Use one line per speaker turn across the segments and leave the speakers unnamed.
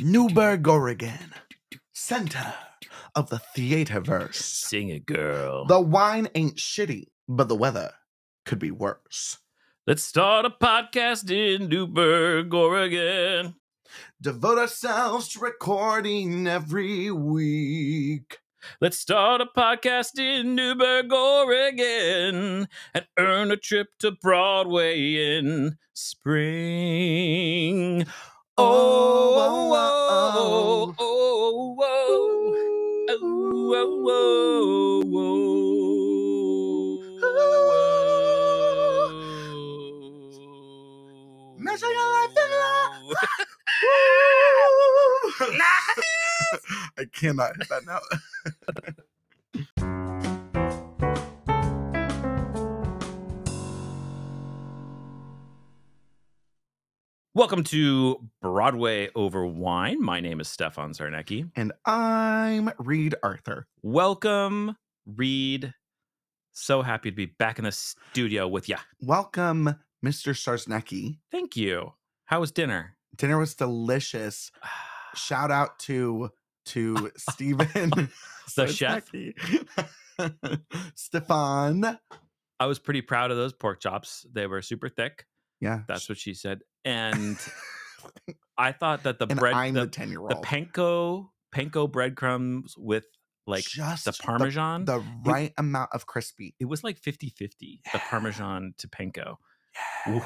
Newberg, Oregon, center of the theaterverse.
Sing it, girl.
The wine ain't shitty, but the weather could be worse.
Let's start a podcast in Newburgh, Oregon.
Devote ourselves to recording every week.
Let's start a podcast in Newburgh, Oregon, and earn a trip to Broadway in spring. Oh, oh, oh, oh, oh, oh, oh, oh, oh.
Measure your life in love. I cannot hit that now.
Welcome to Broadway Over Wine. My name is Stefan Zarnecki.
And I'm Reed Arthur.
Welcome, Reed. So happy to be back in the studio with ya.
Welcome, Mr. Sarsnecki.
Thank you. How was dinner?
Dinner was delicious. Shout out to to Stephen
The chef.
Stefan.
I was pretty proud of those pork chops. They were super thick.
Yeah.
That's what she said. And I thought that the
and
bread,
I'm the
the,
10 year
the
old.
panko, panko breadcrumbs with like
Just
the parmesan,
The, right amount of crispy.
it was like 50 50, the
Yeah.
parmesan to panko.
Yeah.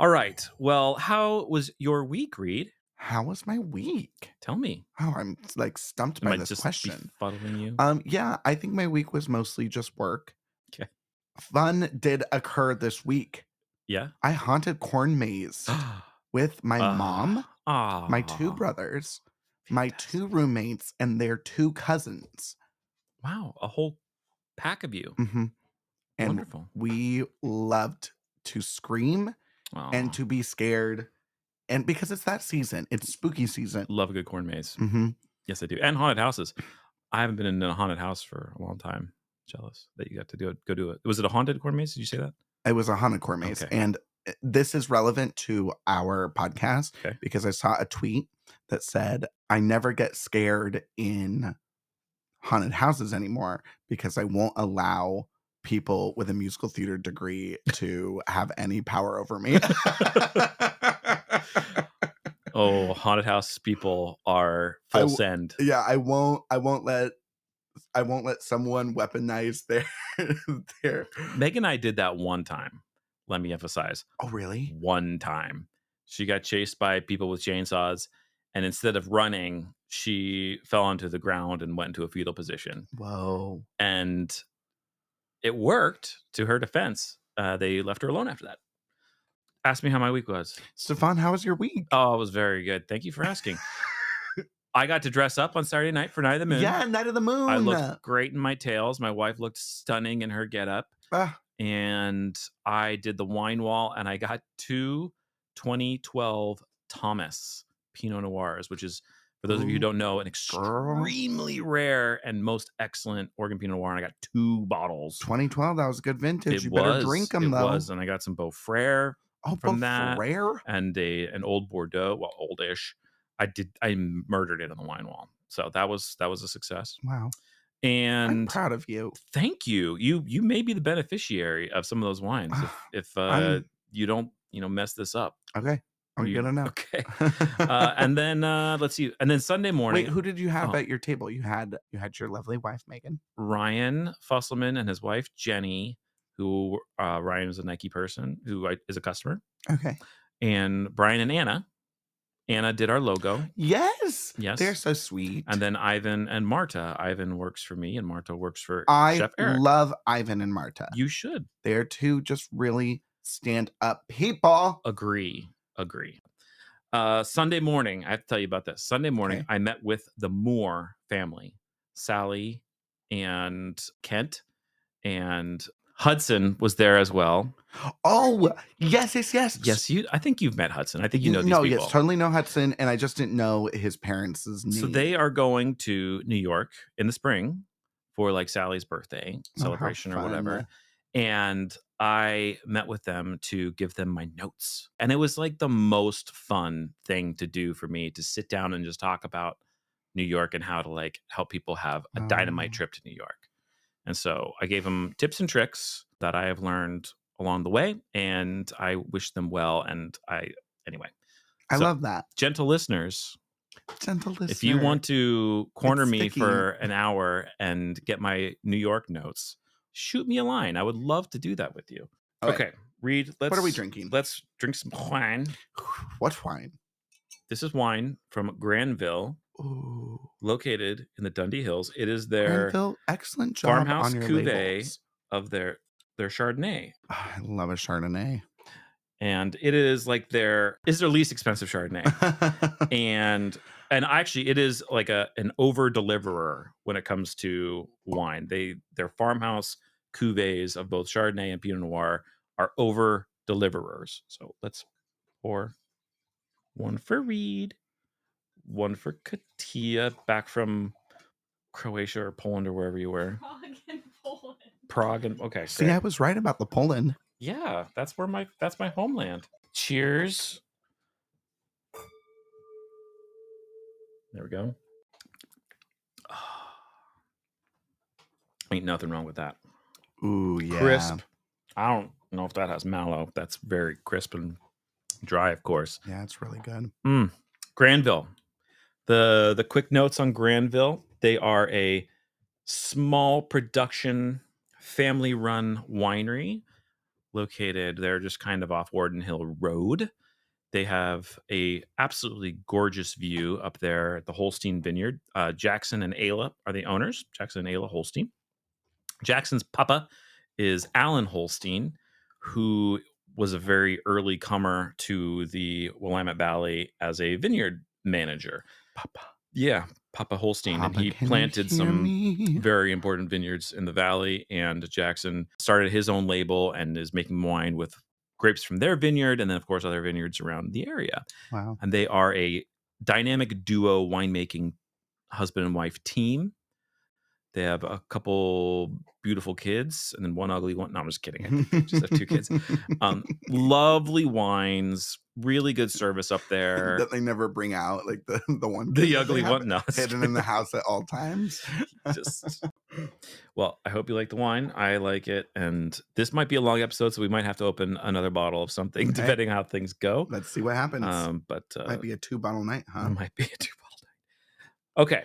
All right. Well, how was your week, Reed?
How was my week?
Tell me.
Oh, I'm like stumped by this question.
befuddling you?
Um, yeah, I think my week was mostly just work.
'Kay.
Fun did occur this week.
yeah.
I haunted corn maze with my mom,
Ah,
my two brothers, my two roommates, and their two cousins.
Wow, a whole pack of you.
hmm And
Wonderful.
we loved to scream and
Aw,
to be scared. And because it's that season, it's spooky season.
love a good corn maze.
hmm
Yes, I do. And haunted houses. I haven't been in a haunted house for a long time. Jealous that you got to do it. Go do it. Was it a haunted corn maze? Did you say that?
It was a Hanukkah maze.
Okay.
And uh, this is relevant to our podcast
Okay.
because I saw a tweet that said, I never get scared in haunted houses anymore because I won't allow people with a musical theater degree to have any power over me.
Oh, haunted house people are
I
full
w-
send.
yeah, I won't I won't let I won't let someone weaponize their their
Meg and I did that one time. Let me emphasize
Oh really?
one time. She got chased by people with chainsaws, and instead of running, she fell onto the ground and went into a fetal position.
Whoa.
And it worked to her defense. Uh, they left her alone after that. Asked me how my week was.
Stefan, how was your week?
Oh, it was very good. Thank you for asking. I got to dress up on Saturday night for Night of the Moon.
Yeah, Night of the Moon.
I looked great in my tails. My wife looked stunning in her getup.
Ah.
And I did the wine wall and I got two 2012 Thomas Pinot Noirs, which is, for those of you who
Ooh,
don't know, an
girl.
extremely rare and most excellent Oregon Pinot Noir. And I got two bottles.
2012, that was good vintage.
It
you
was.
better drink them
it
though.
was. And I got some Beaufrere
oh,
from that.
Rare.
and a an old Bordeaux, well, oldish. I did I murdered it on the wine wall. So that was that was a success.
Wow. I'm
And
proud of you.
thank you. You you may be the beneficiary of some of those wines if, if uh,
I'm-
you don't you know mess this up.
Okay. I'm
You-
gonna know.
Okay. Uh, and then uh, let's see. And then Sunday morning,
Wait, who did you have
Oh.
at your table? You had you had your lovely wife Megan.
Ryan Fusselman and his wife Jenny, who uh, Ryan is a Nike person who I, is a customer,
Okay.
and Brian and Anna. Anna did our logo.
Yes.
Yes.
They're so sweet.
and then Ivan and Marta. Ivan works for me, and Marta works for
I
Chef Eric.
love Ivan and Marta.
you should
They're two just really stand up
Uh,
people.
agree. Agree. Uh, Sunday morning, I have to tell you about this. Sunday morning,
Okay.
I met with the Moore family, Sally and Kent, and Hudson was there as well.
Oh, yes, yes, yes.
Yes, you. I think you've met Hudson. I think you know these
no,
people.
yes, totally know Hudson, and I just didn't know his parents' name.
So they are going to New York in the spring for like Sally's birthday
Oh, how
celebration or whatever.
fun.
and I met with them to give them my notes. And it was like the most fun thing to do for me to sit down and just talk about New York and how to like help people have a dynamite
Oh.
trip to New York. And so I gave them tips and tricks that I have learned along the way and I wish them well and I anyway,
I
So-
love that.
gentle listeners,
Gentle listener.
if you want to corner
It's
me
sticky.
for an hour and get my New York notes, shoot me a line. I would love to do that with you.
All right.
okay, Reed, let's
What are we drinking?
Let's drink some wine.
What wine?
This is wine from Granville,
Ooh.
located in the Dundee Hills. It is their
Granville, excellent job
farmhouse
on your
cuvee
labels.
of their their Chardonnay.
Ah, I love a Chardonnay.
And it is like their is their least expensive Chardonnay. and and actually it is like a an over deliverer when it comes to wine they their farmhouse cuvées of both chardonnay and pinot noir are over deliverers so let's pour one for reed one for katia back from croatia or poland or wherever you were
Prague and Poland.
prague and okay
See,
great.
I was right about the Poland.
yeah that's where my that's my homeland cheers there we go ain't nothing wrong with that
Ooh, yeah.
crisp i don't know if that has mallow that's very crisp and dry of course
Yeah, it's really good.
Granville. The the quick notes on Granville. They are a small production family run winery located they're just kind of off Warden Hill Road. They have a absolutely gorgeous view up there at the Holstein Vineyard. Uh, Jackson and Ayla are the owners. Jackson and Ayla Holstein. Jackson's papa is Alan Holstein, who was a very early comer to the Willamette Valley as a vineyard manager.
Papa,
Yeah, Papa Holstein,
Papa,
and he
can you
planted
hear
some
me?
very important vineyards in the valley. And Jackson started his own label and is making wine with grapes from their vineyard, and then of course other vineyards around the area.
Wow.
And they are a dynamic duo winemaking husband and wife team. They have a couple beautiful kids, and then one ugly one. No, I'm just kidding. I just have two kids. Um, lovely wines, really good service up there.
that they never bring out, like the the one kid that
the
they
ugly
have
one, no,
hidden in the house at all times.
just. Well, I hope you like the wine. I like it, and this might be a long episode, so we might have to open another bottle of something
Okay.
depending how things go.
Let's see what happens.
Um, Mm, but uh,
Might be a two bottle night,
it
huh?
might be a two bottle night. Okay,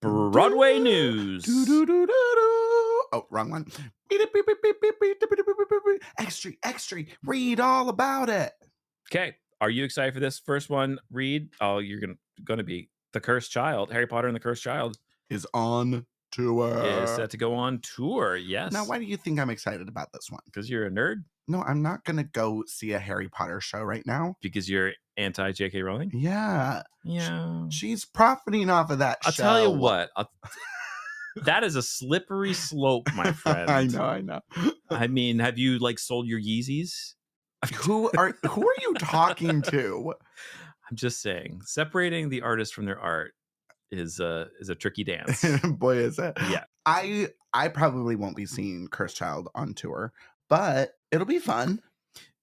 Broadway news.
Do, do, do, do, do. Oh, wrong one. Beep, beep, beep, beep, beep, beep, beep, beep, beep, beep, beep, beep. Extra, extra. Read all about it.
Okay, are you excited for this first one? Read. Oh, you're gonna gonna be the Cursed Child, Harry Potter and the Cursed Child
Is on tour.
is set to go on tour. Yes.
Uh. Now, why do you think I'm excited about this one?
Because you're a nerd.
No, I'm not gonna go see a Harry Potter show right now.
Because you're anti J.K. Rowling.
Yeah,
Yeah.
she's profiting off of that.
I'll tell you
show.
what. I'll- that is a slippery slope, my friend.
I know, I know.
I mean, have you like sold your Yeezys?
who are who are you talking to?
I'm just saying, separating the artist from their art is a is a tricky dance.
Boy, is it.
Yeah.
I I probably won't be seeing Cursed Child on tour, but it'll be fun.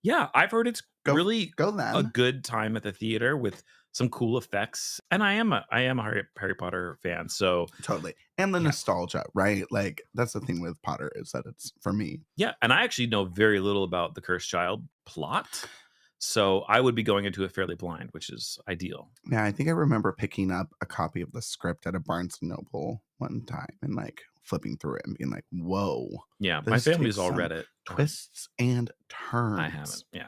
yeah, I've heard it's
Go-
really
Go
a
then.
good time at the theater with some cool effects. And I am a I am a Harry, Harry Potter fan, so
totally. And the
Yeah.
nostalgia, right? Like that's the thing with Potter is that it's for me.
Yeah, and I actually know very little about the cursed child plot. So I would be going into it fairly blind, which is ideal.
Yeah, I think I remember picking up a copy of the script at a Barnes and Noble one time and like flipping through it and being like, "Whoa,
Yeah, my
This
family's
takes
all
some
read it. um,
twists and turns."
I haven't. Yeah.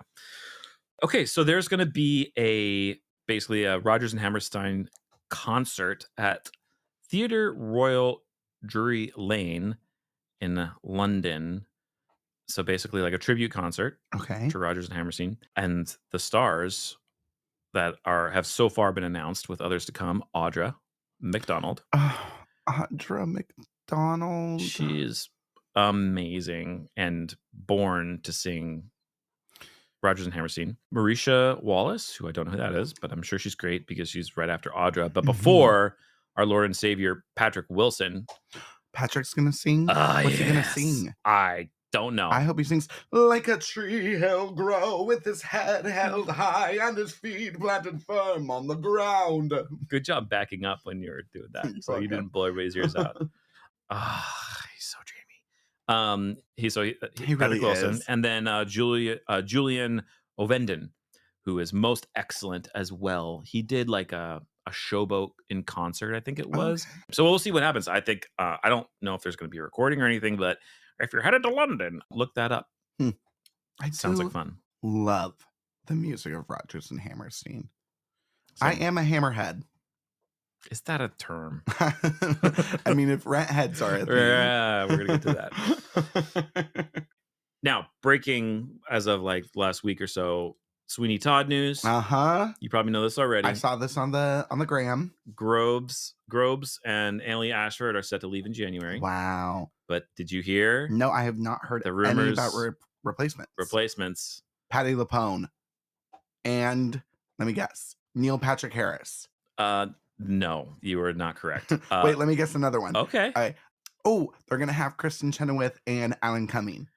Okay, so there's going to be a basically a Rogers and Hammerstein concert at Theatre Royal Drury Lane in London. So basically, like a tribute concert.
Okay.
to Rogers and Hammerstein, and the stars that are have so far been announced, with others to come. Audra McDonald,
Uh, Audra McDonald.
she is amazing and born to sing Rogers and Hammerstein. Marisha Wallace, who I don't know who that is, but I'm sure she's great because she's right after Audra. But
Mhm.
before our Lord and Savior Patrick Wilson,
Patrick's gonna sing.
Ah,
What's he gonna
yes.
sing?
I Don't know.
I hope he sings like a tree he'll grow with his head held high and his feet planted firm on the ground.
Good job backing up when you were doing that.
You're
So you
welcome.
didn't blow everybody's ears out. Ah, he's so dreamy. Um, he's so he,
He
Patrick
really
Wilson,
is.
and then uh, Julia uh, Julian Ovenden, who is most excellent as well. He did like a a showboat in concert, I think it was.
Okay.
So we'll see what happens. I think uh, I don't know if there's going to be a recording or anything, but if you're headed to London, look that up.
I
Sounds like
do
fun.
love the music of Rogers and Hammerstein. I
So,
am a hammerhead.
Is that a term?
I mean, if rat heads are a thing.
Yeah, we're gonna get to that.
that.
Now, breaking as of like last week or so, Sweeney Todd news.
uh huh.
you probably know this already.
I saw this on the on the gram.
Grobes, Grobes, and Annalie Ashford are set to leave in January.
Wow.
But did you hear
No, I have not heard
The
any about
rumors-
re- replacements.
replacements?
Patty Lapone, and let me guess, Neil Patrick Harris.
Uh, no, you were not correct. Uh,
Wait, let me guess another one.
okay.
I- Oh, they're gonna have Kristen Chenoweth and Alan Cumming.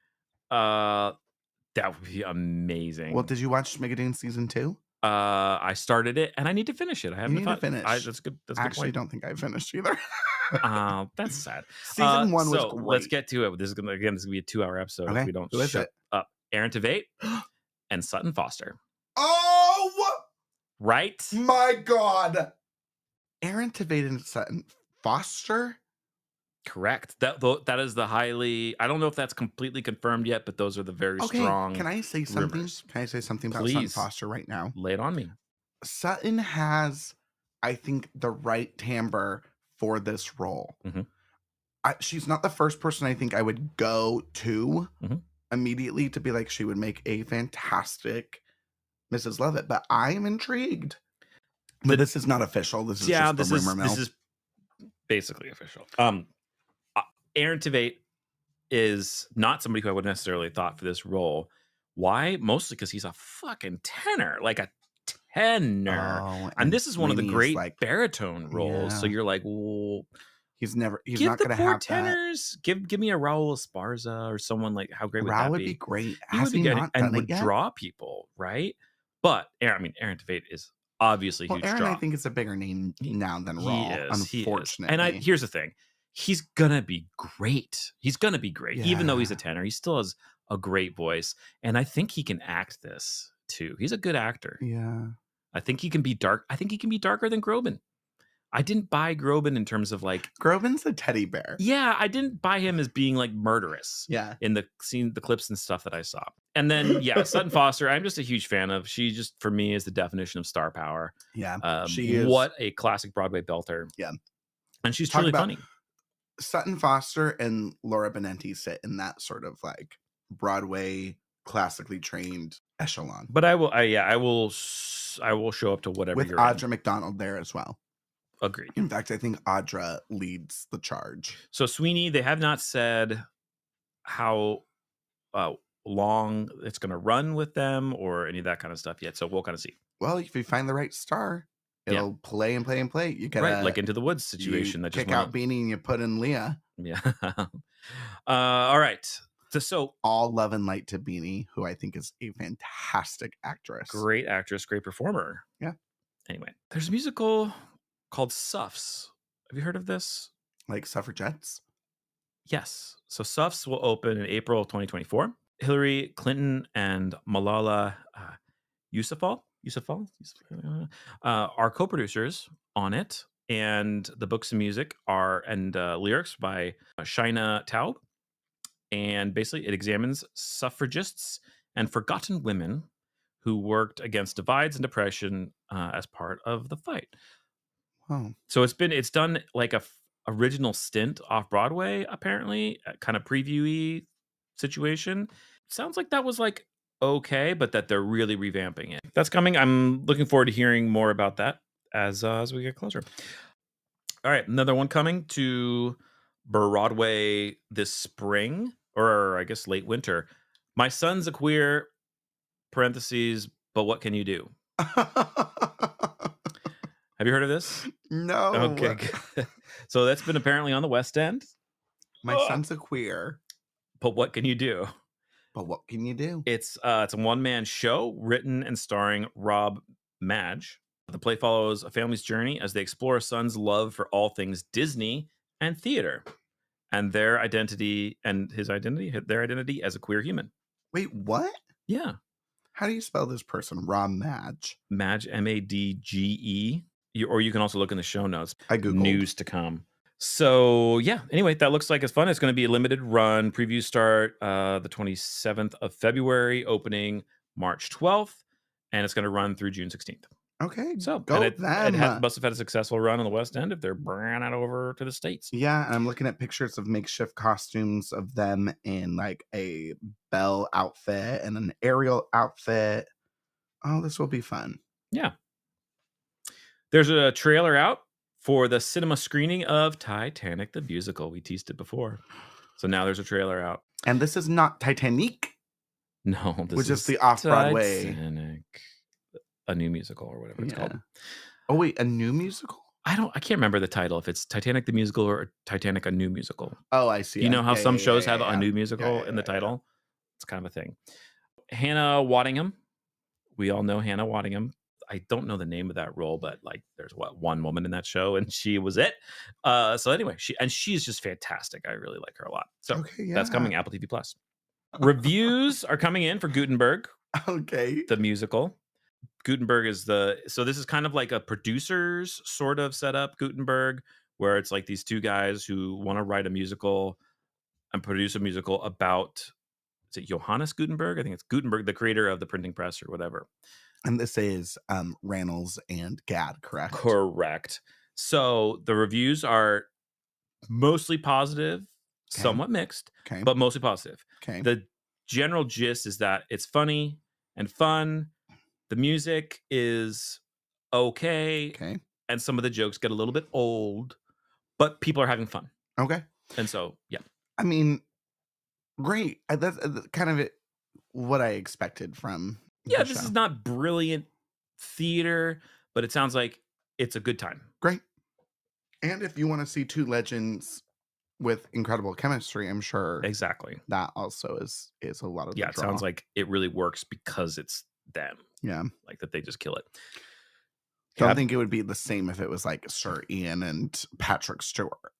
Uh, that would be amazing.
Well, did you watch Megadoon season two?
uh, I started it and I need to finish it. I haven't
need to
fin- I,
finish.
that's good. That's a
I
good
actually
point.
don't think I finished either.
Uh, that's sad.
season
Uh,
one was
so
great.
Let's get to it. This is gonna again. This is gonna be a two-hour episode
Okay,
if we don't
who is
shut
it?
up. Aaron Tveit and Sutton Foster,
Oh
right?
my god! Aaron Tveit and Sutton Foster.
Correct. That tho- that is the highly. I don't know if that's completely confirmed yet, but those are the very
Okay,
strong.
can I say something?
rumors.
Can I say something about Sutton
Please.
Foster right now?
lay it on me?
Sutton has, I think, the right timbre for this role.
Mhm.
I, she's not the first person I think I would go to
Mhm.
immediately to be like, she would make a fantastic Mrs. Lovett, but I am intrigued. But
The-
this is not official. This is
yeah,
just
this
a
is
rumor mill.
this is basically official. Um, uh, Aaron Tveit is not somebody who I would necessarily thought for this role. Why? Mostly because he's a fucking tenor, like a tenor.
Oh,
and this is one of the
Sweeney
great
like
baritone roles. So
Yeah.
you're like, well,
he's never he's
give
not
the
going to
poor
have that.
tenors. Give give me a Raul Esparza or someone like how great would
Rao
that
would
be?
be great.
he
Has
would be
he
good
not
and
done
would
it yet?
draw people, right? But Aaron, I mean, Aaron Tveit is obviously a
well,
huge
Aaron,
draw.
I think, is a bigger name
He-
now than
he
Raw.
is, he is.
Unfortunately,
And I, here's the thing: he's gonna be great. He's gonna be great, even though he's a
Yeah.
tenor. He still has a great voice, and I think he can act this too. He's a good actor.
yeah.
I think he can be dark. I think he can be darker than Groban. I didn't buy Groban in terms of like,
Groban's a teddy bear.
yeah, I didn't buy him as being like murderous.
Yeah.
in the scene, the clips and stuff that I saw. And then, yeah, Sutton Foster, I'm just a huge fan of. She just, for me, is the definition of star power.
Yeah.
Um,
She is.
What a classic Broadway belter.
Yeah.
And she's
Talk
truly
about-
funny.
Sutton Foster and Laura Benenti sit in that sort of like Broadway classically trained echelon
But I will, I, yeah, I will, s- I will show up to whatever
with
you're in.
Audra McDonald there as well.
Agreed.
In fact, I think Audra leads the charge.
So Sweeney, they have not said how uh, long it's going to run with them or any of that kind of stuff yet. So we'll kind of see.
Well, if you find the right star,
Yeah.
it'll play and play and play. You gotta
right. Like into the woods
you
situation that just
kick
went
out
on.
Beanie and you put in Leah.
Yeah. uh, all right. So, so
All love and light to Beanie, who I think is a fantastic actress.
great actress, great performer.
Yeah.
Anyway, there's a musical called Suffs. Have you heard of this?
Like suffragettes.
Yes. So Suffs will open in April of 2024. Hillary Clinton and Malala uh, Yousafzai, Yousafzai, Yousafzai, uh, are co-producers on it, and the books and music are and uh, lyrics by uh, Shina Taub. And basically, it examines suffragists and forgotten women who worked against divides and depression uh, as part of the fight.
Oh,
So it's been it's done like a f- original stint off Broadway, apparently, kind of previewy situation. Sounds like that was like okay, but that they're really revamping it. That's coming. I'm looking forward to hearing more about that as uh, as we get closer. All right, another one coming to Broadway this spring, or I guess late winter. My son's a queer. Parentheses, but what can you do? Have you heard of this?
no.
Okay. good. so that's been apparently on the West End.
My
Ugh.
son's a queer.
But what can you do?
But what can you do?
It's uh, it's a one man show written and starring Rob Madge. The play follows a family's journey as they explore a son's love for all things Disney and theater, and their identity and his identity, their identity as a queer human.
Wait, what?
Yeah,
How do you spell this person? Rom Madge.
Madge M A D G E. You- Or you can also look in the show notes.
I googled.
news to come. So yeah, anyway, that looks like it's fun. It's going to be a limited run. Previews start uh, the 27th of February, opening March 12th, and it's going to run through June 16th.
Okay.
So
Go
and it, it ha-
them.
must have had a successful run in the West End if they're bringing it over to the states.
Yeah, and I'm looking at pictures of makeshift costumes of them in like a Belle outfit and an Ariel outfit. Oh, this will be fun.
There's a trailer out for the cinema screening of Titanic the musical. We teased it before, so now there's a trailer out.
And this is not Titanic,
No, this
which is, the off Broadway.
Titanic, a new musical or whatever it's called.
Oh wait, a new musical?
I don't I can't remember the title if it's Titanic the musical or Titanic a new musical.
Oh, I see.
you know
Yeah,
how
yeah,
some
yeah, yeah,
shows
yeah,
have
yeah.
a new musical
yeah,
in the
yeah, yeah.
title? It's kind of a thing. Hannah Waddingham. We all know Hannah Waddingham. I don't know the name of that role, but like there's what one woman in that show and she was it. Uh so anyway, she and she's just fantastic. I really like her a lot. So
Okay, yeah.
that's coming Apple TV Plus. Reviews are coming in for Gutenberg
Okay.
the musical. Gutenberg is the so this is kind of like a producers sort of setup Gutenberg where it's like these two guys who want to write a musical and produce a musical about is it Johannes Gutenberg? I think it's Gutenberg the creator of the printing press or whatever.
And this is um Rannells and Gad, correct?
Correct. So the reviews are mostly positive, somewhat mixed,
Okay.
but mostly positive.
okay.
the general gist is that it's funny and fun. The music is okay,
okay.
and some of the jokes get a little bit old, but people are having fun.
Okay.
And so, yeah,
I mean, great. I- That's uh, th- kind of it, what I expected from. the
yeah, this
show.
is not brilliant theater, but it sounds like it's a good time.
great. And if you want to see two legends with incredible chemistry, I'm sure
Exactly.
that also is is a lot of. the
Yeah, it sounds
draw.
like it really works because it's them,
yeah.
like that they just kill it.
Don't
Yeah.
think it would be the same if it was like Sir Ian and Patrick Stewart.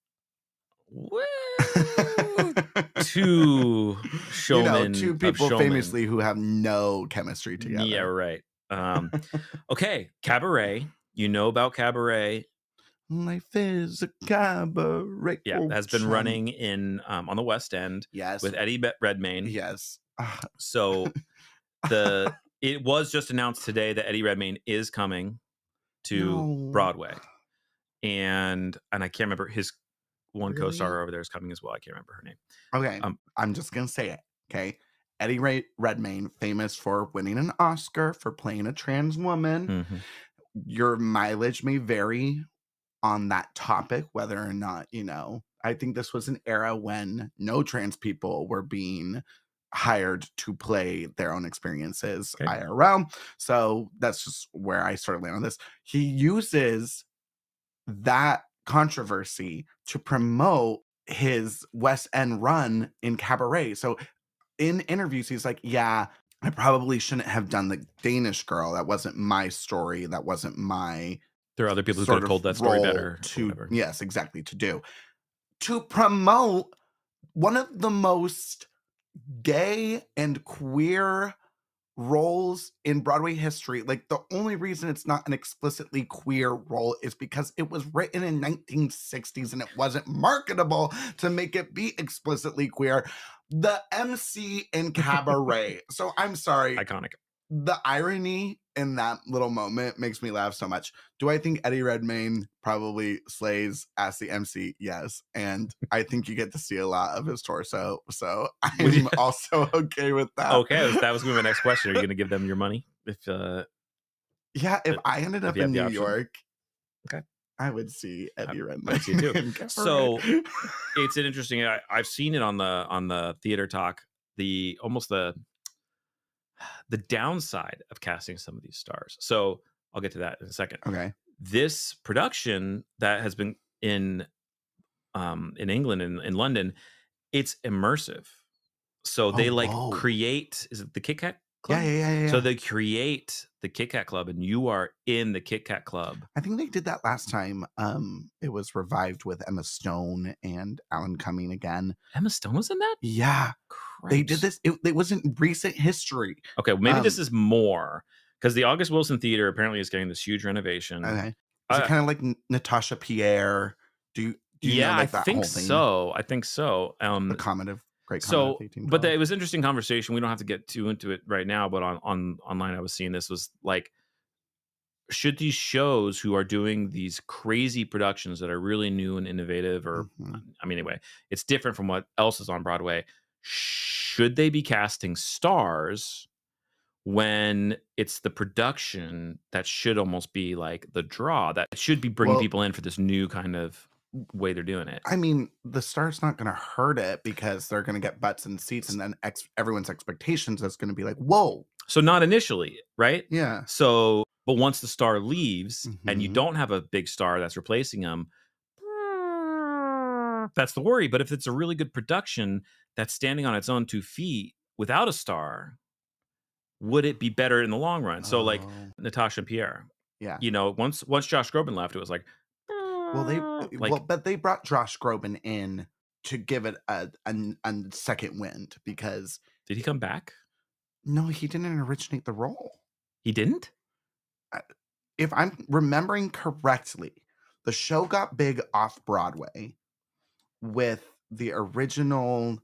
Well, two showmen,
you know, two
of
people
showmen.
famously who have no chemistry together.
Yeah, right. Um, okay, cabaret. You know about cabaret.
Life is a cabaret.
Yeah,
oh,
has been
chum.
running in um, on the West End
Yes.
with Eddie Be- Redmayne.
Yes. Ah,
So the it was just announced today that Eddie Redmayne is coming to
no.
Broadway, and and I can't remember his one
Really?
co-star over there is coming as well. I can't remember her name.
Okay.
Um,
I'm just going to say it. Okay. Eddie Ray- Redmayne, famous for winning an Oscar for playing a trans woman.
Mm-hmm.
Your mileage may vary on that topic, whether or not, you know, I think this was an era when no trans people were being hired to play their own experiences
Okay.
IRL. So that's just where I sort of land on this. He uses that controversy to promote his West End run in cabaret. So in interviews, he's like, Yeah, I probably shouldn't have done the Danish girl. That wasn't my story. That wasn't my
There are other people who
sort
could
of
have told that story
role
better. or
To,
whatever.
yes, exactly. To do to promote one of the most gay and queer roles in Broadway history. Like the only reason it's not an explicitly queer role is because it was written in 1960s and it wasn't marketable to make it be explicitly queer. The MC in Cabaret. so I'm sorry
Iconic.
the irony in that little moment makes me laugh so much. Do I think Eddie Redmayne probably slays as the MC? Yes. And I think you get to see a lot of his torso. So
Would you-
I'm also okay with that.
Okay, that was going to be my next question. Are you going to give them your money if uh,
Yeah, if
But
I ended up
you have
in
the
New
option.
York,
Okay.
I would see Eddie Redmayne.
might see it too.
in Cabaret.
So- it's an interesting I, i've seen it on the on the theater talk the almost the the downside of casting some of these stars so i'll get to that in a second
okay.
this production that has been in um in england and in london it's immersive So they
Oh,
like
whoa.
create is it the Kit Kat Club?
Yeah, yeah, yeah, yeah. yeah.
So they create the Kit Kat Club, and you are in the Kit Kat Club.
I think they did that last time. Um, it was revived with Emma Stone and Alan Cumming again.
Emma Stone was in that.
Yeah, they did
Cripes.
this. It, it wasn't recent history.
Okay, well, maybe this
Um,
is more because the August Wilson Theater apparently is getting this huge renovation.
Okay, is
Uh,
it kind of like N- Natasha Pierre? Do you? Do you
yeah,
know, like,
I
that
think
whole thing?
so. I think so. Um,
The comment of great. Comment
so
of oh, 1812.
but the, it was interesting conversation we don't have to get too into it right now but on on online i was seeing this was like should these shows who are doing these crazy productions that are really new and innovative or
Mhm.
i mean anyway it's different from what else is on broadway should they be casting stars when it's the production that should almost be like the draw that should be bringing
Well-
people in for this new kind of way they're doing it
I mean, the star's not going to hurt it because they're going to get butts and seats, and then ex- everyone's expectations is going to be like, "Whoa,
so not initially right
yeah,
So, but once the star leaves and you
Mhm.
don't have a big star that's replacing him, that's the worry. But if it's a really good production that's standing on its own two feet without a star, would it be better in the long run? So, like
Oh.
Natasha and Pierre,
Yeah.
you know, once once Josh Groban left, it was like,
Oh,
"Ah,"
Well, they
uh,
eh,
like
well, but they brought Josh Groban in to give it a, a n- a second wind because
did he come back?
no, he didn't originate the role.
He didn't.
If I'm remembering correctly, the show got big off Broadway with the original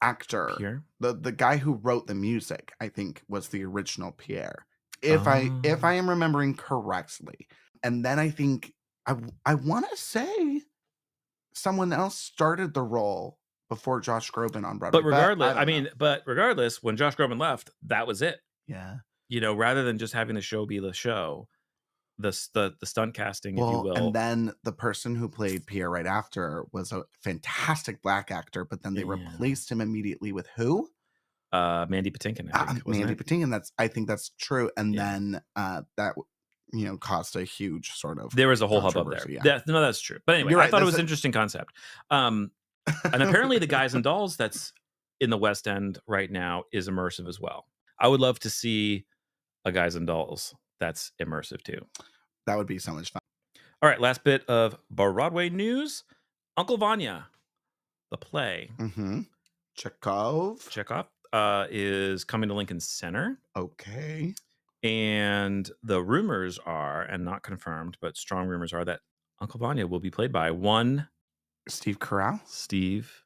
actor,
Pierre,
the the guy who wrote the music. I think was the original Pierre. If I if
Oh.
I am remembering correctly, and then I think I w- I want to say someone else started the role before Josh Groban on Broadway.
but regardless, I,
don't know.
mean, but regardless, when Josh Groban left, that was it.
yeah.
you know, rather than just having the show be the show, the s- the the stunt casting, if you
Well,
will.
and then the person who played Pierre right after was a fantastic black actor, but then they
Yeah.
replaced him immediately with who?
uh, Mandy Patinkin, I
Uh,
think, wasn't
Mandy
it?
Patinkin. That's I think that's true. And
Yeah.
then uh, that you know caused a huge sort of
There was a whole hubbub there.
Controversy, yeah.
That- no, that's true. But anyway,
You're
I
right,
thought it
that's
was an
a-
interesting concept. Um, and apparently, the Guys and Dolls that's in the West End right now is immersive as well. I would love to see a Guys and Dolls that's immersive too.
that would be so much fun.
All right, last bit of Broadway news: Uncle Vanya, the play.
Mm-hmm. Chekhov.
Chekhov uh, is coming to Lincoln Center.
okay.
And the rumors are, and not confirmed, but strong rumors are that Uncle Vanya will be played by one
Steve Carell.
Steve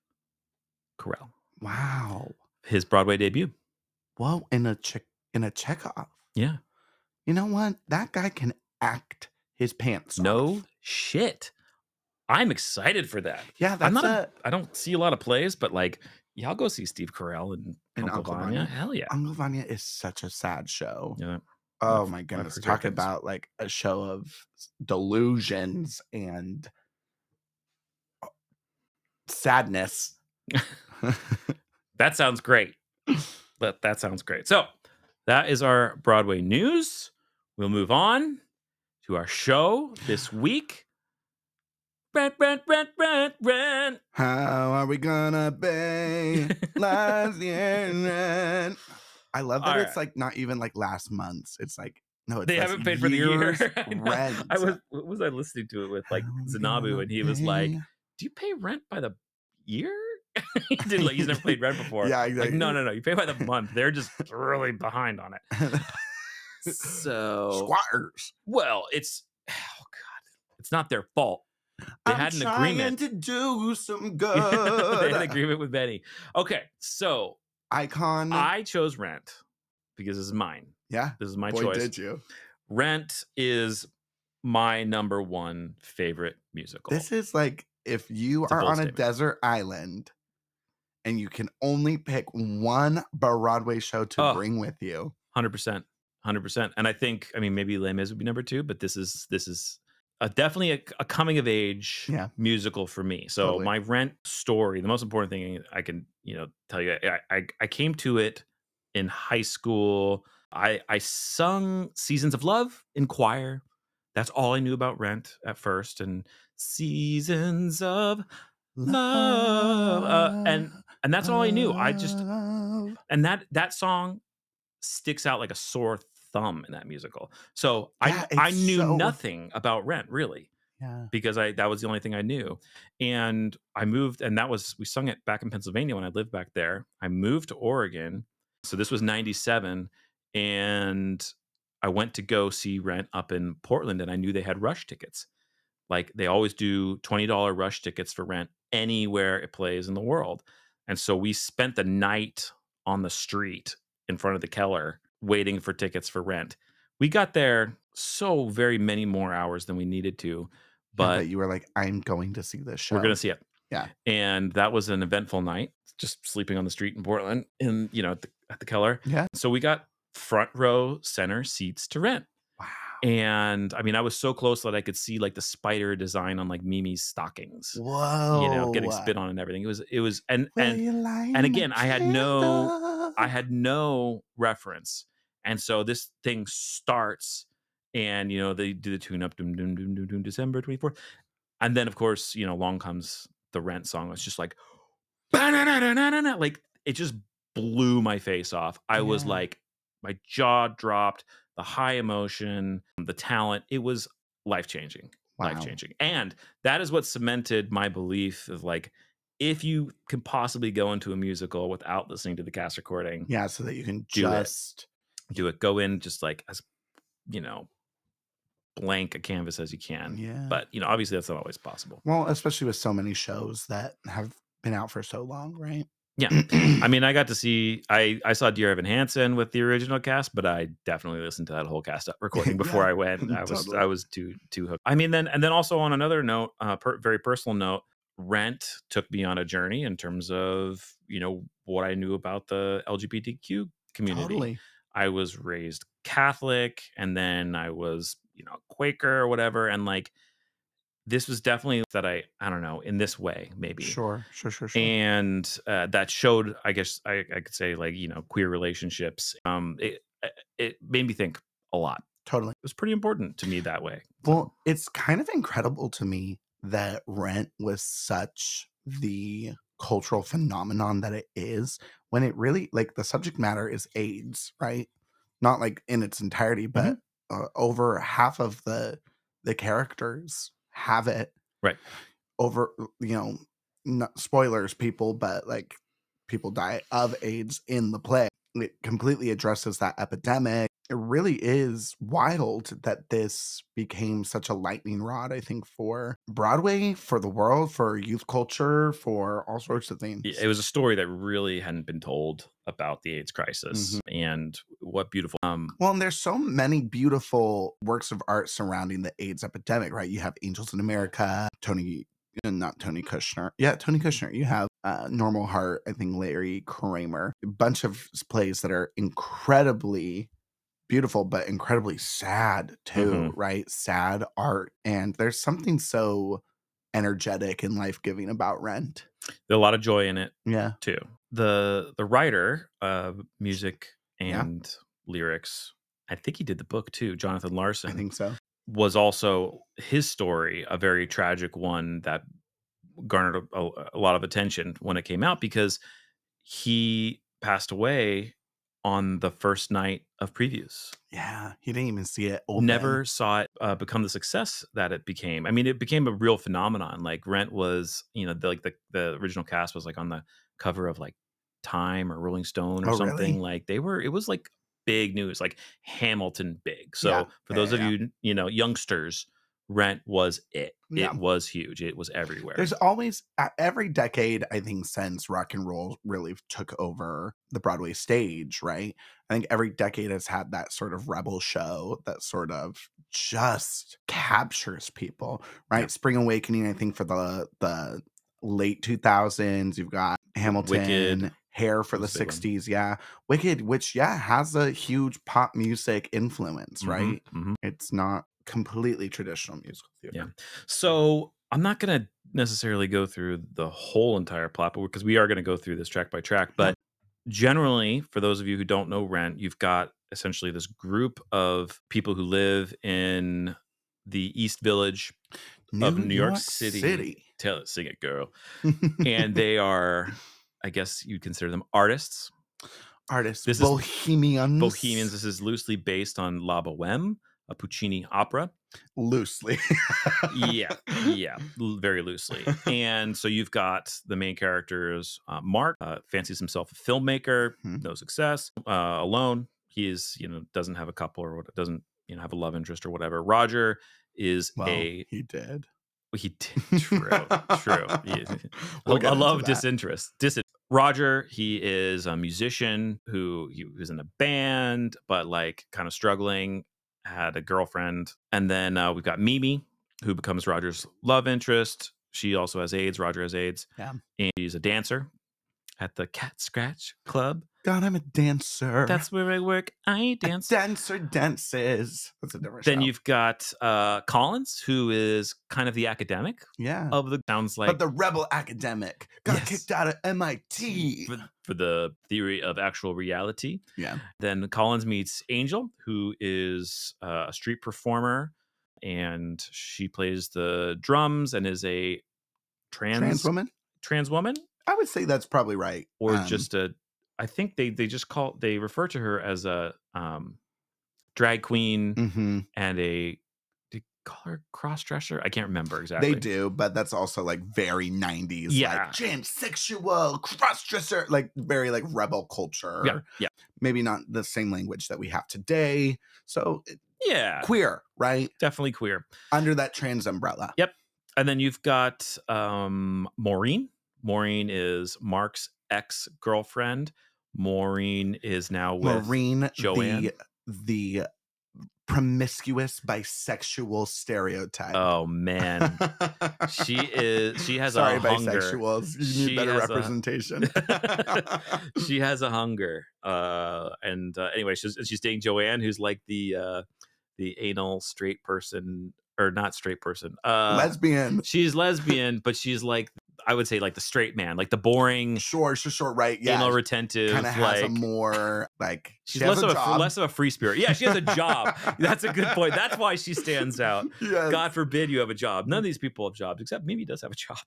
Carell,
Wow.
his Broadway debut.
Whoa, in a check in a Chekhov.
Yeah.
You know what? That guy can act his pants.
No
off.
shit. I'm excited for that.
Yeah, that's
I'm not.
a,
A, I don't see a lot of plays, but like, y'all go see Steve Carell and,
And
Uncle,
Uncle
Vanya.
Vanya.
Hell yeah.
Uncle Vanya is such a sad show.
Yeah.
Oh
I've-
my goodness.
heard great
Talk
things.
about like a show of s- delusions and sadness.
That sounds great. That that sounds great. So that is our Broadway news. We'll move on to our show this week. Rent, rent, rent, rent, rent.
How are we gonna be last year? I love that
All
it's like not even like last month's. It's like no, it's
They
last
haven't paid for the year.
year's
I know.
rent.
I was what was I listening to it with like
How we
Zanabu,
gonna
and he was like,
pay?
"Do you pay rent by the year?" he did like he's never played rent before.
Yeah,
Like,
exactly.
no, no, no. You pay by the month. They're just really behind on it. So
squatters.
Well, it's oh god, it's not their fault. They
I'm
had an
trying
agreement.
to do some
they had an
good.
agreement with Benny. Okay, so
Icon.
I chose Rent because this is mine.
yeah.
This is my
Boy,
choice.
did you.
Rent is my number one favorite musical.
This is like if you
It's a
are
bold
on
statement.
a desert island and you can only pick one Broadway show to
Ugh.
bring with you.
hundred percent, hundred percent. And I think, I mean, maybe Les Mis would be number two, but this is this is a, definitely a, a coming of age
Yeah.
musical for me. So
Totally.
my Rent story, the most important thing I can you know tell you, I I, I came to it in high school. I I sung Seasons of Love in choir. That's all I knew about Rent at first, and Seasons of Love, uh, and and that's all I knew. I just
Love.
and that that song sticks out like a sore thumb in that musical. So
Yeah, it's
I I knew
so-
nothing about Rent really
yeah.
because I that was the only thing I knew. And I moved, and that was we sung it back in Pennsylvania when I lived back there. I moved to Oregon, so this was '97, and I went to go see Rent up in Portland, and I knew they had Rush tickets. Like they always do, twenty dollar Rush tickets for Rent anywhere it plays in the world. And so we spent the night on the street in front of the Keller waiting for tickets for Rent. We got there so very many more hours than we needed to
Yeah,
but
you were like, I'm going to see this show.
we're gonna see it.
Yeah.
and that was an eventful night. Just sleeping on the street in Portland, in you know at the, at the Keller.
Yeah.
So we got front row center seats to rent,
Wow.
and I mean I was so close that I could see like the spider design on like Mimi's stockings,
Whoa.
you know, getting spit on and everything. It was it was and
Will
and
you light
and
my
again, I had no-
candle?
I had no reference. And so this thing starts and you know they do the tune up doom doom doom doom doom December 24th. And then of course, you know, along comes the rent song. It's just like "Ba-na-na-na-na-na-na," like it just blew my face off. I was
Yeah.
like my jaw dropped, the high emotion, the talent, it was life-changing life
Wow.
changing. And that is what cemented my belief of like, if you can possibly go into a musical without listening to the cast recording,
Yeah, so that you can
Do it.
just
do it. Go in just like as, you know, blank a canvas as you can.
yeah.
But, you know, obviously that's not always possible.
well, especially with so many shows that have been out for so long, right?
Yeah. I mean, I got to see, I, I saw Dear Evan Hansen with the original cast, but I definitely listened to that whole cast uh, recording before
Yeah,
I went. I was,
totally.
I was too, too hooked. I mean, then, and then also on another note, uh, per, very personal note, Rent took me on a journey in terms of, you know, what I knew about the LGBTQ community.
totally.
I was raised Catholic and then I was, you know, Quaker or whatever. And like, this was definitely that I, I don't know, in this way, maybe
Sure, sure, sure, sure.
and uh, that showed i guess I, I could say like you know queer relationships um it it made me think a lot it
totally.
was pretty important to me that way
Well, it's kind of incredible to me that rent was such the cultural phenomenon that it is when it really like the subject matter is AIDS, right? Not like in its entirety, but uh, over half of the the characters have it.
Right.
Over you know, not spoilers people, but like people die of AIDS in the play. It completely addresses that epidemic it really is wild that this became such a lightning rod, I think, for Broadway, for the world, for youth culture, for all sorts of things.
Y- it was a story that really hadn't been told about the aids crisis
Mm-hmm.
and what beautiful um
Well, and there's so many beautiful works of art surrounding the AIDS epidemic, right? You have Angels in America, Tony, uh, not Tony Kushner. Yeah, Tony Kushner. You have uh, Normal Heart, I think Larry Kramer, a bunch of s- plays that are incredibly beautiful, but incredibly sad too,
Mhm.
right? Sad art. And there's something so energetic and life giving about Rent.
a lot of joy in it
Yeah.
too the the writer of music
Yeah.
and lyrics i think he did the book too jonathan larson
I think so.
was also his story a very tragic one that garnered a, a- a lot of attention when it came out because he passed away on the first night of previews.
Yeah. He didn't even see it. open.
Never saw it uh, become the success that it became. I mean, it became a real phenomenon. Like Rent was, you know, the, like the the original cast was like on the cover of like Time or Rolling Stone or
Oh, really?
something. Like they were, it was like big news, like Hamilton big. So
Yeah,
for
yeah,
those
yeah,
of
yeah.
you, you know, youngsters, Rent was it.
Yeah.
It was huge. It was everywhere.
There's always a- every decade, I think, since rock and roll really took over the Broadway stage, right? I think every decade has had that sort of rebel show that sort of just captures people, right?
Yeah.
Spring Awakening, I think, for the the late 2000s, you've got Hamilton, Hair for the
was a big one.
60s, yeah, Wicked, which yeah has a huge pop music influence,
Mhm,
right?
mhm.
It's not completely traditional musical theater.
Yeah. So I'm not going to necessarily go through the whole entire plot, but because we are going to go through this track by track. But generally, for those of you who don't know Rent, you've got essentially this group of people who live in the East Village. Of New York City. Tell it, sing it, girl.
City.
And they are I guess you'd consider them artists.
Artists,
This is
Bohemians,
Bohemians. This is loosely based on La Boheme, a Puccini opera.
loosely.
yeah, yeah, l- very loosely. And so you've got the main characters. Uh, Mark uh, fancies himself a filmmaker,
Mhm.
no success. Uh, alone, he is you know doesn't have a couple or what- doesn't you know have a love interest or whatever. Roger is
Well,
a
he did.
he did true true. He-
We'll
I
get
love
into that.
disinterest. Disin- Roger, he is a musician who he was in a band, but like kind of struggling, had a girlfriend. And then uh, we've got Mimi, who becomes Roger's love interest. She also has AIDS. Roger has AIDS.
Yeah.
And she's a dancer at the Cat Scratch Club.
God, I'm a dancer.
That's where I work. I
A
dance.
dancer dances. That's a different.
Then
show.
you've got uh, Collins, who is kind of the academic
yeah,
of the sounds like
but the rebel academic got
Yes.
kicked out of MIT.
for, for the theory of actual reality.
Yeah.
Then Collins meets Angel, who is uh, a street performer, and she plays the drums and is a trans
Trans woman.
trans woman,
I would say that's probably right.
or
Um,
just a. I think they they just call they refer to her as a um, drag queen
mhm.
and a. Did call her cross dresser? I can't remember exactly.
They do, but that's also like very 90s,
Yeah.
like transsexual, crossdresser, like very like rebel culture.
Yeah, yeah,
Maybe not the same language that we have today. So it-
yeah.
queer, right?
Definitely queer.
Under that trans umbrella.
Yeah. And then you've got um, Maureen. Maureen is Mark's ex girlfriend. Maureen is now with.
Maureen,
Joanne.
the the promiscuous bisexual stereotype.
Oh man, she is. She has
Sorry,
a hunger.
bisexuals. You
She
need better
has a-
representation.
she has a hunger. Uh, and uh, anyway, she's she's dating Joanne, who's like the uh, the anal straight person, or not straight person. Uh,
Lesbian.
she's lesbian, but she's like I would say like the straight man, like the boring
Sure, sure, sure. Right. Yeah.
anal retentive.
kind of has a
like-
more like
She's
she has
less of a fr-
job.
less of a free spirit. Yeah, she has a job. That's a good point. That's why she stands out.
Yes,
God forbid you have a job. None of these people have jobs, except Mimi does have a job.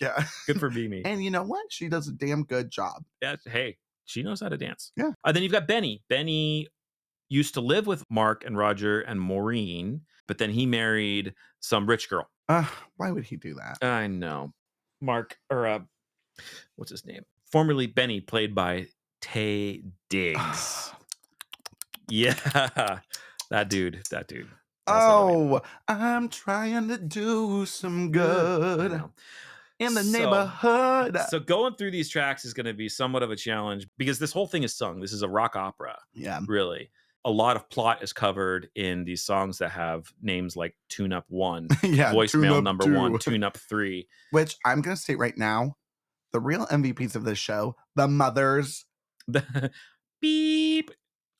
yeah.
Good for Mimi.
And you know what? She does a damn good job.
Yeah, hey, she knows how to dance.
Yeah.
And then you've got Benny. Benny used to live with Mark and Roger and Maureen, but then he married some rich girl.
Uh, why would he do that?
I know. Mark or uh, what's his name? Formerly Benny, played by Tay Diggs. yeah, that dude. That dude. That's not what I
oh, I'm trying to do some
I
good
know.
in the
So-
neighborhood.
So going through these tracks is going to be somewhat of a challenge because this whole thing is sung. This is a rock opera,
yeah.
really. A lot of plot is covered in these songs that have names like Tune Up One,
yeah.
Voicemail
tune-up
Number
two.
One, Tune Up Three.
Which I'm going to state right now the real MVPs of this show, the mothers,
The- Beep.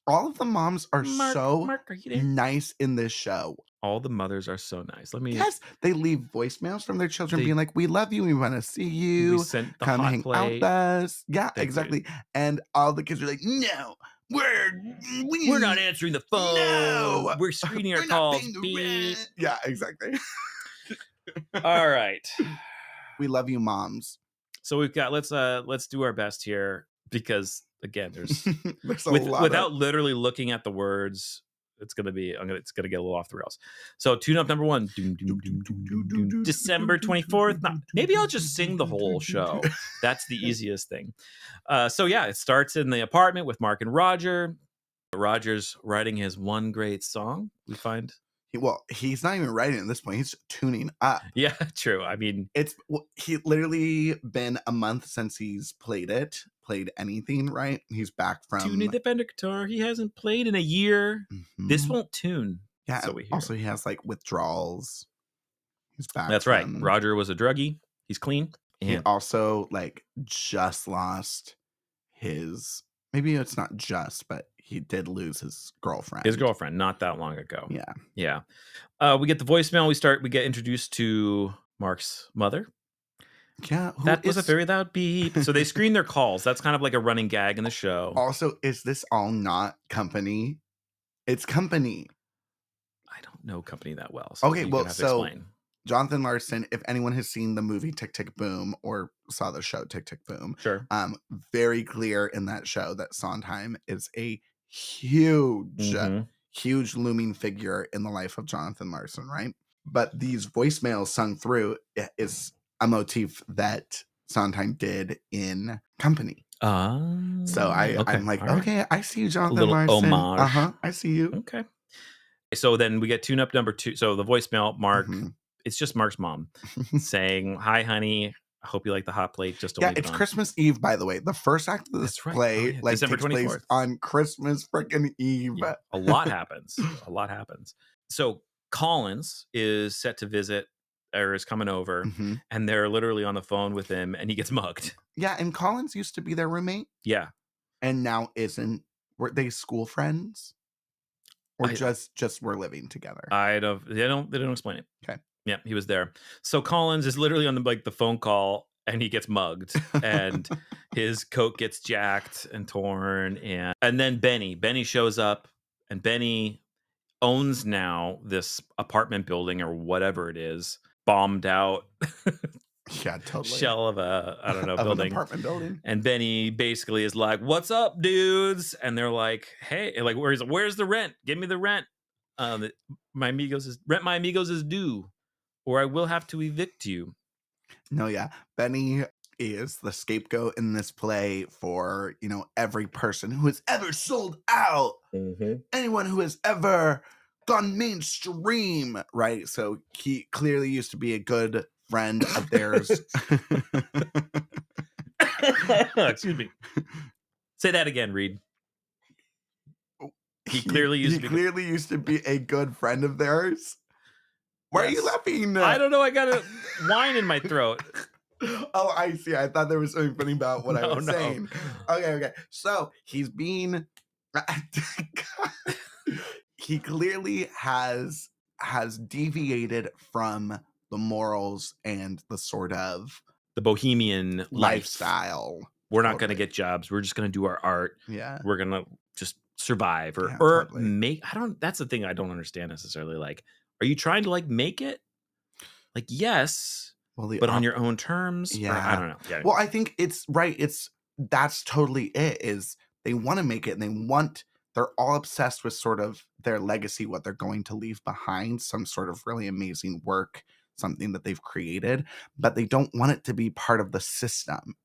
all of the moms are
Mark,
so
Mark, are you there?
nice in this show.
All the mothers are so nice. Let me.
Yes, they leave voicemails from their children
They-
being like, "We love you. We want to see
we
you.
sent the
Come
hot
hang out
play.
with us." Yeah,
That's it.
exactly. And all the kids are like, "No, we're we,
We're not answering the phone.
No.
We're screening our
we're not
calls.
paying the
Beep.
rent." Yeah, exactly.
All right.
we love you, moms.
So we've got let's uh let's do our best here because again there's
There's a
with,
lot of-
without literally looking at the words it's gonna be i'm gonna it's gonna get a little off the rails so tune up number one doom, doom, doom, doom, doom, doom, december 24th Not- maybe i'll just sing the whole show that's the easiest thing uh, so yeah it starts in the apartment with mark and roger roger's writing his one great song we find
He- well, he's not even writing at this point. He's tuning up.
yeah true i mean
It's w- he literally been a month since he's played it, played anything. Right? He's back from
tuning the Fender guitar he hasn't played in a year this
Mhm.
won't tune
Yeah.
so
and
we hear.
Also, he has like withdrawals. He's back.
that's right
from-
roger was a druggie he's clean
He
and
also like just lost his. Maybe it's not just, but he did lose his girlfriend.
his girlfriend not that long ago
Yeah.
yeah uh, we get the voicemail we start we get introduced to mark's mother
Yeah. who
that was a
is-
very loud beep so they screen their calls that's kind of like a running gag in the show
Also, is this all not company? It's company.
i don't know company that well
Okay,
you're
well,
gonna have to
so- Jonathan Larson, if anyone has seen the movie Tick Tick Boom or saw the show Tick Tick Boom,
Sure.
um, very clear in that show that Sondheim is a huge,
Mhm.
huge looming figure in the life of Jonathan Larson, right? But these voicemails sung through i- is a motif that Sondheim did in Company.
Ah,
So I, I'm like,
all right.
okay, I see you, Jonathan
little
Larson.
homage.
Uh huh. I see you.
Okay. So then we get tune up number two. So the voicemail, Mark,
Mhm.
it's just Mark's mom saying, Hi, honey. I hope you like the hot plate. Just don't
Yeah,
leave it
it's
on."
Christmas Eve, by the way. The first act of this
That's right. Oh,
play
yeah,
like
December
takes place
24th.
on Christmas freaking Eve.
Yeah, a lot happens. A lot happens. So Collins is set to visit or is coming over,
Mhm.
and they're literally on the phone with him, and he gets mugged.
Yeah, and Collins used to be their roommate.
Yeah.
and now isn't were they school friends or
I-
just just were living together
I don't. They don't. They don't explain it.
Okay.
Yeah, he was there. So Collins is literally on the like the phone call, and he gets mugged, and his coat gets jacked and torn, and and then Benny. Benny shows up, and Benny owns now this apartment building or whatever it is, bombed out
yeah totally
shell of a I don't know
Of an
building.
apartment building
And Benny basically is like, "What's up, dudes?" And they're like, "Hey, like, where's where's the rent? Give me the rent. Um, it- my amigos is rent. My amigos is due, or I will have to evict you."
no yeah benny is the scapegoat in this play for you know every person who has ever sold out anyone who has ever gone mainstream right so he clearly used to be a good friend of theirs
Excuse me. Say that again, Reed. He clearly used
he
to be-
clearly used to be a good friend of theirs. Why are you
Yes.
laughing?
I don't know. I got a wine in my throat.
Oh, I see. I thought there was something funny about what I
No,
was
no.
saying. Okay, okay. So he's being. he clearly has has deviated from the morals and the sort of
The bohemian life.
lifestyle.
We're not going to
Totally.
get jobs. We're just going to do our art.
Yeah.
we're gonna just survive or
Yeah,
or
totally.
make i don't that's the thing i don't understand necessarily like are you trying to like make it like yes
Well, the
but on
op-
your own terms or i
uh Yeah.
don't know yeah
Well, I think it's right. It's that's totally it. Is they want to make it and they want they're all obsessed with sort of their legacy, what they're going to leave behind, some sort of really amazing work, something that they've created, but they don't want it to be part of the system,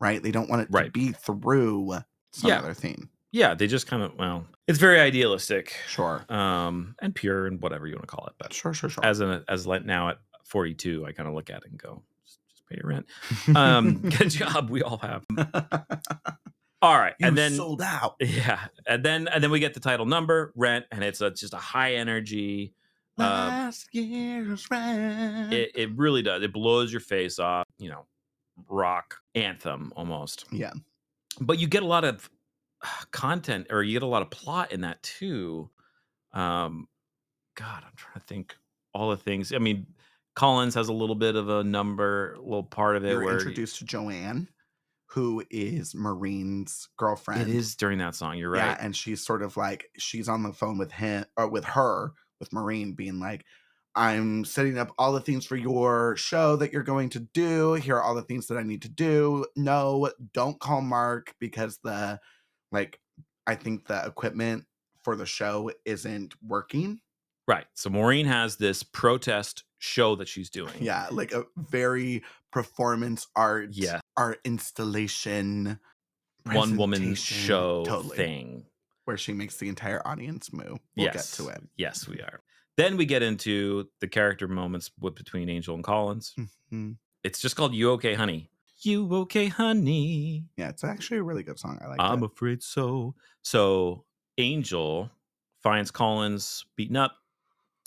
right? They don't want it to
Right.
be through some
Yeah.
other thing.
yeah they just kind of well it's very idealistic
Sure.
um and pure and whatever you want to call it but
Sure, sure, sure.
as an as like now at 42 i kind of look at it and go just, just pay your rent um good job we all have all right
you
and then
sold out.
yeah and then and then we get the title number rent and it's a, just a high energy uh,
Last year's rent.
it, it really does it blows your face off you know rock anthem almost
Yeah.
but you get a lot of uh, content or you get a lot of plot in that too um god i'm trying to think all the things i mean collins has a little bit of a number a little part of it
you're
where
introduced to Joanne, who is Marine's girlfriend.
it is during that song you're
yeah,
right
and she's sort of like she's on the phone with him or with her with Marine, being like, "I'm setting up all the things for your show that you're going to do. Here are all the things that I need to do. No, don't call Mark because the like I think the equipment for the show isn't working.
right so maureen has this protest show that she's doing
Yeah, like a very performance art,
yeah
art installation."
one woman
presentation.
show
Totally.
thing
where she makes the entire audience moo. We'll
Yes.
get to it.
Yes, we are. Then we get into the character moments with, between Angel and Collins.
Mhm.
It's just called "You Okay, Honey." You okay, honey?
Yeah, it's actually a really good song. I like
I'm
it.
afraid so. So Angel finds Collins beaten up,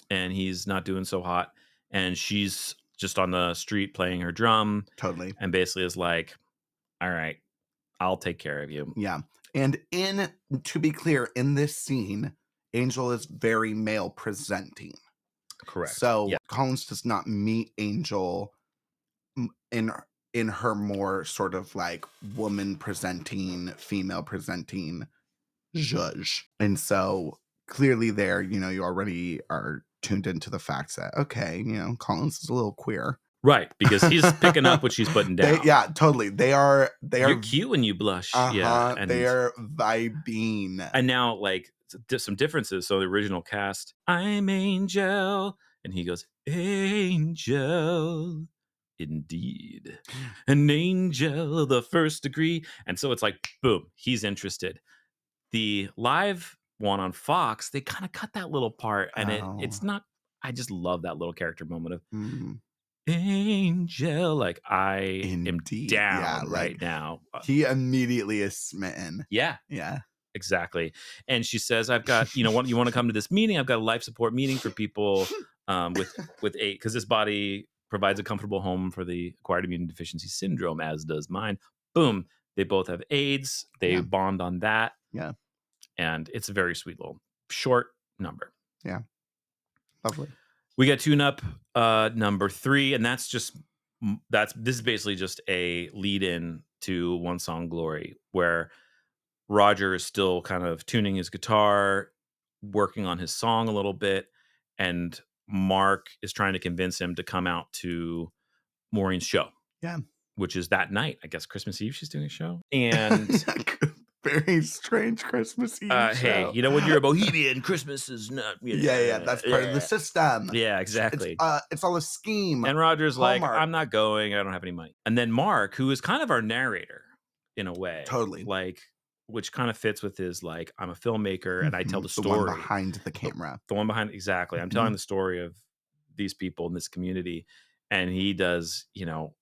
and he's not doing so hot. And she's just on the street playing her drum,
totally.
and basically is like, "All right, I'll take care of you."
Yeah. And in to be clear, in this scene, Angel is very male presenting.
Correct.
So
Yeah.
Collins does not meet Angel m- in her- in her more sort of like woman presenting, female presenting judge. And so clearly there, you know, you already are tuned into the fact that okay, you know, Collins is a little queer.
Right, because he's picking up what she's putting
They-
down.
yeah, totally. They are. They are.
you're cute when you blush.
uh-huh,
yeah, and
they are vibing.
and now like s- di- some differences. So the original cast, I'm Angel, and he goes Angel, indeed,
Mm.
an angel of the first degree. And so it's like boom, he's interested. The live one on Fox, they kind of cut that little part, and it,
Oh.
it's not. I just love that little character moment of
Mm.
angel. Like I
Indeed,
am down
yeah, like,
right now. Uh,
He immediately is smitten.
yeah,
Yeah.
exactly and she says i've got you know what you want to come to this meeting i've got a life support meeting for people um, with with eight because this body provides a comfortable home for the acquired immune deficiency syndrome as does mine boom they both have aids they
Yeah.
bond on that
Yeah.
and it's a very sweet little short number
Lovely.
we got tune up uh number three and that's just m- that's this is basically just a lead in to one song glory where roger is still kind of tuning his guitar working on his song a little bit and mark is trying to convince him to come out to maureen's show
Yeah.
which is that night i guess christmas eve she's doing a show and
very strange Christmas Eve.
uh, hey
show.
you know when you're a bohemian christmas is not you
yeah, yeah,
know,
that's part of
yeah.
the system.
yeah
It's,
exactly
uh, it's all a scheme.
And Roger's like,
Hallmark.
I'm not going. I don't have any money. And then Mark, who is kind of our narrator in a way,
Totally.
like, which kind of fits with his like, I'm a filmmaker and I tell
Mhm,
the
one
story.
behind the camera.
The one behind- exactly. I'm telling the story of these people in this community, and he does. You know,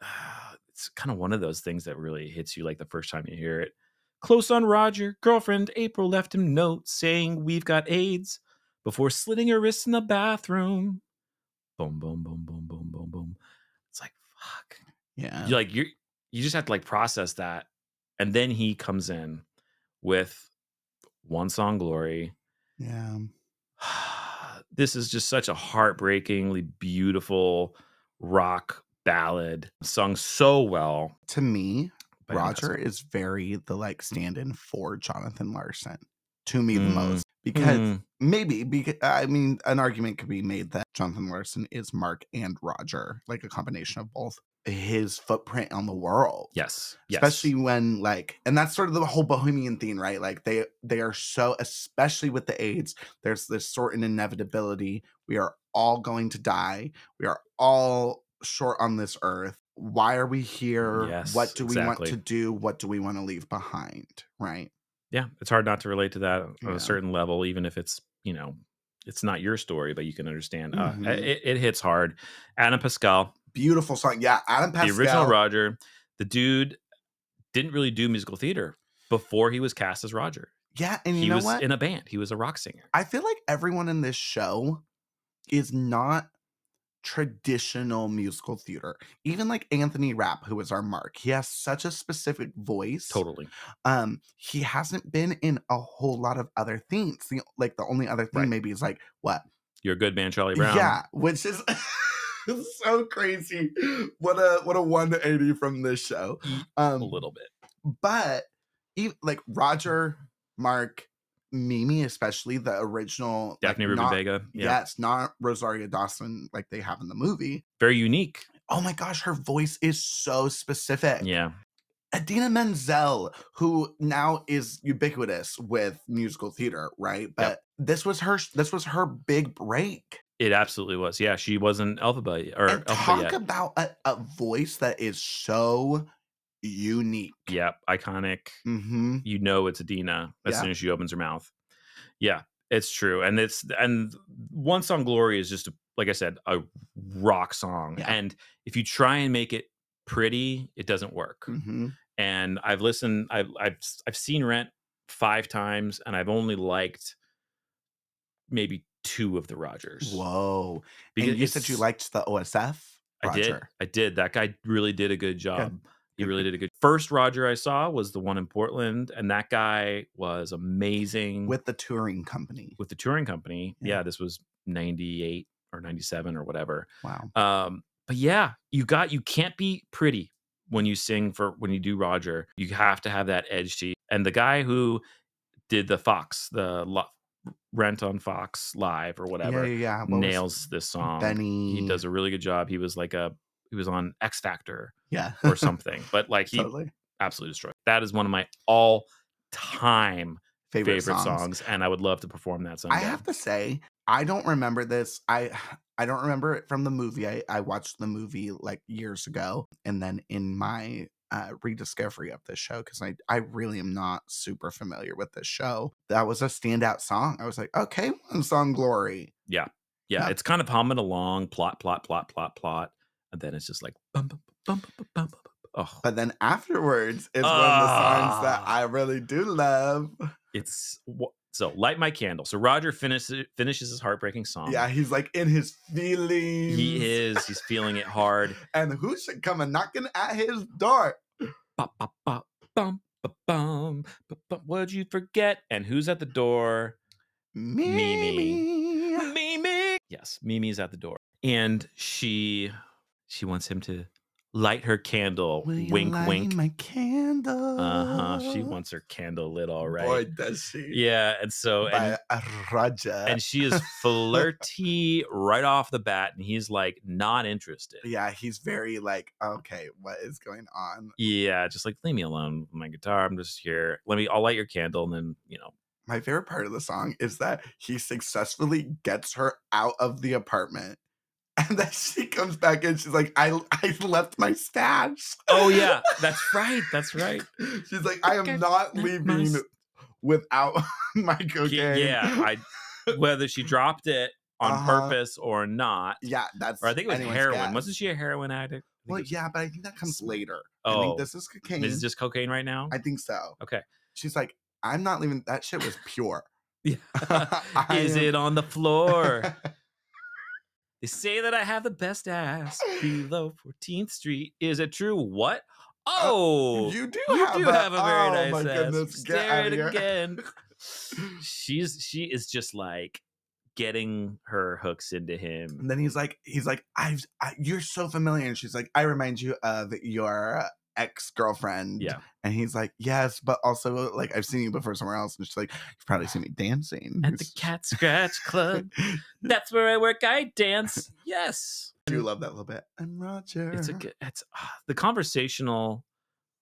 it's kind of one of those things that really hits you like the first time you hear it. Close on Roger, girlfriend April left him note saying we've got AIDS before slitting her wrists in the bathroom. Boom, boom, boom, boom, boom, boom, boom. It's like fuck
Yeah.
you like you you just have to like process that and then he comes in with one song glory
Yeah.
this is just such a heartbreakingly beautiful rock ballad sung so well
To me,
by Nicholas.
Roger is very the like stand in for Jonathan Larson. To me, the
Mm.
most. Because
Mm,
maybe, because I mean, an argument could be made that Jonathan Larson is Mark and Roger, like a combination of both. His footprint on the world.
yes yes
especially when like and that's sort of the whole bohemian theme right like they they are so especially with the aids there's this sort of inevitability we are all going to die we are all short on this earth why are we here
Yes,
what do we want
exactly.
to do what do we want to leave behind right
yeah it's hard not to relate to that on
Yeah.
a certain level even if it's you know it's not your story but you can understand uh,
Mhm.
it, it hits hard anna pascal
beautiful song yeah adam pascal
the original Roger, the dude didn't really do musical theater before he was cast as Roger.
yeah and you
he
know
was
what
in a band. He was a rock singer.
I feel like everyone in this show is not traditional musical theater. Even like Anthony Rapp, who is our Mark, he has such a specific voice.
Totally.
Um, he hasn't been in a whole lot of other things. The, like the only other thing
Right.
maybe is like what?
You're a good man, Charlie Brown.
Yeah, which is so crazy. What a what a 180 from this show.
Y-
Um
Mm, A little bit.
but even like Roger, Mark, Mimi, especially the original like,
Daphne Rubin
not-
Vega. Yeah.
Yes, not Rosaria Dawson like they have in the movie.
Very unique.
Oh my gosh, her voice is so specific.
Yeah.
Adina Menzel, who now is ubiquitous with musical theater, right? But this was her this was her big break.
It absolutely was. Yeah. She wasn't Elphaba y- or
and talk
Elphaba yet.
about a, a voice that is so unique.
yeah. Iconic.
Mhm.
you know it's Adina as
Yeah.
soon as she opens her mouth. Yeah, it's true. And it's and One Song Glory is just a, like I said, a rock song.
Yeah.
And if you try and make it pretty, it doesn't work.
Mhm.
And I've listened, I've I've s- I've seen Rent five times, and I've only liked maybe two of the Rogers.
Whoa. and you said you
it's-
liked the OSF?
I did.
Roger.
I did. That guy really did a good job. He really did a good. First Roger I saw was the one in Portland, and that guy was amazing
With the touring company.
Mm. with the touring company.
Yeah.
Yeah, this was 98 or 97 or whatever.
Wow.
Um, but yeah, you got you can't be pretty when you sing for when you do Roger. You have to have that edge to you. And the guy who did the Fox, the lo- Rent on Fox Live or whatever
Yeah, yeah, yeah. What was-
nails this song.
Benny.
He does a really good job. He was like a he was on X Factor
yeah
or something, but like he
totally.
absolutely destroyed. That is one of my all time
favorite,
favorite,
songs.
songs. and I would love to perform that someday.
I have to say, I don't remember this. I I don't remember it from the movie. I, I watched the movie like years ago, and then in my uh, rediscovery of this show, because I I really am not super familiar with this show. That was a standout song. I was like, okay, one song glory.
yeah,
yeah.
it's kind of humming along, plot, plot, plot, plot, plot, and then it's just like bum, bum, bum, bum, bum, bum, bum, bum. Oh,
But then afterwards is one of the songs that
Ah.
I really do love.
it's wha- so light my candle. So Roger finishes finishes his heartbreaking song.
yeah, he's like in his feelings.
he is. He's feeling it hard.
And who should come a knocking at his door?
Bop, bop, bop, bum, ba, bum, ba, bum. What'd you forget? And who's at the door? Mimi.
Mimi.
Mimi. Yes, Mimi's at the door, and she she wants him to light her candle.
Will you
wink,
light
wink.
My candle.
Uh huh. She wants her candle lit, all right.
Boy, does she.
yeah, and so
By
and,
a Raja.
and she is flirty right off the bat, and he's like not interested.
yeah, he's very like, okay, what is going on?
Yeah, just like leave me alone with my guitar. I'm just here. Let me. I'll light your candle, and then you know.
My favorite part of the song is that he successfully gets her out of the apartment. And then she comes back in. She's like, I, I left my stash.
Oh yeah, that's right. That's right.
She's like, I am
Forget
not
my
leaving
s-
without my
Ki-
cocaine.
Yeah, I whether she dropped it on
Uh-huh.
purpose or not.
yeah, that's.
Or I think it was
anyone's
heroin.
guess.
Wasn't she a heroin addict? I think
Well,
it was-
yeah, but I think that comes later. I
Oh,
think this is cocaine.
this is just cocaine right now.
I think so.
Okay.
She's like, I'm not leaving. That shit was pure. I
is
am-
it on the floor? they say that I have the best ass below 14th Street. Is it true? What? Oh,
you do,
you
have,
do
a,
have a very
oh
nice
my
ass.
Goodness, get
Stare
out of
it
here.
again. She's she is just like getting her hooks into him.
And then he's like, he's like, I've, I, you're so familiar. And she's like, I remind you of your ex girlfriend.
Yeah.
And he's like, yes, but also uh, like I've seen you before somewhere else. And she's like, you've probably seen me dancing.
At the
He's-
Cat Scratch Club. That's where I work. I dance. Yes.
I do love that little bit. I'm Roger.
it's a good it's uh, the conversational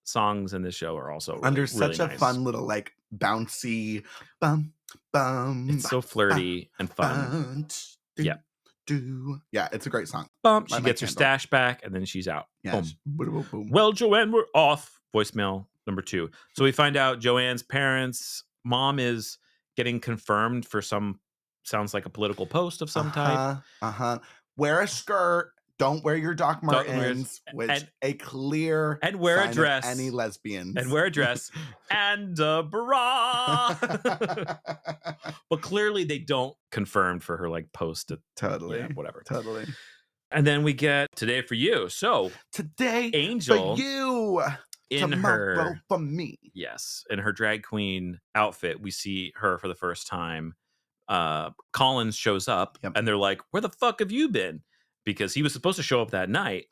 songs in this show are also really,
under
really
such a
nice.
fun little like bouncy bum bum.
it's so flirty and fun
bum, tch, do,
Yep.
do. Yeah, it's a great song.
bump
Light
she
my
gets her
candle.
stash back and then she's out
Yeah.
Boom.
sh- boom, boom, boom.
Um, well joanne we're off voicemail number two so we find out joanne's parents mom is getting confirmed for some sounds like a political post of some type
Uh huh. Wear a skirt. Don't wear your Doc
Don't wear-
Martens, which
and-
a clear
and wear a
sign of
dress
Any lesbians
and wear a dress and a bra but clearly they don't confirm for her like post at
totally,
yeah, whatever
totally.
And then we get today for you. So
Today
Angel
for you,
in
tomorrow
her
for me.
yes, in her drag queen outfit, we see her for the first time. Uh Collins shows up
Yep.
and they're like, Where the fuck have you been? Because he was supposed to show up that night,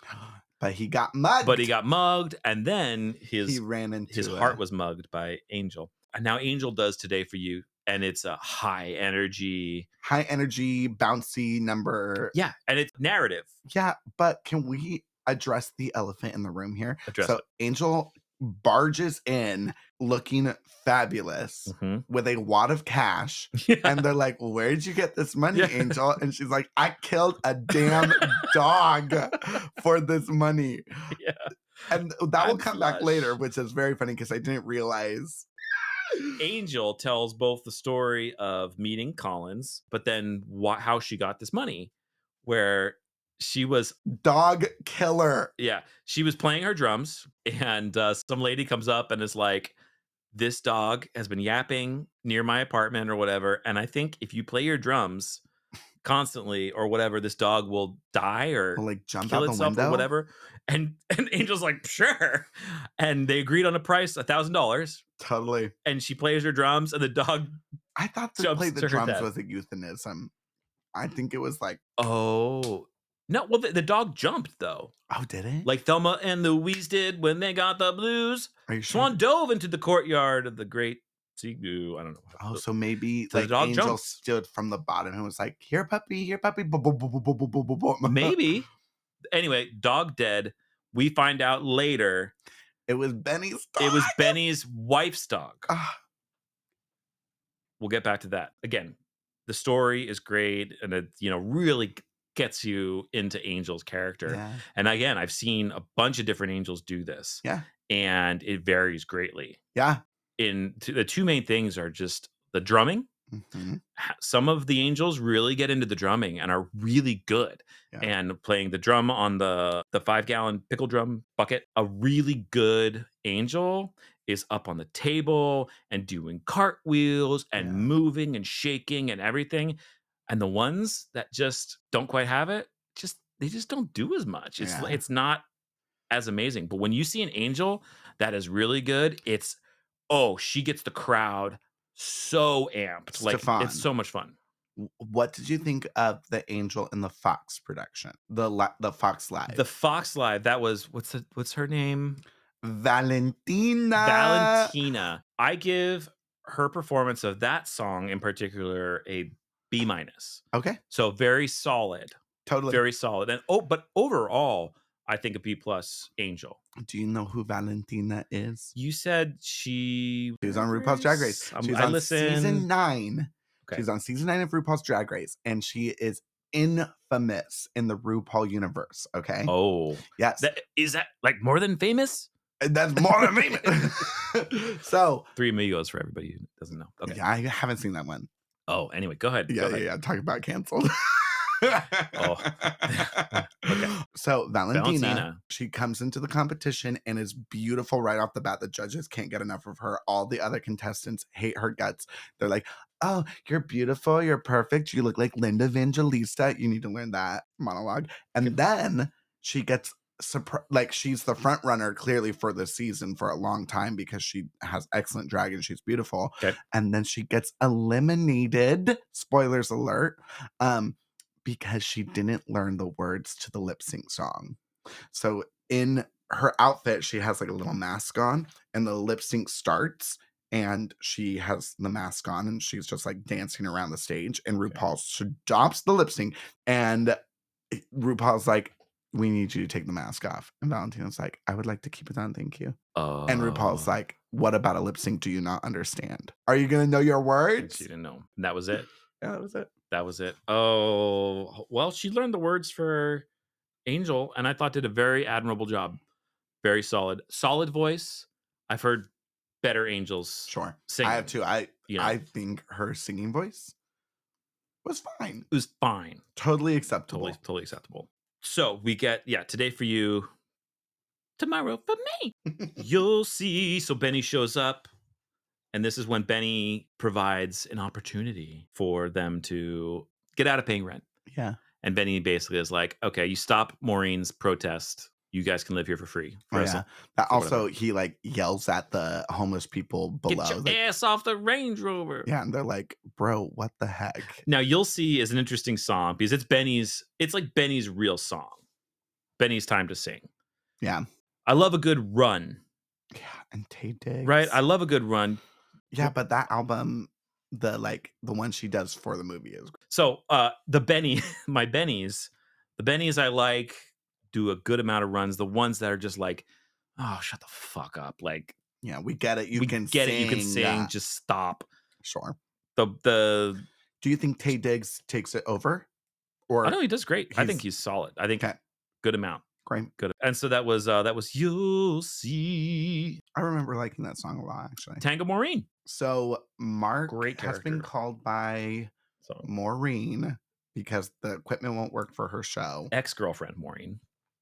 But he got mud.
but he got mugged, and then his
he ran into
his
a-
heart was mugged by Angel. And now Angel does today for you, and it's a high energy.
high energy, bouncy number.
Yeah. And it's narrative.
Yeah, but can we address the elephant in the room here?
Address
so Angel barges in looking fabulous
Mhm.
with a wad of cash. And they're like, Where'd you get this money,
Yeah.
Angel? And she's like, I killed a damn dog for this money.
Yeah.
And that will
I'm
come back later,
flush.
which is very funny because I didn't realize.
Angel tells both the story of meeting Collins, but then wh- how she got this money, where she was,
Dog killer.
yeah, she was playing her drums, and uh, some lady comes up and is like, "This dog has been yapping near my apartment or whatever, and I think if you play your drums constantly or whatever, this dog will die or."
Will, like jump
kill
out the
itself
window.
or whatever and and angel's like sure and they agreed on a price a thousand dollars
Totally.
and she plays her drums and the dog
I thought to
jumps
play the
to her
drums
death.
was a euphemism. I think it was like,
Oh. No, well, the, the dog jumped though,
oh, did it?
like Thelma and Louise did when they got the blues.
are you sure?
Swan dove into the courtyard of the great Sigu. I don't know.
Oh, so maybe
the
like
dog
Angel
jumped.
stood from the bottom and was like, "Here, puppy, here, puppy." bo- bo- bo- bo- bo- bo- bo- bo."
maybe. Anyway, dog dead. We find out later
it was Benny's.
it was
dog.
Benny's wife's dog.
Ah,
We'll get back to that. Again, the story is great and it, you know, really g- gets you into Angel's character.
yeah.
And again, I've seen a bunch of different angels do this.
Yeah.
And it varies greatly.
yeah.
In t- the two main things are just the drumming.
Mhm.
ha- Some of the angels really get into the drumming and are really good.
Yeah.
And playing the drum on the the 5-gallon pickle drum bucket, a really good angel is up on the table and doing cartwheels and
Yeah.
moving and shaking and everything. And the ones that just don't quite have it, just they just don't do as much. It's
Yeah.
like it's not as amazing. But when you see an angel that is really good, it's oh, she gets the crowd so amped. Like
Stefan.
it's so much fun.
W- What did you think of the Angel and the Fox production? The li- the Fox Live.
The Fox Live, that was what's the, what's her name?
Valentina.
Valentina. I give her performance of that song in particular a B minus.
Okay,
So very solid,
totally.
very solid. And oh, but overall, I think a B plus Angel.
Do you know who Valentina is?
You said she
She was on RuPaul's Drag Race.
I'm-
She was
Um, I
on season
listen.
nine.
Okay.
She's on season nine of RuPaul's Drag Race, and she is infamous in the RuPaul universe. Okay.
Oh,
yes.
that, is that like more than famous?
And That's more than me. so
Three Amigos for everybody who doesn't know. Okay.
yeah, I haven't seen that one.
Oh, anyway, go ahead.
Yeah,
go
yeah,
ahead. Oh.
yeah. Talk about canceled.
Okay.
So Valentina,
Valentina.
she comes into the competition and is beautiful right off the bat. The judges can't get enough of her. All the other contestants hate her guts. They're like, oh, you're beautiful. You're perfect. You look like Linda Evangelista. You need to learn that monologue. And then she gets surprised. Like, she's the front runner clearly for this season for a long time because she has excellent drag and she's beautiful.
Okay.
And then she gets eliminated. Spoilers alert. Um, because she didn't learn the words to the lip sync song. So in her outfit, she has like a little mask on, and the lip sync starts, and she has the mask on, and she's just like dancing around the stage, and
Okay.
RuPaul stops the lip sync, and it- RuPaul's like, "We need you to take the mask off," and Valentina's like, "I would like to keep it on, thank you."
Oh,
And RuPaul's like, "What about a lip sync? Do you not understand? Are you gonna know your
and
words?"
she didn't know. And that was it.
Yeah, that was it.
That was it. Oh, well, she learned the words for Angel, and I thought did a very admirable job. Very solid, solid voice. I've heard better angels
Sure,
sing.
I have two. I
You know,
I think her singing voice was fine.
it was fine.
Totally acceptable.
totally totally acceptable so we get yeah today for you tomorrow for me you'll see so benny shows up and this is when benny provides an opportunity for them to get out of paying rent
Yeah.
and benny basically is like okay you stop maureen's protest you guys can live here for free for
Oh,
as
yeah.
long-
That
or whatever.
also he like yells at the homeless people below.
get your
like-
ass off the range rover
yeah, and they're like, "Bro, what the heck?"
Now you'll see is an interesting song because it's Benny's. It's like Benny's real song. Benny's time to sing.
Yeah.
I love a good run,
Yeah, and Tay Diggs.
right? I love a good run.
yeah, but that album, the like the one she does for the movie is
So uh the Benny, my Bennies, the Bennies I like do a good amount of runs. The ones that are just like, oh, shut the fuck up. Like
yeah, we get it. You
we
can
get
sing,
it. You can sing.
uh,
Just stop.
sure.
The the
Do you think Tay Diggs takes it over? Or
I know he does great. I think
he's-
he's solid. I think
Okay.
good amount.
Great.
Good. And so that was uh that was you'll see
I remember liking that song a lot actually.
Tango Maureen.
So Mark
Great
has been
character.
called by
So
Maureen because the equipment won't work for her show.
ex girlfriend Maureen.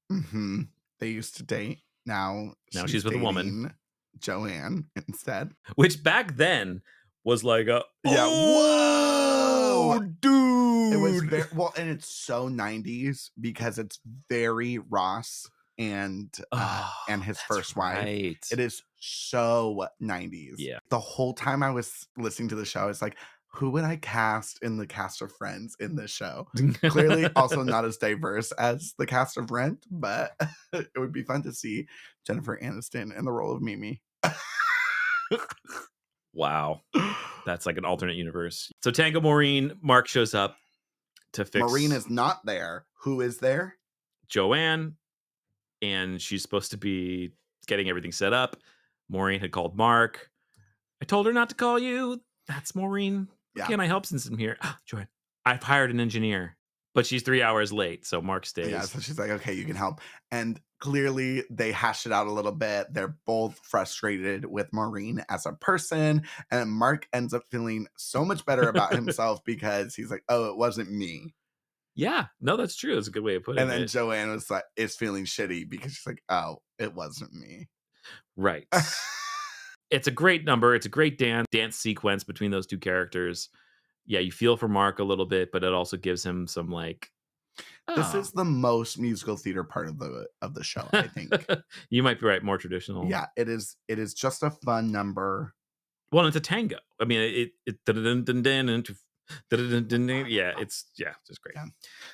hmm They used to date. Now,
Now she's with a woman.
dating Joanne instead.
which back then was like a
Yeah,
whoa,
whoa,
dude.
It was very well, and it's so '90s because it's very Ross and uh,
Oh,
and his
that's
first wife.
right.
It is so '90s.
Yeah.
The whole time I was listening to the show, it's like, who would I cast in the cast of Friends in this show? clearly also not as diverse as the cast of Rent, but it would be fun to see Jennifer Aniston in the role of Mimi.
Wow. That's like an alternate universe. So Tango Maureen, Mark shows up to fix
Maureen is not there. Who is there?
Joanne, and she's supposed to be getting everything set up. Maureen had called Mark. I told her not to call you. That's Maureen.
Yeah.
Can I help since I'm here? Joanne, I've hired an engineer, but she's three hours late, so Mark stays.
Yeah, so she's like, okay, you can help. And clearly they hashed it out a little bit. They're both frustrated with Maureen as a person. And Mark ends up feeling so much better about himself because he's like, oh, it wasn't me.
Yeah, no, that's true. That's a good way of putting
And then
it.
Joanne was like, is feeling shitty because she's like, oh, it wasn't me.
right. it's a great number. It's a great dance dance sequence between those two characters. Yeah, you feel for Mark a little bit, but it also gives him some like.
This
"Oh."
is the most musical theater part of the of the show, I think.
you might be right. More traditional.
yeah, it is it is just a fun number.
Well, it's a tango. I mean, it. it dun- dun- dun- dun- dun- dun- dun- dun- yeah, it's yeah, it's just great.
Yeah.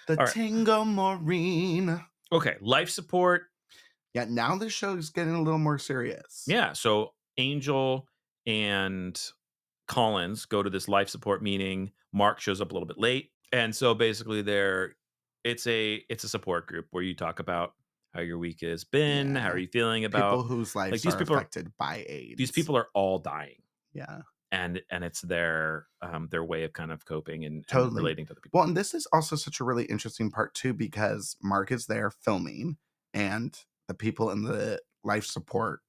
The
All right.
Tango Maureen.
Okay, life support.
Yeah, now this show is getting a little more serious.
Yeah, so Angel and Collins go to this life support meeting. Mark shows up a little bit late, and so basically, they're it's a it's a support group where you talk about how your week has been, how
Yeah.
are you feeling about
people whose lives
these
are
people are-
affected by AIDS.
these people are all dying,
Yeah.
and and it's their um their way of kind of coping and, and
Totally.
relating to other people.
Well, and this is also such a really interesting part too, because Mark is there filming, and the people in the life support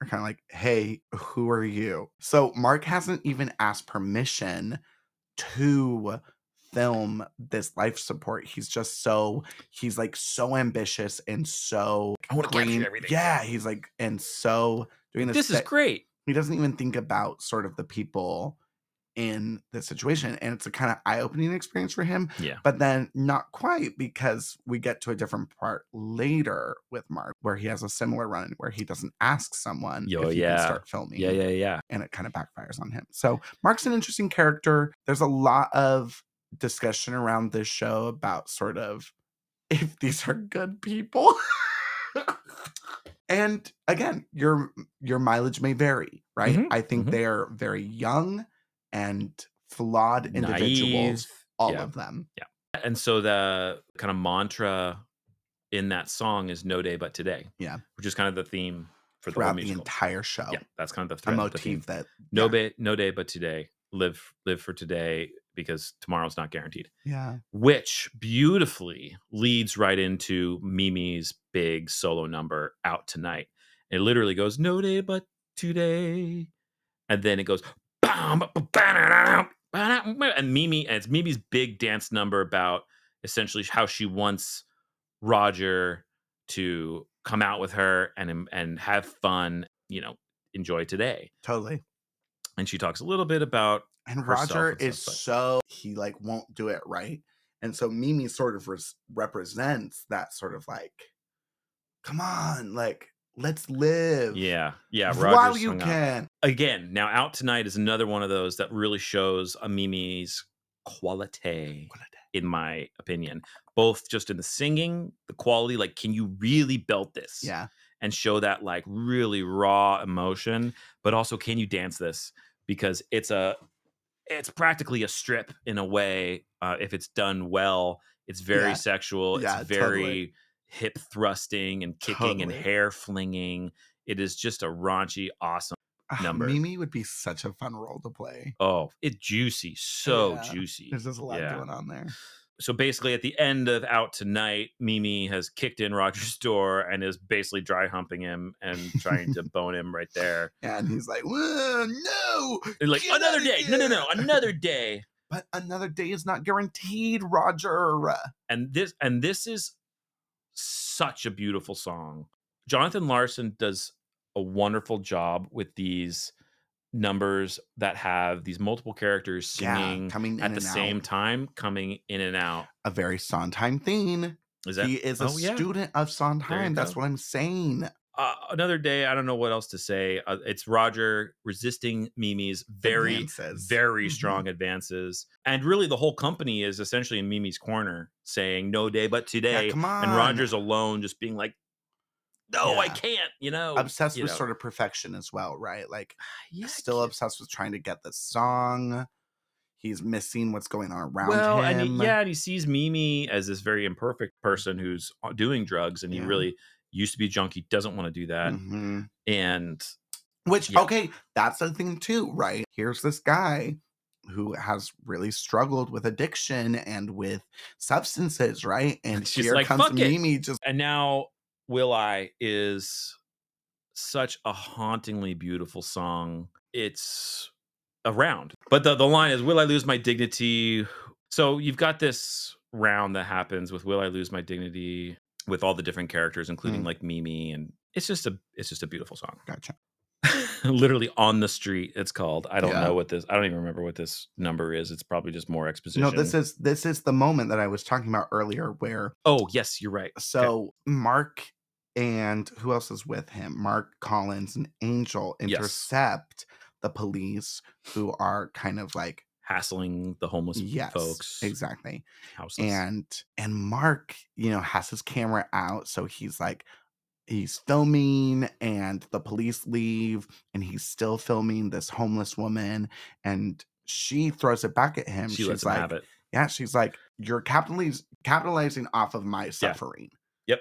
are kind of like, "Hey, who are you?" So Mark hasn't even asked permission to film this life support. He's just so he's like so ambitious and so
I wanna capture
green-
everything.
Yeah, he's like and so doing this.
This is
set-
great.
he doesn't even think about sort of the people in the situation and it's a kind of eye-opening experience for him
Yeah.
but then not quite because we get to a different part later with mark where he has a similar run where he doesn't ask someone
Yo,
if he
yeah.
can start filming
Yeah, yeah, yeah.
and it kind of backfires on him so mark's an interesting character there's a lot of discussion around this show about sort of if these are good people and again your your mileage may vary right
Mhm,
i think
mhm.
they are very young and flawed individuals
Naive.
all
yeah.
of them
And so the kind of mantra in that song is "No day but today."
Yeah.
which is kind of the theme for the whole
throughout the,
musical.
entire show
yeah, that's kind of the
a
thread, the theme.
motif that
No
yeah.
day, no day but today. Live, live for today because tomorrow's not guaranteed.
yeah
Which beautifully leads right into Mimi's big solo number out tonight. It literally goes "No day but today," and then it goes "Bam, ba- ba- ba- da- da- da- da," and Mimi and it's Mimi's big dance number about essentially how she wants Roger to come out with her and um, and have fun, you know, enjoy today.
totally
And she talks a little bit about
and
herself
roger
and
is
stuff, but-
so he like won't do it right and so mimi sort of res- represents that sort of like come on like let's live
yeah, yeah,
while
Roger's
you
hung up.
can
again, now out tonight is another one of those that really shows a Mimi's quality, in my opinion, both just in the singing, the quality, like, can you really belt this?
yeah
And show that like really raw emotion, but also can you dance this? Because it's a, it's practically a strip in a way. Uh, if it's done well, it's very
Yeah.
sexual.
Yeah,
it's
totally.
very hip thrusting and kicking and
Totally.
hair flinging. It is just a raunchy, awesome.
Ah,
number.
Mimi would be such a fun role to play.
Oh, it juicy, so
Yeah.
juicy.
There's just a lot
Yeah.
going on there.
So basically, at the end of Out Tonight, Mimi has kicked in Roger's door and is basically dry humping him and trying to bone him right there.
And he's like, "Whoa, no,
And like
Get
another
outta
day, no, no, no,
here."
another day.
but another day is not guaranteed, Roger.
And this and this is such a beautiful song. Jonathan Larson does a wonderful job with these numbers that have these multiple characters singing
coming in
at the
and
same
out.
time, coming in and out.
A very Sondheim theme.
Is that
he is a
oh, yeah.
student of Sondheim. That's
go.
what I'm saying.
uh, another day. I don't know what else to say. Uh, it's Roger resisting Mimi's very,
Advances.
very
Mhm.
strong advances, and really the whole company is essentially in Mimi's corner, saying "No day but
Yeah,
today,"
come on.
and Roger's alone, just being like, no, I
Yeah.
can't. You know,
obsessed
Oh, you
with
know. Ah,
sort of perfection as well, right? Like
Yeah, I
still
can't-
obsessed with trying to get this song. He's missing what's going on around
well,
him.
and he, yeah, and he sees Mimi as this very imperfect person who's uh, doing drugs, and he
Yeah.
really used to be a junk. He doesn't want to do that,
Mhm.
and
Which
yeah.
okay, that's the thing too, right? Here's this guy who has really struggled with addiction and with substances, right? And
She's
here
like,
comes
"Fuck it."
Mimi just
and now will i is such a hauntingly beautiful song it's around but the, the line is will i lose my dignity so you've got this round that happens with will i lose my dignity with all the different characters including
Mm.
like mimi and it's just a it's just a beautiful song
gotcha.
literally on the street it's called i don't
Yeah.
know what this i don't even remember what this number is it's probably just more exposition
No, this is this is the moment that I was talking about earlier where
oh yes you're right
so Mark and who else is with him? Mark Collins and Angel
Yes.
intercept the police who are kind of like
hassling the homeless
yes
folks
exactly
houseless.
and and mark you know has his camera out so he's like he's filming and the police leave and he's still filming this homeless woman and she throws it back at him
she
she's
lets him
like
have it.
yeah she's like you're capitaliz- capitalizing off of my suffering
Yep.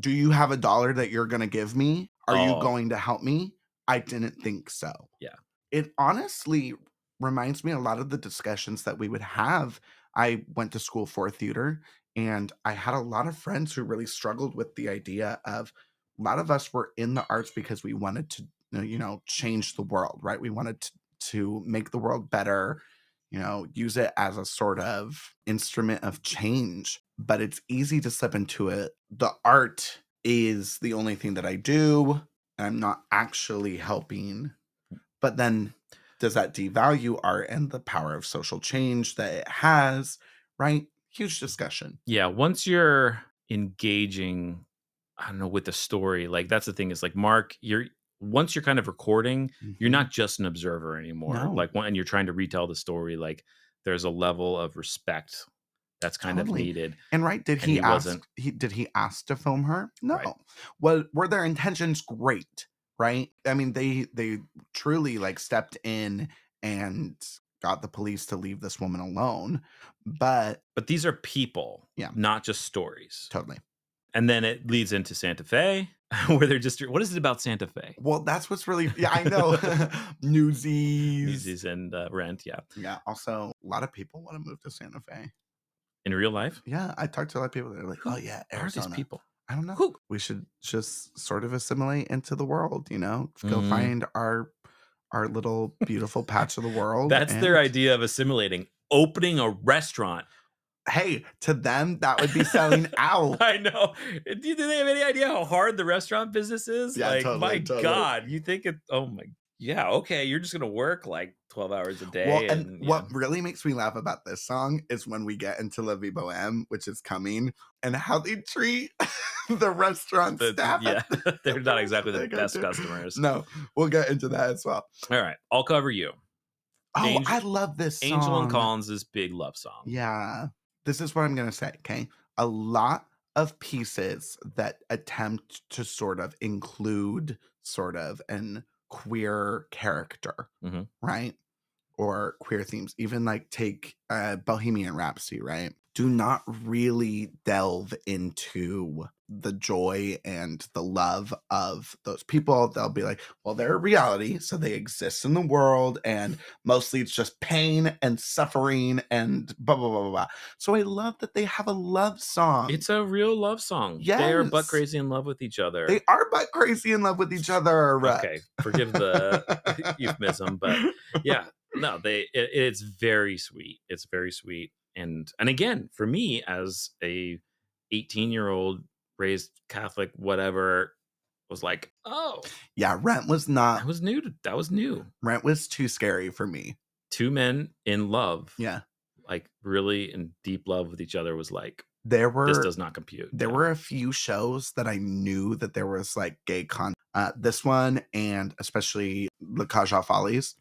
do you have a dollar that you're gonna give me are
Oh.
you going to help me i didn't think so
Yeah.
it honestly reminds me a lot of the discussions that we would have i went to school for theater and i had a lot of friends who really struggled with the idea of a lot of us were in the arts because we wanted to you know change the world right we wanted to, to make the world better you know, use it as a sort of instrument of change. But it's easy to slip into it. The art is the only thing that I do, and I'm not actually helping. But then does that devalue art and the power of social change that it has? Right? Huge discussion.
Yeah, once you're engaging, I don't know, with the story, like that's the thing is like Mark, you're once you're kind of recording, you're
Mhm.
not just an observer anymore.
No.
Like when and you're trying to retell the story, like there's a level of respect that's kind
Totally.
of needed.
And right, did
and
he,
he
ask?
wasn't.
He did he ask to film her? No.
Right.
Well, were their intentions great? Right. I mean, they they truly like stepped in and got the police to leave this woman alone. But
But these are people,
Yeah.
not just stories.
totally.
And then it leads into Santa Fe, where they're just what is it about Santa Fe?
Well, that's what's really. Yeah, I know. Newsies.
Newsies and uh, rent, yeah.
Yeah. Also, a lot of people want to move to Santa Fe.
In real life,
Yeah, I talked to a lot of people. They're like,
Who
"Oh yeah,
are
Arizona."
these people?
I don't know.
Who?
We should just sort of assimilate into the world, you know. Go
Mhm.
find our our little beautiful patch of the world.
That's their
and-
idea of assimilating, opening a restaurant.
Hey, to them that would be selling out.
I know. Do, do they have any idea how hard the restaurant business is?
Yeah,
like,
totally,
my
totally.
God, you think it? Oh my, yeah, okay. You're just gonna work like twelve hours a day.
Well, and,
yeah.
what really makes me laugh about this song is when we get into La Vie Boheme, which is coming, and how they treat the restaurant
The- the-
staff. at
yeah,
the-
they're not exactly the
they go
best
to.
customers.
No, we'll get into that as well.
All right, I'll cover you.
Oh,
Angel-
I love this song.
Angel and Collins' big love song.
Yeah. This is what I'm going to say. Okay. A lot of pieces that attempt to sort of include sort of an queer character,
Mhm.
right? Or queer themes, even like take uh, Bohemian Rhapsody, right? Do not really delve into the joy and the love of those people. They'll be like, well, they're a reality, so they exist in the world, and mostly it's just pain and suffering and blah blah blah blah. blah. So I love that they have a love song.
It's a real love song. They are butt
Yes.
crazy in love with each other.
they are but crazy in love with each other.
Okay, forgive the euphemism, but yeah no they it, it's very sweet it's very sweet and and again for me as a 18 year old raised catholic whatever was like oh
yeah, Rent was not
that was new to, that was new
Rent was too scary for me.
two men in love
Yeah,
like really in deep love with each other was like
there were
this does not compute
there
Yeah.
were a few shows that I knew that there was like gay con. Uh, this one and especially La Cage aux Follies.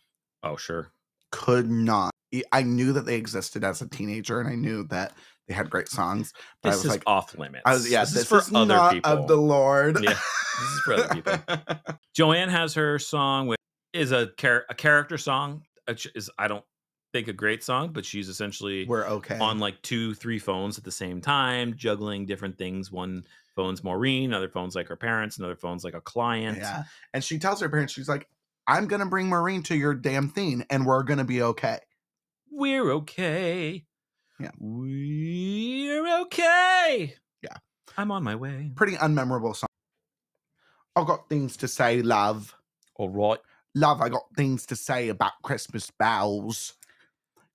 oh sure
could not. e- I knew that they existed as a teenager, and I knew that They had great songs. But I
This
was
is
like,
off limits.
I was, yeah,
this, is for other
not
people.
of the Lord.
Yeah, this is for other people. Joanne has her song, which is a char- a character song. Which is I don't think a great song, but she's essentially
We're okay.
on like two, three phones at the same time, juggling different things. One phone's Maureen, other phone's like her parents, another phone's like a client.
yeah. And she tells her parents, she's like, I'm gonna bring Maureen to your damn thing and we're gonna be okay.
We're okay.
Yeah.
We're okay.
Yeah.
I'm on my way.
Pretty unmemorable song. I've got things to say, love.
All right.
Love, I got things to say about Christmas bells.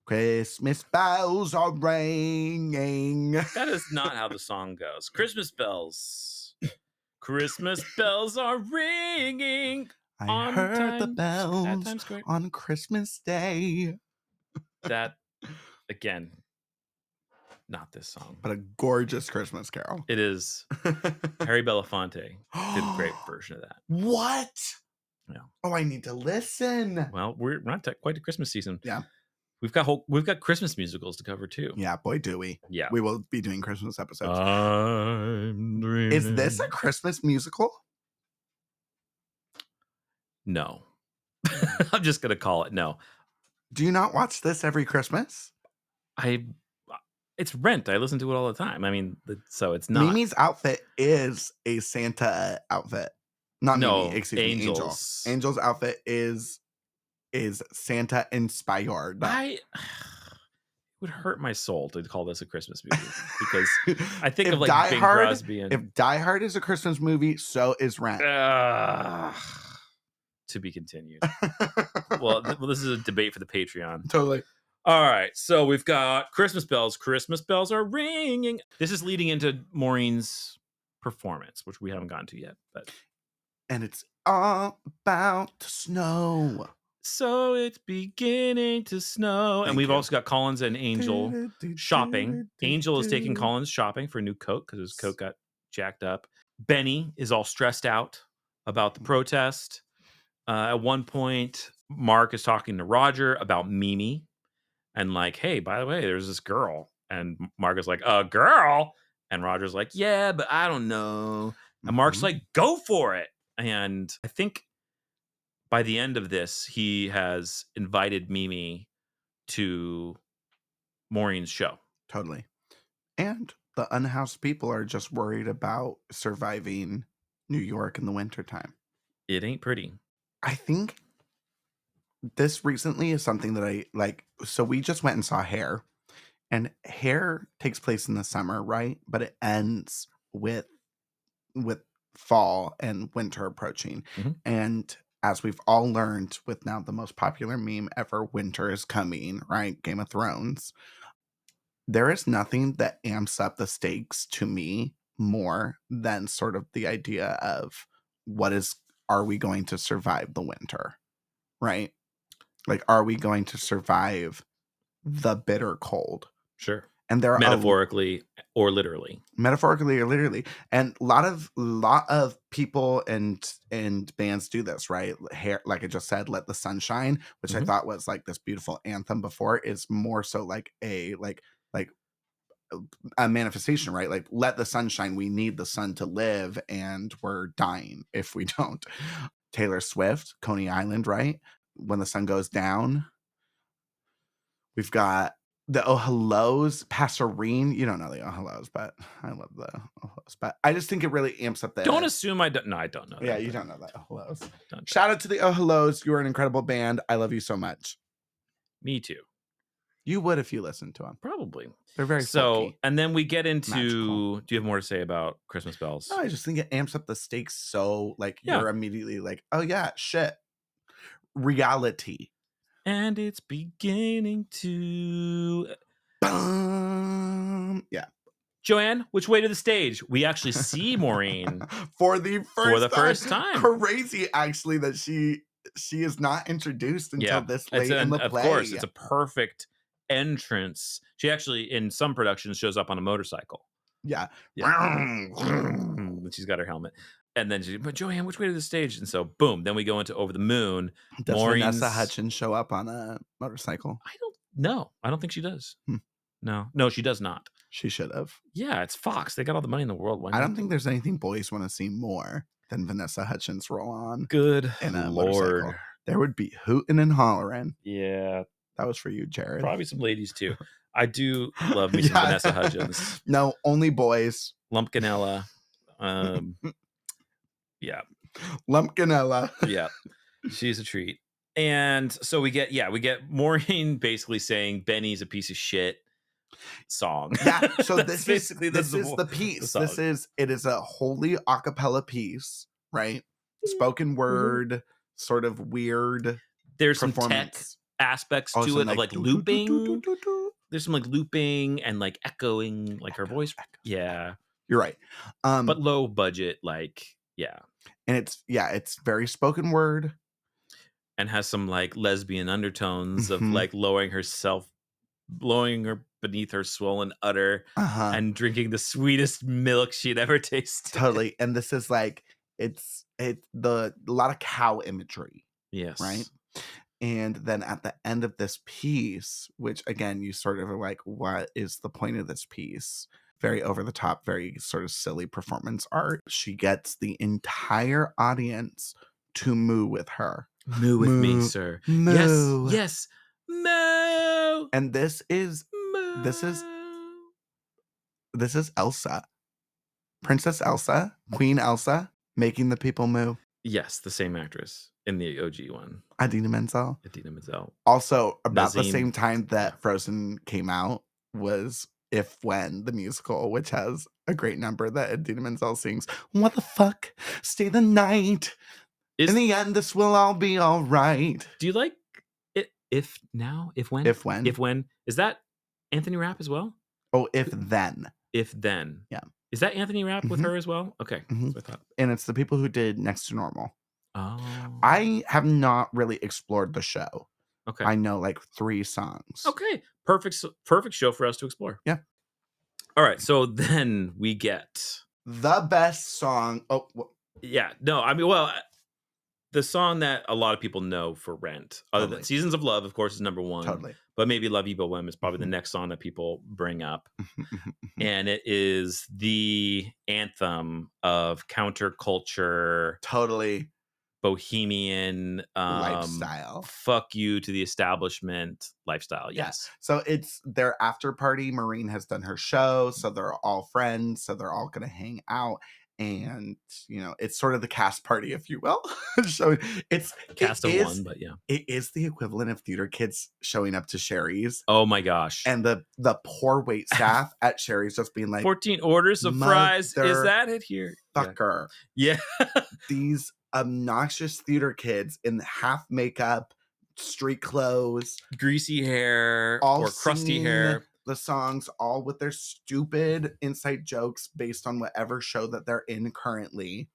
Christmas bells are ringing.
That is not how the song goes. Christmas bells. Christmas bells are ringing.
I
On
heard the
Times- at
bells
Times Square.
on Christmas Day.
That, again, not this song.
But a gorgeous Christmas carol.
It is Harry Belafonte did a great version of that.
What?
Yeah.
Oh, I need to listen.
Well, we're we're not t- quite to Christmas season.
Yeah.
We've got whole, we've got Christmas musicals to cover too.
Yeah, boy, do we.
Yeah.
We will be doing Christmas episodes.
I'm dreaming.
Is this a Christmas musical?
No. I'm just going to call it no.
Do you not watch this every Christmas?
I it's Rent. I listen to it all the time. I mean, the- so it's not
Mimi's outfit is a Santa outfit. Not
no
Mimi, excuse me, Angel.
angels.
Angel's outfit is is Santa inspired.
I it would hurt my soul to call this a Christmas movie because I think
If
of like
Die
Bing
Hard-
Crosby and
if Die Hard is a Christmas movie, so is Rent.
Ugh. to be continued. well, th- well, this is a debate for the Patreon.
totally.
All right, so we've got Christmas bells. Christmas bells are ringing. This is leading into Maureen's performance, which we haven't gotten to yet. But
And it's all about snow.
so it's beginning to snow, and
Thank
we've
you.
also got Collins and Angel shopping. Angel is taking Collins shopping for a new coat because his coat got jacked up. Benny is all stressed out about the protest. Uh, at one point, Mark is talking to Roger about Mimi and, like, hey, by the way, there's this girl. And M- Mark is like, a girl. And Roger's like, yeah, but I don't know. And Mark's
Mhm.
like, go for it. And I think by the end of this, he has invited Mimi to Maureen's show.
totally. And the unhoused people are just worried about surviving New York in the wintertime.
It ain't pretty.
I think this recently is something that I like. So we just went and saw Hair, and Hair takes place in the summer, right? But it ends with with fall and winter approaching.
Mhm.
And as we've all learned with now the most popular meme ever, winter is coming, right? Game of Thrones. There is nothing that amps up the stakes to me more than sort of the idea of what is are we going to survive the winter? Right? Like, are we going to survive the bitter cold?
Sure.
And there are a-
Metaphorically or literally.
metaphorically or literally and a lot of lot of people and and bands do this right hair like i just said let the sun shine which i
Mhm.
thought was like this beautiful anthem before is more so like a like like uh, a manifestation right like let the sun shine we need the sun to live and we're dying if we don't taylor swift coney island right when the sun goes down we've got the oh hellos passerine you don't know the oh hellos but i love the oh hellos but i just think it really amps up the
Don't assume I don't. No, I don't know.
yeah
that,
you
but
don't know the oh hellos
don't-
shout out to the oh hellos you are an incredible band i love you so much
Me too.
you would if you listened to them
Probably.
they're very
so,
folky.
and then we get into.
Magical. Oh,
Do you have more to say about Christmas bells?
No, I just think it amps up the stakes so like
Yeah.
you're immediately like, oh yeah, shit. Reality.
and it's beginning to.
Boom. Yeah.
Joanne, which way to the stage? We actually see Maureen.
For the first
For the first time.
Crazy actually that she she is not introduced until
Yeah,
this
It's
late in
an-
the
of
play.
course, it's a perfect entrance. She actually, in some productions, shows up on a motorcycle.
yeah.
and she's got her helmet. And then she, but Joanne, which way to the stage? And so, boom, then we go into Over the Moon.
Does Vanessa
Maureen's-
Hutchins show up on a motorcycle?
I don't know. I don't think she does.
Hmm.
No, no, she does not.
She should have.
Yeah, it's Fox. They got all the money in the world. Why
I
not?
don't think there's anything boys want to see more than Vanessa Hutchins roll on.
Good
in a motorcycle.
lord.
There would be hooting and hollering.
Yeah,
That was for you, Jared.
probably some ladies too. I do love me some
Yeah.
Vanessa Hudgens,
no, only boys.
Lumpkinella. Um, yeah,
Lumpkinella.
yeah, she's a treat. And so we get, yeah, we get Maureen basically saying Benny's a piece of shit song.
Yeah. So
That's
this
basically
is this is
whole-
the piece. this
song.
is it is a wholly a cappella piece, right?
Mm-hmm.
Spoken word, sort of weird
there's some tech
performance.
aspects
Also,
to it of like
doo, doo, doo, doo, doo,
looping.
doo, doo.
There's some like looping and like echoing, like her
Echo,
voice.
echo.
Yeah,
You're right. Um
but low budget, like yeah,
and it's yeah, it's very spoken word.
and has some like lesbian undertones of
Mhm.
like lowering herself, blowing her beneath her swollen udder,
Uh-huh.
and drinking the sweetest milk she'd ever tasted.
totally and this is like it's it the a lot of cow imagery
Yes.
right and then at the end of this piece which again you sort of are like what is the point of this piece very over the top very sort of silly performance art she gets the entire audience to moo with her
Moo with me,
Moo.
sir.
Moo.
Yes. Yes. Moo.
and this is this is-
moo.
this is elsa princess elsa queen elsa making the people moo
Yes, the same actress in the OG one,
adina menzel
Adina Menzel.
also about the
Nazim.
same time that Frozen came out was If When the musical, which has a great number that Adina Menzel sings. What the fuck? Stay the night.
Is,
In the end, this will all be all right.
do you like it? If now, if when,
If when.
if when is that Anthony Rapp as well?
oh, if then.
If then,
Yeah.
is that Anthony Rapp with
Mhm.
her as well? Okay,
Mhm.
that's what I thought.
And it's the people who did Next to Normal.
Oh,
I have not really explored the show.
okay,
I know like three songs.
okay, perfect, s- perfect show for us to explore.
Yeah.
All right, so then we get
The best song. Oh, wh-
yeah. No, I mean, well, uh, the song that a lot of people know for Rent, other
Totally.
than Seasons of Love, of course, is number one.
totally. Mm-hmm.
but maybe Love You But When is probably the next song that people bring up. And it is the anthem of counterculture,
totally
bohemian um,
lifestyle.
Fuck you to the establishment lifestyle.
Yeah.
Yes.
So it's their after party. Maureen has done her show, so they're all friends, so they're all gonna hang out. And you know, it's sort of the cast party, if you will. so it's
Cast
it
of
is,
one, but yeah.
it is the equivalent of theater kids showing up to Sherry's
Oh my gosh.
and the the poor wait staff at Sherry's just being like
14 orders of fries. Is
Mother
that it here? Yeah.
fucker.
Yeah.
These obnoxious theater kids in half makeup, street clothes,
Greasy hair
All
or crusty
singing
hair.
the songs all with their stupid inside jokes based on whatever show that they're in currently.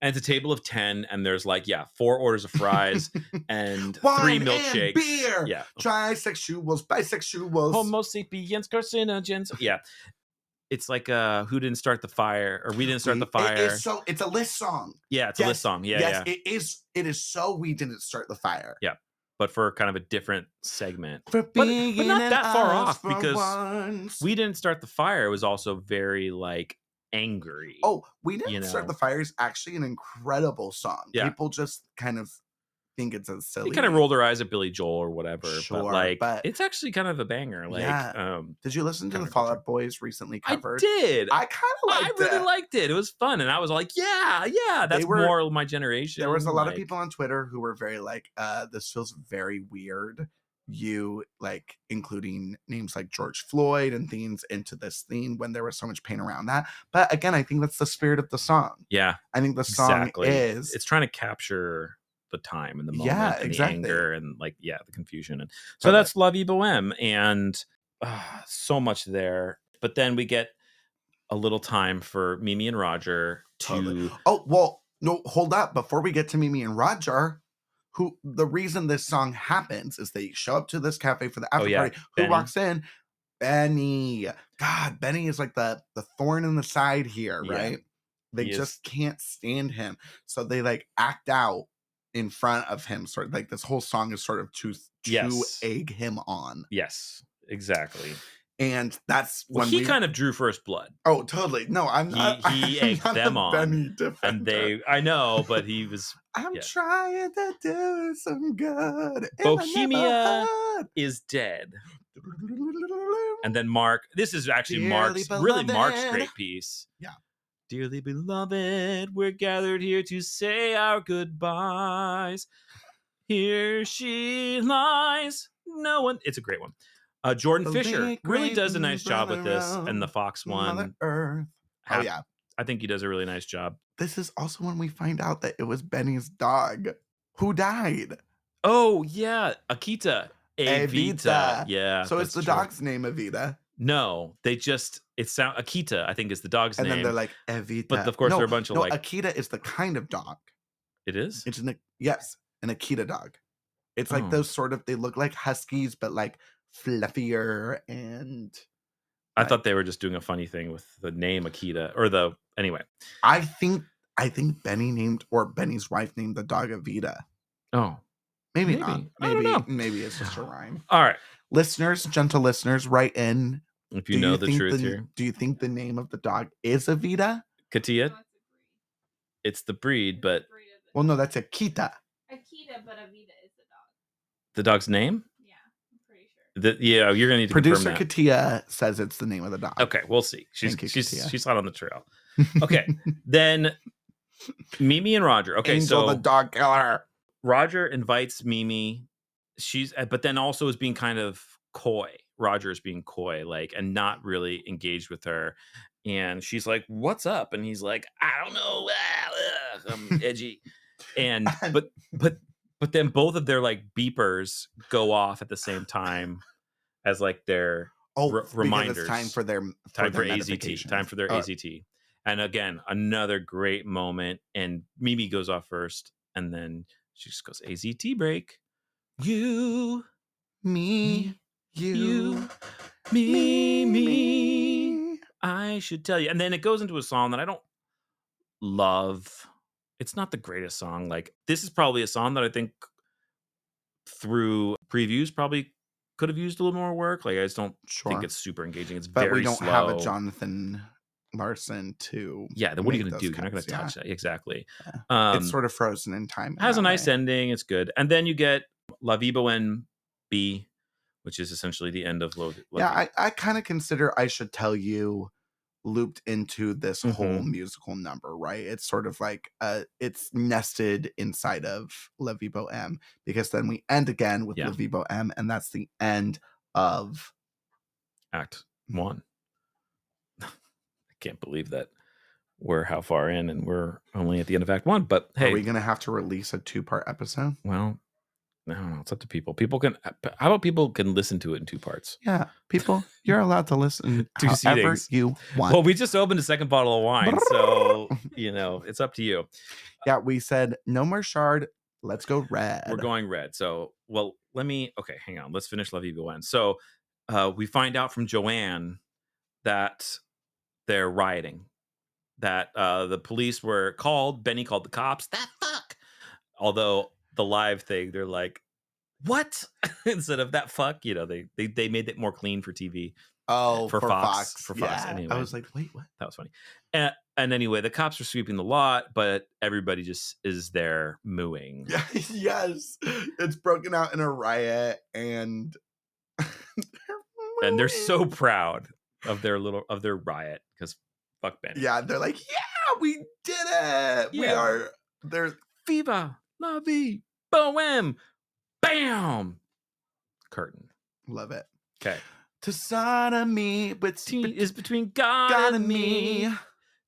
And it's a table of 10, and there's like, yeah, four orders of fries and three
Wine and
milkshakes.
beer.
Yeah.
Trisexuals, bisexuals.
Homo sapiens carcinogens. Yeah. It's like uh who didn't start the fire or we didn't start
We-
the
It
fire.
is so it's a list song.
yeah, it's a list song. Yeah,
yes,
yeah.
it is. It is so we didn't start the fire.
But for kind of a different segment.
For
but
being
not
an
that far
us
off,
for
because
once.
We didn't start the fire was also very like angry.
oh, we didn't start
know.
the fire is actually an incredible song.
Yeah.
People just kind of think it's a
they
silly.
kind of rolled their eyes at Billy Joel or whatever.
Sure,
but like
but-
it's actually kind of a banger. Like
Yeah.
um
Did you listen to the
Counterculture.
Fall Out Boys recently covered?
I did. I,
I kind of liked
really
it.
liked it. It was fun. And I was like, yeah, yeah, that's
were-
more my generation.
there was a lot of
like,
people on Twitter who were very like, uh, this feels very weird. You like including names like George Floyd and themes into this theme when there was so much pain around that. But again, I think that's the spirit of the song.
Yeah.
I think the song is
it's trying to capture the time and the moment
Yeah,
and
exactly.
the anger and like yeah the confusion and so
Totally.
that's Lovey Bohem and uh, so much there but then we get a little time for Mimi and Roger to
Totally. oh well, no, hold up. Before we get to Mimi and Roger, who the reason this song happens is they show up to this cafe for the
Oh,
after
yeah,
party. Who
Benny.
walks in? Benny. God, Benny is like the the thorn in the side here,
Yeah.
right? They
He is-
just can't stand him. So they like act out in front of him, sort of like this whole song is sort of to to
Yes.
egg him on.
yes exactly
And that's
Well,
when
he
we,
kind of drew first blood,
oh totally no I'm
He-
not
he
I'm
egged
not a
them on,
Benny
and
defender.
they I know, but he was
I'm
yeah.
trying to do some good in the
Bohemia
neighborhood.
is dead. And then Mark, this is actually
Dearly
Mark's really Mark's
beloved.
great piece.
Yeah.
Dearly beloved, we're gathered here to say our goodbyes. Here she lies. No one. It's a great one. Uh, Jordan
The
Fisher
late
really does a
Oh, great
nice job with this,
brother
and the
of
Fox
Mother
one.
Earth. Oh
hap-
yeah.
I think he does a really nice job.
This is also when we find out that it was Benny's dog who died.
Oh yeah, Akita, Evita.
Evita.
Yeah.
so it's
that's
the
true.
dog's name Evita,
No, they just it sound Akita. I think is the dog's
and
name.
then they're like Evita.
of course
no,
they're a bunch of
no,
like-
Akita is the kind of dog.
it is.
It's an yes, an Akita dog. It's like
Oh.
those sort of they look like huskies but like fluffier and
I
Right.
thought they were just doing a funny thing with the name Akita or the anyway.
I think I think Benny named or Benny's wife named the dog Evita.
Oh,
Maybe,
Maybe.
not.
I don't
Maybe
know.
maybe it's just a rhyme.
all right.
Listeners, gentle listeners, write in.
If you know the
think
truth
the-
here,
Do you think the name of the dog is Evita?
Katia, it's the breed, but
Well, no, that's Akita.
Akita, but Avita is the dog.
the dog's name.
Yeah, I'm pretty sure.
The, yeah, you're gonna need to
Producer
confirm that.
Katia says it's the name of the dog.
Okay, we'll see. She's
Thank you,
she's
Katia.
she's hot on the trail. Okay, then Mimi and Roger. Okay,
Angel
so
the dog killer.
Roger invites Mimi. She's uh, but then also is being kind of coy. Roger is being coy, like, and not really engaged with her. And she's like, "What's up?" And he's like, "I don't know. ah, ugh, I'm edgy." And but but but then both of their like beepers go off at the same time as like their
Oh,
Re-
because it's time
reminders.
for their
time for,
their
AZT. Time
medications.
for their
Oh,
AZT. And again, another great moment. And Mimi goes off first, and then she just goes AZT break. You,
Me,
me,
you,
you, me, me.
me.
I should tell you. And then it goes into a song that I don't love. It's not the greatest song. Like this is probably a song that I think through previews probably could have used a little more work. Like I just don't
Sure.
think it's super engaging. It's
but
very
we don't
slow.
have a Jonathan Larson to.
Yeah, then what are you
make
going to
those
do? You're not going
cuts,
to
yeah.
touch that. Exactly.
Yeah.
Um,
it's sort of frozen in time. in
has a
that
nice
way.
ending. It's good. And then you get La Viva Buen B, which is essentially the end of Lo. La
Yeah,
Vi-
I, I kind of consider I should tell you looped into this whole
Mhm.
musical number, right? It's sort of like uh it's nested inside of La Vie Boheme because then we end again with
Yeah.
La Vie Boheme and that's the end of
Act One. I can't believe that we're how far in and we're only at the end of Act One. But hey,
Are we gonna have to release a two part episode?
well, I don't know. It's up to people. People can. uh, How about people can listen to it in two parts?
Yeah. People, you're allowed to listen
Two
to however
seatings.
you want.
Well, we just opened a second bottle of wine, so you know it's up to you.
yeah, we said no more shard, let's go red.
We're going red. So, well, let me. Okay, hang on. Let's finish La Vie Boheme. So, uh, we find out from Joanne that they're rioting. That uh, the police were called. Benny called the cops. That fuck. Although the live thing, they're like, "What?" Instead of that fuck, you know, they they they made it more clean for TV.
oh
for Fox- for Fox,
yeah.
anyway.
I was like, wait, what?
That was funny. And, and anyway, the cops are sweeping the lot, but everybody just is there mooing.
Yeah, yes. It's broken out in a riot and
and they're so
moving.
proud of their little of their riot because fuck Benny.
Yeah, they're like, Yeah, we did it. We
Yeah.
are they're
Viva la vie, bohem, bam, curtain.
love it.
'Kay.
To sodomy with
T
sp-
is between God,
God
and
and
me.
me.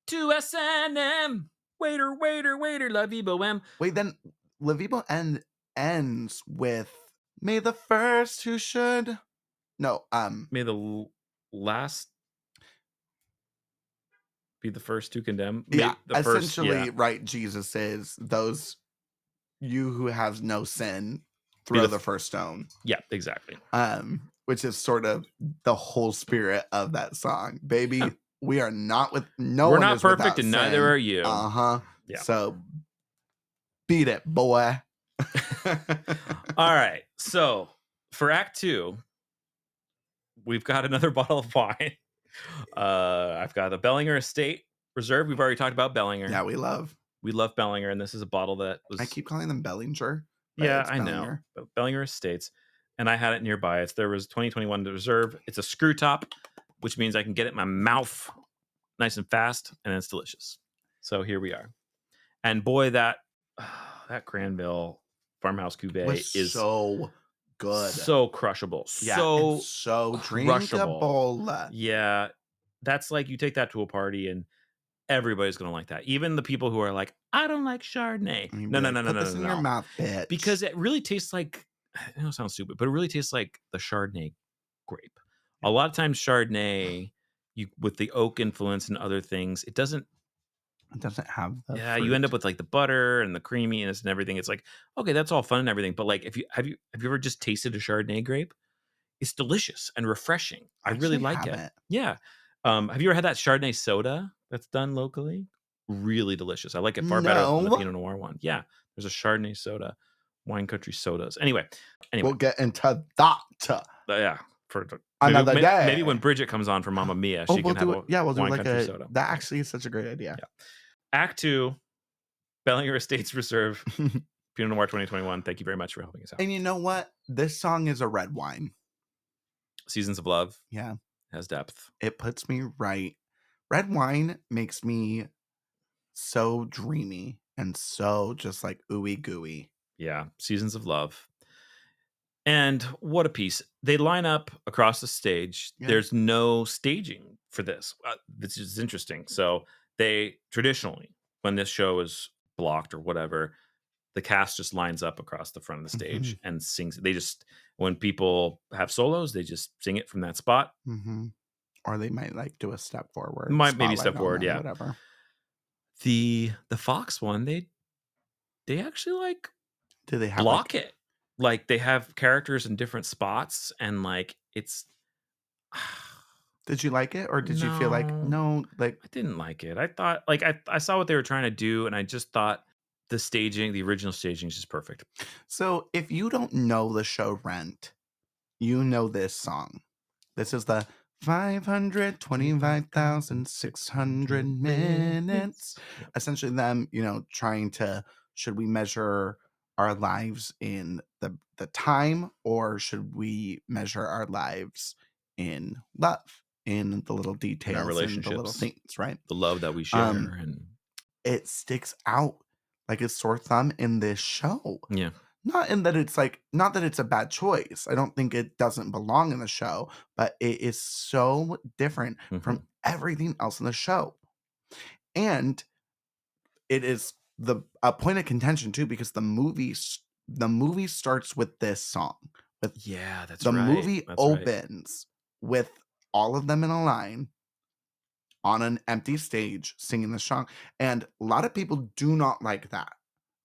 To S and M. Waiter, waiter, waiter, la vie, bohem.
Wait, then Levibo end ends with May the first who should No, um
May the l- last be the first to condemn. May
yeah,
the first-
essentially
yeah,
right Jesus is those you who have no sin throw
the
the
f-
first stone.
yeah, exactly.
um, which is sort of the whole spirit of that song. Baby, we are not with no.
We're
one
not
is
perfect, and neither are you.
Uh huh.
Yeah.
So beat it, boy.
All right. So for Act Two, we've got another bottle of wine. Uh, I've got the Bellinger Estate Reserve. We've already talked about Bellinger.
Yeah, we love.
we love Bellinger, and this is a bottle that was
I keep calling them Bellinger. but
yeah,
it's
I know.
Bellinger.
But Bellinger Estates, and I had it nearby. It's there was 2021 reserve. It's a screw top, which means I can get it in my mouth nice and fast, and it's delicious. So here we are. And boy, that that Granville farmhouse cuvee
Was
is so,
so good.
crushable.
yeah,
so
and so
crushable.
drinkable.
yeah, that's like you take that to a party and everybody's gonna like that. Even the people who are like, I don't like Chardonnay.
I mean,
No,
be
no,
like,
no, no,
Put
no,
this
no,
in
no.
your mouth, bitch.
because it really tastes like I know it sounds stupid, but it really tastes like the Chardonnay grape. A lot of times Chardonnay, you with the oak influence and other things, it doesn't
it doesn't have. the
yeah, you end
fruit.
up with like the butter and the creaminess and everything. It's like, okay, that's all fun and everything. But like if you have you have you ever just tasted a Chardonnay grape? It's delicious and refreshing. I really
actually
like it.
haven't.
Yeah. Um, have you ever had that Chardonnay soda that's done locally? Really delicious. I like it far better than the
No.
Pinot Noir one. Yeah. There's a Chardonnay soda, wine country sodas. Anyway, anyway,
We'll get into that.
uh, yeah. For the-
Another
maybe, may- Maybe
day.
when Bridget comes on for Mamma Mia, she
Oh,
can
we'll
have
do
a
it. Yeah, we'll do
wine
like
country
a.
soda.
That actually is such a great idea.
Act two, Bellinger Estates Reserve, Pinot Noir 2021. Thank you very much for helping us out.
And you know what? This song is a red wine.
Seasons of Love
Yeah.
has depth.
It puts me right. Red wine makes me so dreamy and so just like ooey gooey.
Yeah, Seasons of Love. And what a piece. They line up across the stage.
Yeah.
There's no staging for this. Uh, this is interesting. So, they traditionally, when this show is blocked or whatever, the cast just lines up across the front of the stage
Mm-hmm.
and sings. They just, when people have solos, they just sing it from that spot.
Mm-hmm. Or they might like do a step forward.
Might maybe
spotlight
step
on
forward,
them,
yeah.
Whatever.
The the Fox one, they they actually like
Do they have
block
like,
it. Like they have characters in different spots, and like it's. I
Did you like it, or did you feel like
No.
no, like
didn't like it. I thought like I I saw what they were trying to do, and I just thought the staging, the original staging, is just perfect.
so? If you don't know the show Rent, you know this song. This is the five hundred twenty-five thousand six hundred minutes. essentially them you know trying to should we measure our lives in the the time or should we measure our lives in love in the little details and the little
relationships.
things right
The love that we share,
Um,
and
it sticks out like a sore thumb in this show
yeah,
not in that it's like not that it's a bad choice i don't think it doesn't belong in the show but it is so different
mhm.
from everything else in the show. And it is the a point of contention too because the movie s- the movie starts with this song.
yeah, that's
the
right,
movie
that's right.
opens with all of them in a line on an empty stage singing the song and a lot of people do not like that.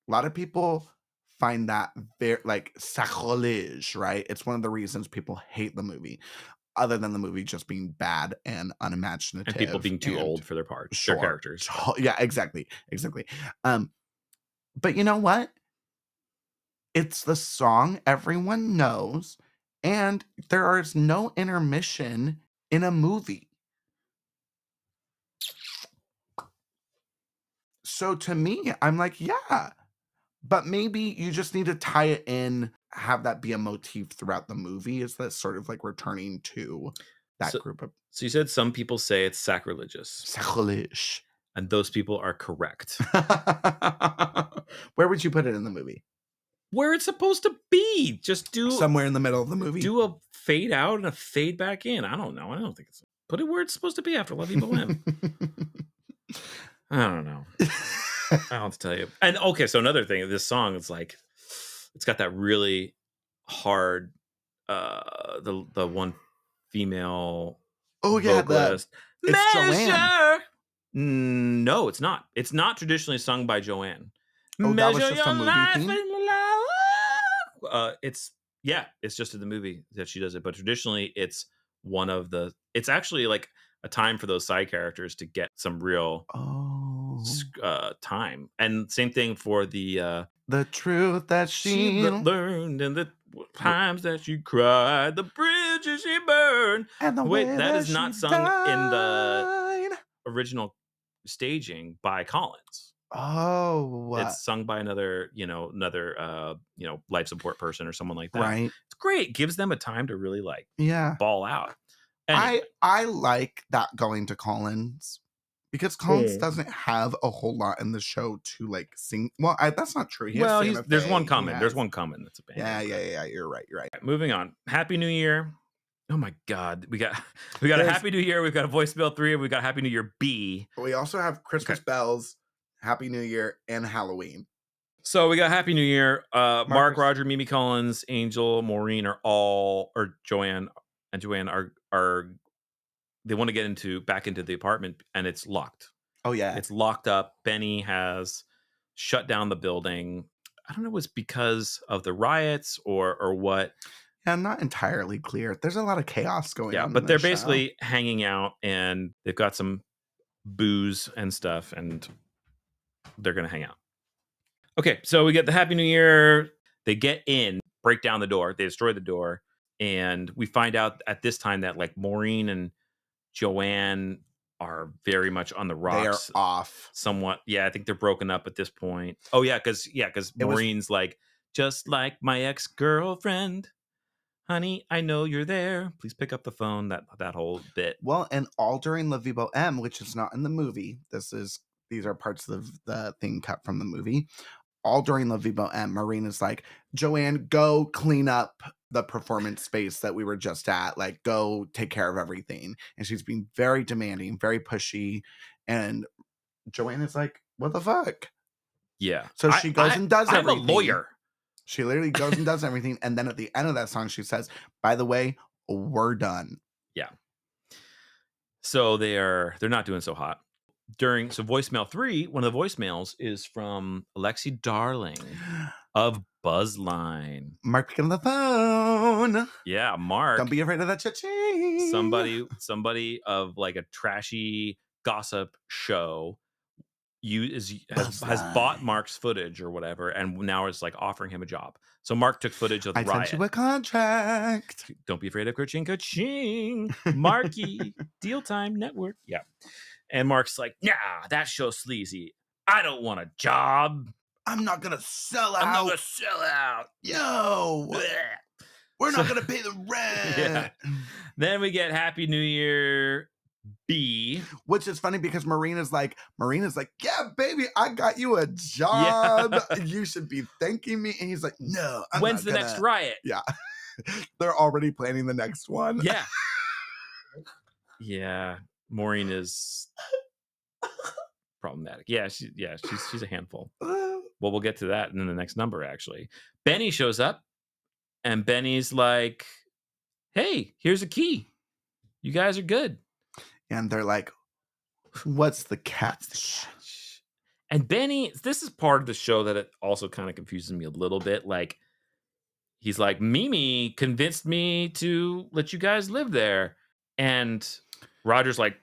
A lot of people find that very like sacrilege, right? It's one of the reasons people hate the movie other than the movie just being bad and unimaginative
and people being too
and-
old for their parts,
Sure.
their characters.
to- yeah exactly exactly um but you know what it's the song everyone knows and there is no intermission in a movie so to me i'm like yeah but maybe you just need to tie it in have that be a motif throughout the movie is that sort of like returning to that
So-
group of
So you said some people say it's sacrilegious,
sacrilege
and those people are correct.
Where would you put it in the movie?
Where it's supposed to be, just do
Somewhere in the middle of the movie.
do a fade out and a fade back in. I don't know. I don't think it's put it where it's supposed to be after Love You Limb. I don't know. I don't have to tell you. And okay, so another thing, this song is like it's got that really hard uh the the one female
oh yeah, the,
vocalist.
it's Joanne.
Measure- Mm, No, it's not. It's not traditionally sung by Joanne.
Oh, that was just a movie theme?
in love. Uh, it's yeah, it's just in the movie that she does it. But traditionally, it's one of the. It's actually like a time for those side characters to get some real
oh
s- uh, time. And same thing for the uh,
The truth that she,
le- learned in the times that she cried, the bridges she burned.
and the
Wait,
way
that is not
she
sung in the-
died.
Original staging by Collins.
Oh,
It's sung by another, you know, another, uh, you know, life support person or someone like that.
right?
It's great. Gives them a time to really like
Yeah,
ball out.
I
Anyway,
I like that going to Collins because Collins
Mm.
doesn't have a whole lot in the show to like sing. Well, I, that's not true. He has
well,
Santa
he's, there's one
Fe, he
comment. There's
has-
one comment that's a band.
Yeah, yeah, yeah. You're right. You're right.
Alright, moving on. Happy New Year. Oh my God, we got we got a
There's-
Happy New Year. We've got a voicemail three. and We've got Happy New Year B.
But we also have Christmas bells, Happy New Year, and Halloween.
So we got Happy New Year. Uh, Mark,
Marcus.
Roger, Mimi Collins, Angel, Maureen are all, or Joanne and Joanne are are they want to get into back into the apartment and it's locked.
Oh yeah,
It's locked up. Benny has shut down the building. I don't know. It was because of the riots or or what.
yeah. Not entirely clear. There's a lot of chaos going
yeah
on. in
but they're
this show.
basically hanging out and they've got some booze and stuff and they're gonna hang out okay so we get the happy new year they get in break down the door they destroy the door and we find out at this time that like maureen and joanne are very much on the
they are
rocks
off.
somewhat yeah i think they're broken up at this point oh yeah because yeah because
It was-
maureen's like just like my ex-girlfriend honey i know you're there please pick up the phone that that whole bit
Well, and all during La Vie Boheme, which is not in the movie. This is these are parts of the thing cut from the movie. All during La Vie Boheme, Maureen is like, Joanne, go clean up the performance space that we were just at. Like, go take care of everything. And she's being very demanding, very pushy. And Joanne is like, what the fuck?
yeah
So
I-
she goes
I-
and does
i'm a
everything.
lawyer
She literally goes and does everything. And then at the end of that song, she says, by the way, we're done.
so they are they're not doing so hot during so voicemail three one of the voicemails is from alexi darling of buzzline
Mark picking up the phone.
yeah mark
Don't be afraid of that cha-ching.
somebody somebody of like a trashy gossip show you is has, has bought
Buzzline.
mark's footage or whatever and now is like offering him a job so mark took footage of the
I
riot
sent you a contract.
don't be afraid of coaching coaching marky deal time network yeah and mark's like nah that show's sleazy i don't want a job
I'm not gonna sell
i'm not
out.
gonna sell out
Yo,
Blech."
we're not
So-
gonna pay the rent.
Yeah. then we get happy new year b
Which is funny because Marina's like, Marina's like, yeah, baby, I got you a job. You should be thanking me. And he's like, no. I'm
when's the
not
next
gonna."
riot
They're already planning the next one.
Yeah. yeah. Maureen is problematic. Yeah, she yeah, she's she's a handful.
Um,
Well, we'll get to that in the next number, actually. Benny shows up and Benny's like, Hey, here's a key. You guys are good.
And they're like, what's the
That's the
catch?
catch. And Benny, this is part of the show that it also kind of confuses me a little bit. Like, he's like, Mimi convinced me to let you guys live there. And Roger's like,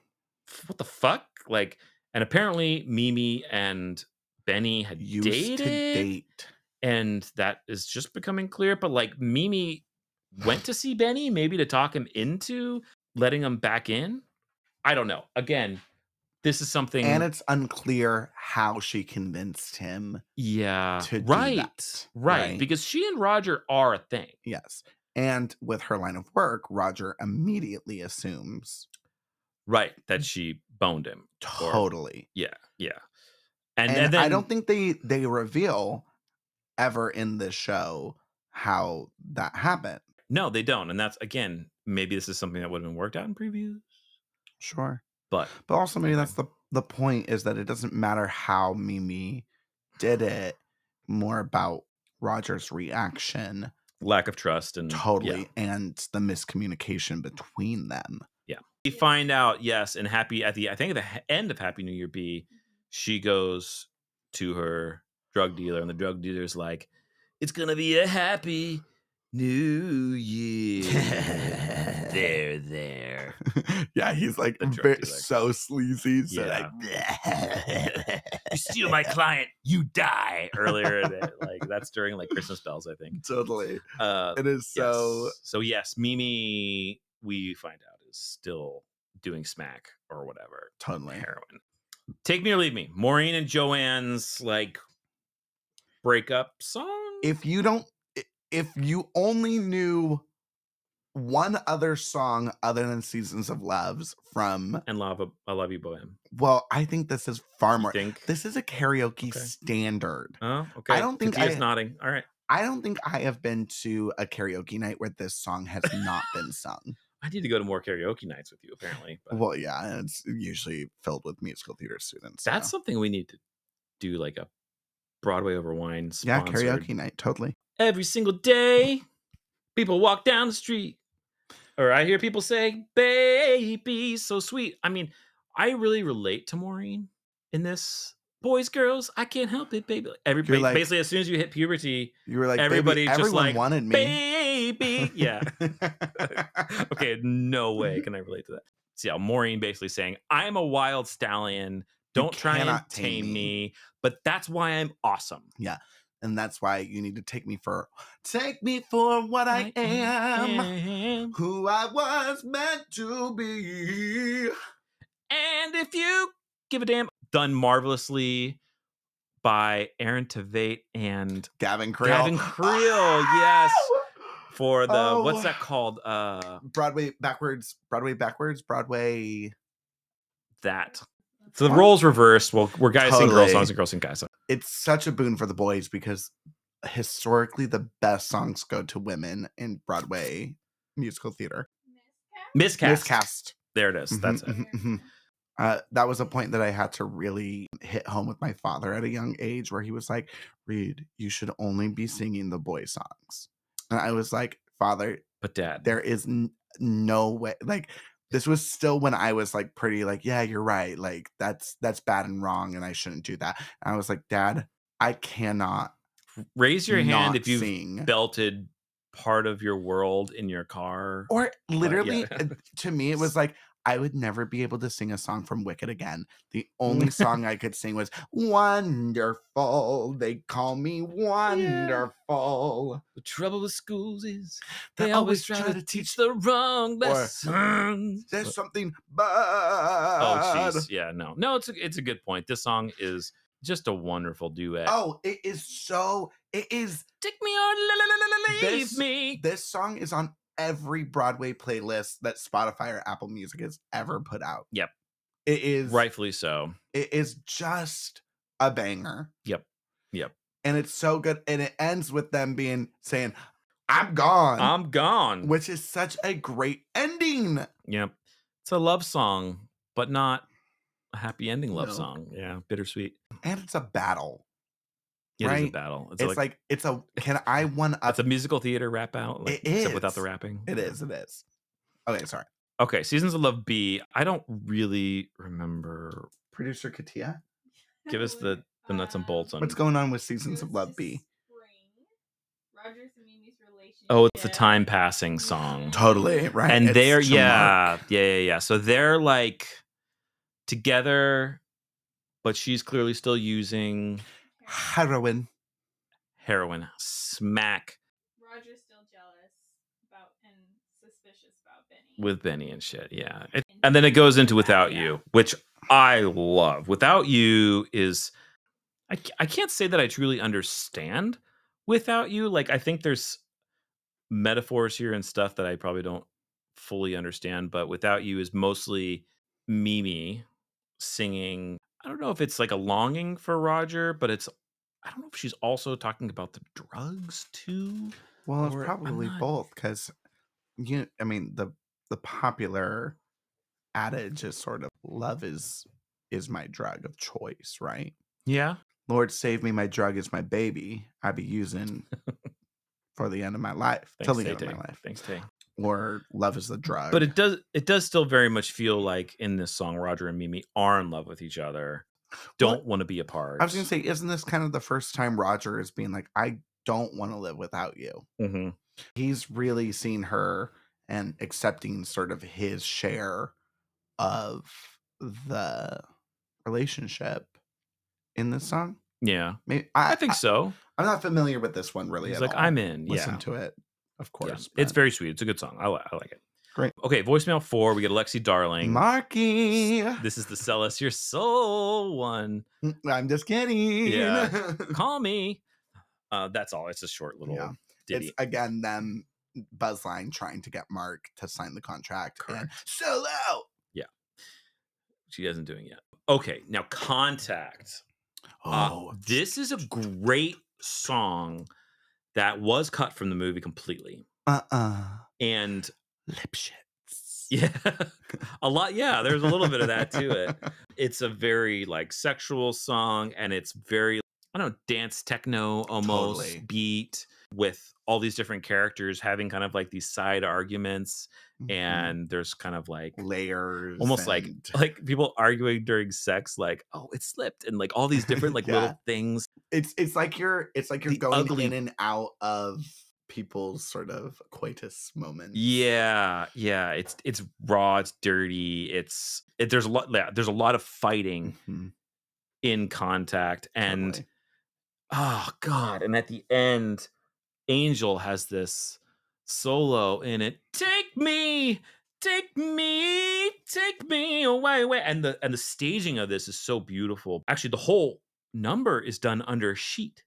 "F- what the fuck? Like, and apparently Mimi and Benny had
Used
dated.
to date.
And that is just becoming clear. But like, Mimi went to see Benny, maybe to talk him into letting him back in. I don't know. Again, this is something
And it's unclear how she convinced him
yeah
to do that,
right, right
right?
because she and roger are a thing
Yes. And with her line of work, Roger immediately assumes
right that she boned him or-
totally.
yeah
And,
and, and then
I don't think they they reveal ever in this show how that happened.
no they don't and that's again maybe this is something that would have been worked out in previews
Sure.
but
But also maybe
Anyway.
that's the the point is that it doesn't matter how Mimi did it, more about Roger's reaction
lack of trust and Mm, yeah.
totally and the miscommunication between them.
we find out yes and happy at the i think at the h- end of happy new year b she goes to her drug dealer and the drug dealer's like it's gonna be a happy
New Year. there, there.
yeah, he's like
The drug
ve-
dealer.
so sleazy. So
Yeah.
Like,
you steal my client, you die. Earlier, in it, like that's during like Christmas bells, I think.
like, totally,
Uh,
it is so
yes. so yes, Mimi, we find out is still doing smack or whatever
totally.
heroin. Take me or leave me. Maureen and Joanne's like breakup song.
If you don't, i- if you only knew one other song other than Seasons of Loves from,
and love, I love you, bohem.
well, I think this is far more.
Think.
This is a karaoke
Okay.
standard.
oh, okay.
don't think
Katia's
I-
nodding. All right.
I don't think I have been to a karaoke night where this song has not been sung.
I need to go to more karaoke nights with you. Apparently, but
Well, yeah, and it's usually filled with musical theater students. so-
that's something we need to do, like a Broadway over wine.
yeah,
Sponsored.
karaoke night, totally.
every single day. People walk down the street, or I hear people say, "Baby, so sweet." I mean, I really relate to Maureen in this. Boys, girls, I can't help it, baby. Like, Everybody,
like-
basically, as soon as you hit puberty,
You were like "Baby,
Everybody just
everyone
like,
wanted me.
baby, yeah. Okay, no way can I relate to that. So yeah, Maureen basically saying, "I'm a wild stallion. Don't try and
cannot tame me."
tame me, but that's why I'm awesome."
and that's why you need to take me for take me for what I,
"Mm,
am,
am.
who I was meant to be.
And if you give a damn, done marvelously by Aaron Tveit and
Gavin Creel.
Gavin Creel, yes, for the
Oh.
what's that called? Uh,
Broadway backwards, Broadway backwards, Broadway.
that. So the roles reversed. Well, we're guys sing girl
Totally.
songs and girls sing guys songs.
It's such a boon for the boys because historically the best songs go to women in Broadway musical theater.
Miscast.
Miscast.
There it is.
Mhm,
That's it.
mhm, mhm. Uh, that was a point that I had to really hit home with my father at a young age, where he was like, "Reed, you should only be singing the boy songs," and I was like, "Father,
But dad,
there is n- no way." Like this was still when I was like pretty, like, "Yeah, you're right. Like that's that's bad and wrong, and I shouldn't do that." And I was like, "Dad, I cannot
raise your hand
not
if you've
sing."
belted part of your world in your car.
or literally
yeah.
uh, to me it was like i would never be able to sing a song from wicked again the only song i could sing was wonderful they call me wonderful
the trouble with schools is
they, always try, to
teach the wrong lessons.
there's something bad
Oh, jeez. Yeah, no. No, it's a, it's a good point. This song is just a wonderful duet.
oh it is so it is
take me or le- le- le- le- leave
This-
me.
this song is on every broadway playlist that spotify or apple music has ever put out
Yep.
it is
Rightfully so.
It is just a banger.
Yep. Yep.
And it's so good. And it ends with them being saying, I'm gone.
I'm gone.
which is such a great ending.
yep. It's a love song, but not a happy ending love
No.
song. Yeah, bittersweet.
And it's a battle.
It is a
Right.
battle.
It's, like, it's a can I one up
it's a musical theater rap out. Like,
It
except without the
is.
rapping.
it
Yeah.
is, it is. Okay, sorry.
Okay, Seasons of Love B. I don't really remember.
Producer Katia.
Give us the the nuts and bolts on
What's going on with Seasons of Love B?
Rogers and Mimi's relationship.
Oh, it's the time passing song.
Totally, right?
and
It's
they're
Jamarc.
yeah, yeah, yeah, yeah. So they're like together, but she's clearly still using
Heroin.
heroin. Smack
Roger's still jealous about and suspicious about Benny.
with Benny and shit. Yeah, It- and then it goes into Without You, which I love. Without You is I c- I can't say that I truly understand Without You. Like I think there's metaphors here and stuff that I probably don't fully understand, but Without You is mostly Mimi singing. I don't know if it's like a longing for Roger, but it's I don't know if she's also talking about the drugs too.
Well, it's
Or- I'm
probably
not-
both because you. I mean the the popular adage is sort of love is is my drug of choice, right?
Yeah.
Lord save me, my drug is my baby. I be using for the end of my life, till the
Tay
end of
Tay.
my life.
Thanks, Tay.
Or love is the drug.
but it does it does still very much feel like in this song roger and mimi are in love with each other don't want to be apart
I was gonna say, isn't this kind of the first time Roger is being like, I don't want to live without you?
Mhm.
He's really seen her and accepting sort of his share of the relationship in this song.
Yeah,
Maybe, I,
I think so.
I, am not familiar with this one really.
He's
at
like,
all.
I'm in. Yeah.
listen to it, of
Yeah.
course.
It's
but-
very sweet. It's a good song. I, li- I like it.
Great.
Okay, voicemail four. We get Alexi Darling.
Marky. Mm,
This is the Sell Us Your Soul one.
I'm just kidding.
Yeah. Call me. Uh, that's all. It's a short little
Yeah.
ditty.
It's again them Buzzline trying to get Mark to sign the contract and
Correct.
sell out.
she hasn't doing yet. Okay, now contact. Uh,
Oh,
this is a great song that was cut from the movie completely.
uh uh.
And
Lipshits.
yeah, a lot. Yeah, there's a little bit of that to it. It's a very like sexual song and it's very, I don't know, dance techno almost
Totally.
beat with all these different characters having kind of like these side arguments.
Mhm.
And there's kind of like
layers.
almost like
and-
like people arguing during sex like oh it slipped and like all these different like
Yeah.
little things
it's it's like you're it's like you're
the
going
ugly-
in and out of people's sort of coitus moments.
yeah yeah it's it's raw it's dirty it's it, there's a lot yeah, there's a lot of fighting
Mhm,
in contact and
totally.
oh god and at the end angel has this solo in it take me take me take me away away and the and the staging of this is so beautiful actually the whole number is done under a sheet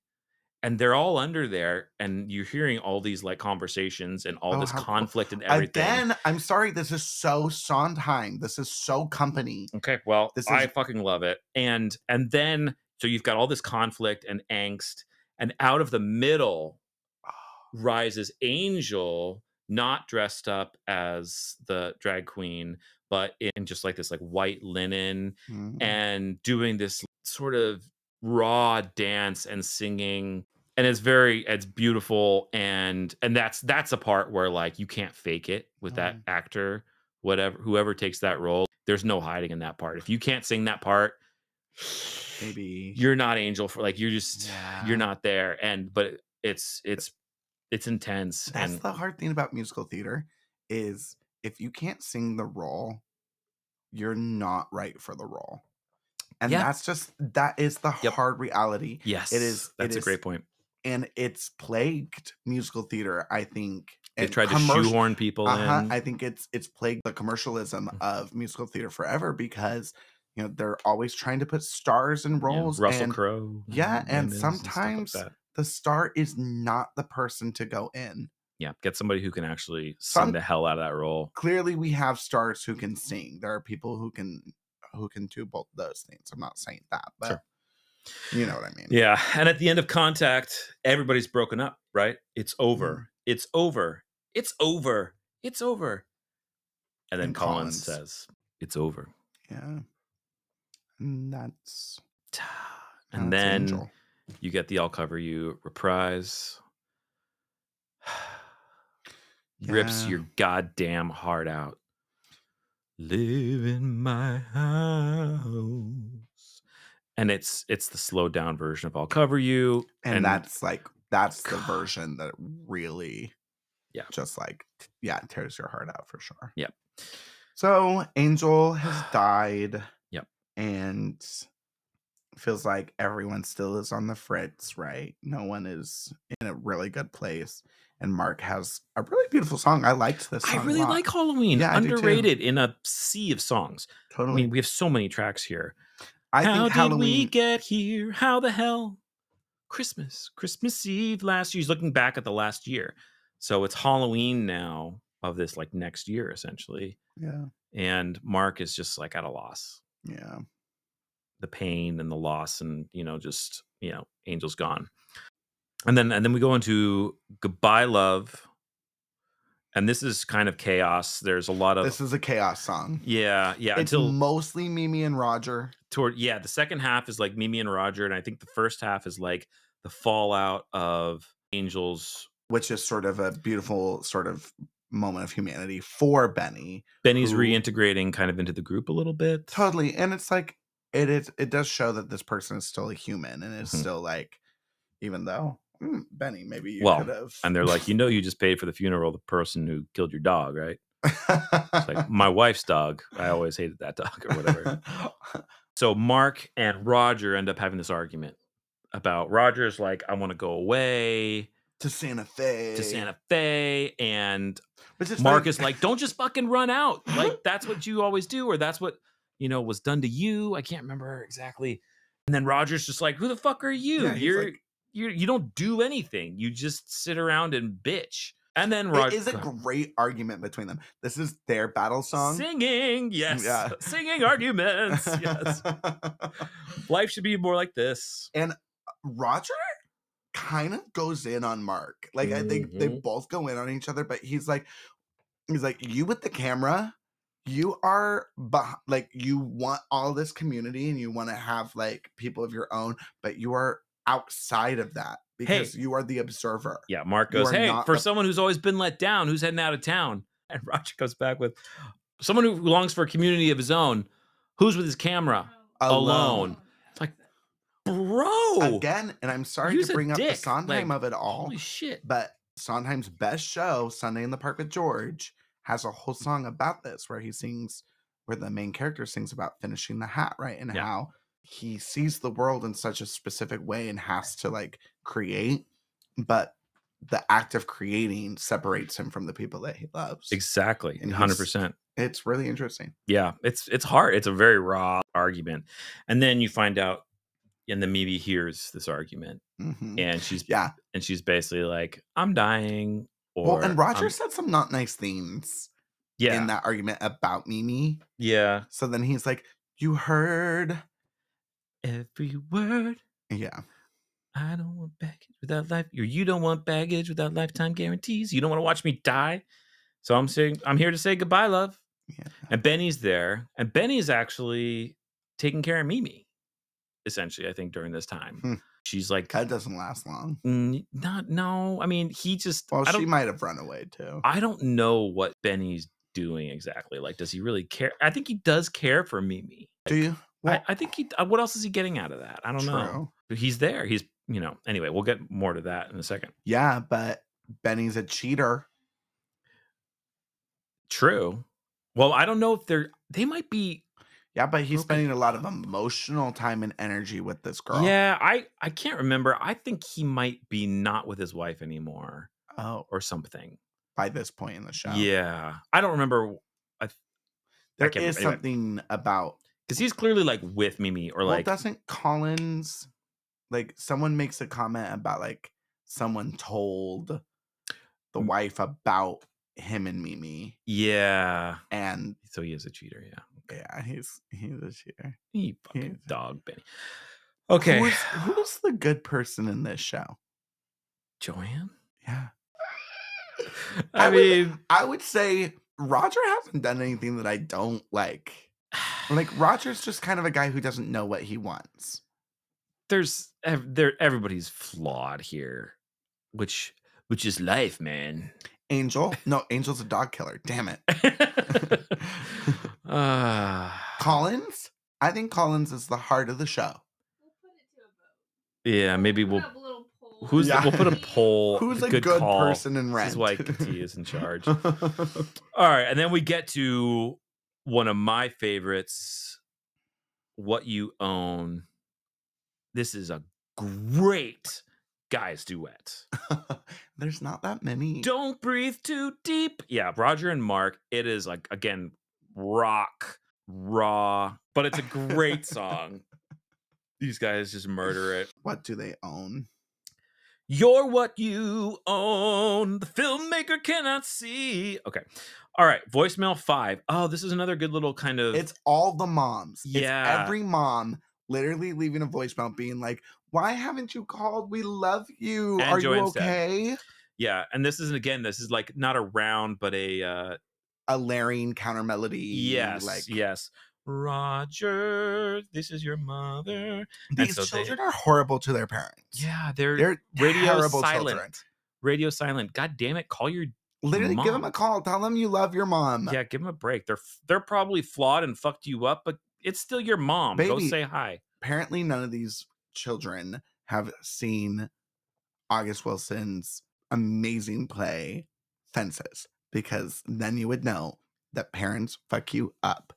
and they're all under there and you're hearing all these like conversations and all
Oh,
this
how cool.
conflict and everything
Again, I'm sorry. This is so Sondheim. This is so company.
Okay, well,
This
I
is-
fucking love it. And and then so you've got all this conflict and angst, and out of the middle
Ah.
rises Angel, not dressed up as the drag queen, but in just like this like white linen
Mm.
Mm-hmm. and doing this sort of raw dance and singing and it's very it's beautiful and and that's that's a part where like you can't fake it with that
Mhm.
actor whatever whoever takes that role there's no hiding in that part if you can't sing that part
maybe
you're not angel for like you're just
Yeah.
you're not there and but it's it's it's intense
That's
and
the hard thing about musical theater is if you can't sing the role, you're not right for the role. And
Yeah.
that's just that is the
Yep.
hard reality.
yes
is- it
that's a
is
great point
And it's plagued musical theater, I think.
they
and
tried to
commercial-
shoehorn Mm. people
uh-huh,
in
I think it's it's plagued the commercialism of musical theater forever because you know they're always trying to put stars in
Yeah,
roles.
russell
and
crowe
yeah,
Matt
and
Damon, stuff like
sometimes
that.
the star is not the person to go in.
yeah, get somebody who can actually
Some-
sing the hell out of that role.
clearly we have stars who can sing. There are people who can who can do both those things. I'm not saying that, but
Sure.
you know what I mean.
Yeah, and at the end of Contact, everybody's broken up, right? It's
Mm.
over. It's over. It's over. It's over. And then
And
Collins.
Collins.
says, "It's over."
Yeah. And that's
And
that's
then
Angel.
you get the "I'll cover you" reprise. Rips
Yeah.
your goddamn heart out. Live in my house. And it's it's the slowed down version of I'll cover you.
and, that's like that's the
God.
version that really
Yeah.
just like t- yeah, tears your heart out for sure.
Yep.
So Angel has died.
Yep.
And feels like everyone still is on the fritz, right? No one is in a really good place. And Mark has a really beautiful song. I liked this
I
song a
really
lot.
like Halloween.
Yeah, I do too.
Underrated in a sea of songs. I
totally.
mean, we have so many tracks here.
I
How
think
did we
Halloween
get here? How the hell? Christmas, Christmas Eve last year. He's looking back at the last year. So it's Halloween now of this like next year essentially.
Yeah.
And Mark is just like at a loss.
Yeah.
the pain and the loss and you know just you know angel's gone and then and then we go into goodbye love and this is kind of chaos there's a lot of
This is a chaos song.
Oh. yeah yeah
it's
until
mostly Mimi and Roger.
toward yeah the second half is like mimi and roger and i think the first half is like the fallout of angel's
which is sort of a beautiful sort of moment of humanity for Benny.
benny's
Who-
reintegrating kind of into the group a little bit
Totally. And it's like it is it does show that this person is still a human and is
Mhm.
still like even though "Hmm, Benny, maybe you
Well,
could have.
And they're like, you know, you just paid for the funeral of the person who killed your dog, right? It's like
like,
my wife's dog. I always hated that dog or whatever. So Mark and Roger end up having this argument about Roger's like, I want to go away
to Santa Fe.
to Santa Fe. And
Which is
Mark
funny-
is like, don't just fucking run out. Like, that's what you always do, or that's what, you know, was done to you. I can't remember exactly. And then Roger's just like, who the fuck are you?
Yeah, he's
You're.
like-
you you don't do anything. You just sit around and bitch. And then
It
Roger
is a great argument between them. This is their battle song.
singing, yes,
Yeah.
singing arguments, yes. Life should be more like this.
Roger kind of goes in on Mark. Like I think they
Mhm.
both go in on each other, but he's like, he's like, you with the camera, you are beh- like you want all this community and you want to have like people of your own, but you are outside of that because you are the observer.
Yeah, Mark
You
goes,
are
hey,
not
for
a-
someone who's always been let down, who's heading out of town, and Roger comes back with someone who longs for a community of his own, who's with his camera.
Oh,
Alone. It's like, Bro,
Again, and I'm sorry
Use
to
a
bring up the
Oh, dick,
Sondheim
like,
of it all,
holy shit.
but Sondheim's best show, Sunday in the Park with George, has a
Mm-hmm.
whole song about this where he sings, where the main character sings about finishing the hat, right? And
Yeah.
how he sees the world in such a specific way and has to like create, but the act of creating separates him from the people that he loves.
Exactly,
And he's-
hundred percent.
It's really interesting.
yeah it's it's hard it's a very raw argument and then you find out and then mimi hears this argument
Mhm.
and she's
Yeah.
and she's basically like i'm dying or
Well, and
"I'm-"
Roger said some not nice things
yeah
in that argument about Mimi.
yeah
So then he's like, You heard.
every word
Yeah.
i don't want baggage without life or you don't want baggage without lifetime guarantees you don't want to watch me die so i'm saying i'm here to say goodbye love
Yeah.
and benny's there and benny's actually taking care of mimi essentially i think during this time
Hmm.
she's like
That doesn't last long.
Mm, not no. I mean, he just.
Well,
I
she
don't.
might have run away too.
I don't know what Benny's doing exactly. Like, does he really care? I think he does care for Mimi.
Do you?
I, I think he. uh, What else is he getting out of that? I don't know. But He's there. He's you know. Anyway, we'll get more to that in a second.
Yeah, but Benny's a cheater.
True. Well, I don't know if they're. They might be.
Yeah, but he's
Okay.
spending a lot of emotional time and energy with this girl.
Yeah. I. I can't remember. I think he might be not with his wife anymore
Oh,
or something.
by this point in the show.
Yeah. I don't remember
There
can't
is
remember. Anyway.
something about
because he's clearly like with Mimi or
well,
like.
doesn't Collins like someone makes a comment about like someone told the
Mm.
wife about him and Mimi
yeah.
and
So he is a cheater. Yeah.
yeah, he's he's a cheater.
You fucking
Yes.
dog, Benny. Okay.
Who's who's the good person in this show?
Joanne?
Yeah.
I,
I would-
mean,
I would say Roger hasn't done anything that I don't like. Like Roger's just kind of a guy who doesn't know what he wants.
there's ev- there everybody's flawed here, which which is life, man.
Angel? No, Angel's a dog killer. Damn it.
uh,
Collins? I think Collins is the heart of the show.
We'll put it to a vote.
yeah, maybe we'll
put up a little poll.
who's
Yeah.
the, we'll put a poll.
Who's
the
a good,
call.
person in Rent?
This is why Katia is in charge. All right, and then we get to one of my favorites, "What You Own." This is a great guys duet.
There's not that many.
Don't breathe too deep. Yeah, Roger and Mark. It is like again rock raw, but it's a great song. These guys just murder it.
What do they own?
You're what you own. The filmmaker cannot see. Okay. All right. Voicemail five. Oh, this is another good little kind of.
It's all the moms.
Yeah.
It's every mom literally leaving a voicemail being like, Why haven't you called? We love you.
And
Are you
Joanne's dad.
okay?
yeah. And this isn't, again, this is like not a round, but a. uh
a layering counter melody.
Yes.
E, like
yes. Roger, this is your mother.
these
so they-
children are horrible to their parents.
Yeah. They're,
they're
radio
terrible
silent.
children.
radio silent. God damn it. Call your.
Literally, give them
Mom.
a call. Tell them you love your mom.
Yeah. Give them a break. They're, f- they're probably flawed and fucked you up, but it's still your mom. Go
Baby,
say hi.
Apparently, none of these children have seen August Wilson's amazing play Fences because then you would know that parents fuck you up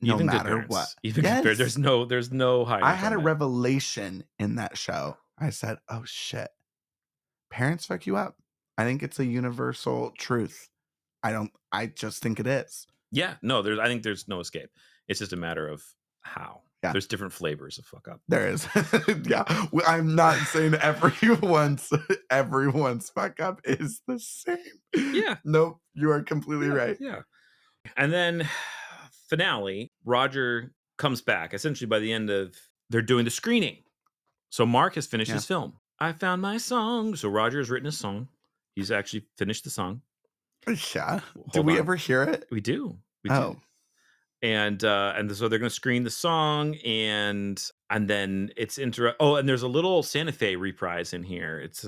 no
Even good
matter
parents.
what.
Even good par-
Yes.
there's no there's no high.
I had a revelation in that show. I said, "Oh shit. Parents fuck you up." I think it's a universal truth. I don't I just think it is.
Yeah, no, there's I think there's no escape. It's just a matter of how.
Yeah.
There's different flavors of fuck up.
There is. yeah. w- I'm not saying everyone's everyone's fuck up is the same.
Yeah.
Nope. You are completely
yeah,
right.
Yeah. And then finale, Roger comes back. Essentially by the end of they're doing the screening. So Mark has finished
Yeah.
his film. I found my song. So Roger has written his song. He's actually finished the song.
Yeah. Did
Hold
we
on.
ever hear it?
We do. We do.
oh.
and uh and so they're going to screen the song and and then it's inter oh and there's a little santa fe reprise in here it's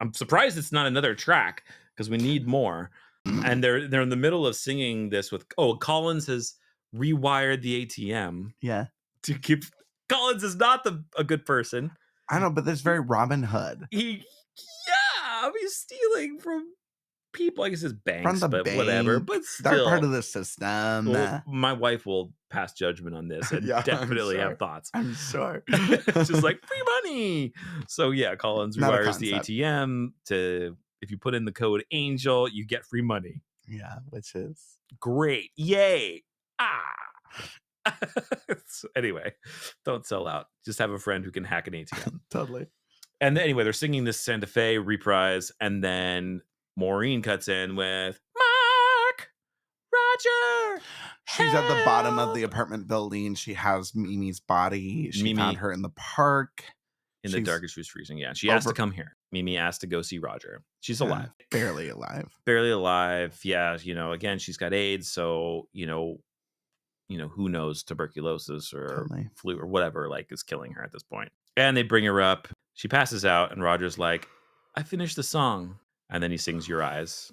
i'm surprised it's not another track because we need more
Mm.
and they're they're in the middle of singing this with oh collins has rewired the atm
Yeah.
to keep collins is not the a good person
I know, but that's very Robin Hood.
he yeah he's stealing from people i guess it's banks
the
but whatever
bank,
but
They're
still
part of the system.
Well,
uh,
my wife will pass judgment on this and
Yeah, I'm
definitely
sure.
have thoughts.
I'm sure.
She's like free money. So yeah, Collins
Not a
rewires the
concept.
ATM to if you put in the code Angel, you get free money.
yeah, which is
Great, yay! Ah. So anyway, don't sell out. Just have a friend who can hack an ATM.
totally.
and then- anyway, they're singing this Santa Fe reprise, and then Maureen cuts in with Mark, Roger.
She's at the bottom of the
help!"
apartment building. She has Mimi's body. She
Mimi.
found her in the park.
in the
She's-
darkest she was freezing. Yeah, she asked to
over-
come here. Mimi asked to go see Roger. She's
Yeah,
alive,
barely alive.
barely alive. Yeah, you know, again, she's got AIDS, so you know, you know, who knows tuberculosis or
Totally.
flu or whatever like is killing her at this point. And they bring her up. She passes out, and Roger's like, "I finished the song," and then he sings "Your Eyes,"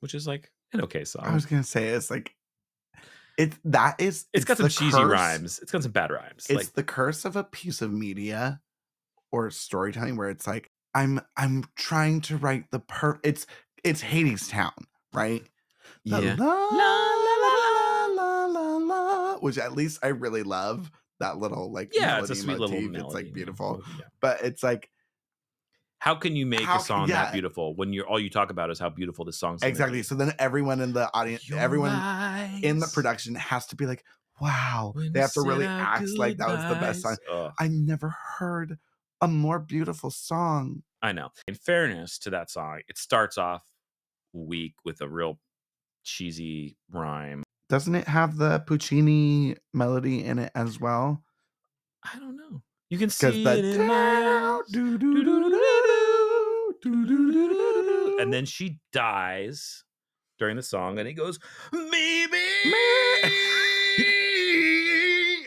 which is like an okay song.
I was gonna say it's like it's that is
Oh. it's got some
the
cheesy
curse-
rhymes. It's got some bad rhymes.
It's the curse of a piece of media or storytelling where it's like I'm I'm trying to write the per it's it's Hades Town, right? The
yeah.
La,
la,
la, la, la, la, la, which at least I really love that little like
yeah, it's a
melody
sweet little
motif.
melody.
It's like
yeah,
beautiful,
yeah.
but it's like
How can you make
How
a
c-
song
yeah.
that beautiful when you're all you talk about is how beautiful this song's gonna
exactly.
be?
So then everyone in the audience,
Your
everyone in the
eyes
production has to be like, "Wow!"
when
they have to
said
really
our
act like that was the best song.
goodbyes. Ugh,
I never heard a more beautiful song.
I know. In fairness to that song, it starts off weak with a real cheesy rhyme.
Doesn't it have the Puccini melody in it as well?
I don't know. You can
Because
see
the
it in my eyes.
doo-doo-doo-doo-doo,
And then she dies during the song, and it goes, Maybe.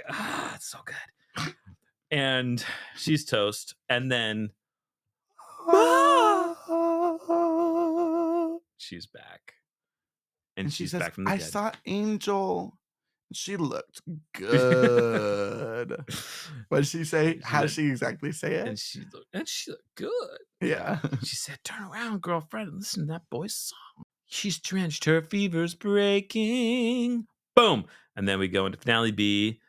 ah, it's so good. And she's toast. And then she's back. And,
and she
she's
says,
back from the
"I
dead.
saw Angel. She looked good." what did she say?
She
How
said-
did she exactly say
and
it?
she looked and she looked good.
Yeah.
She said, Turn around, girlfriend, and listen to that boy's song. She's drenched, her fever's breaking. Boom. And then we go into finale B,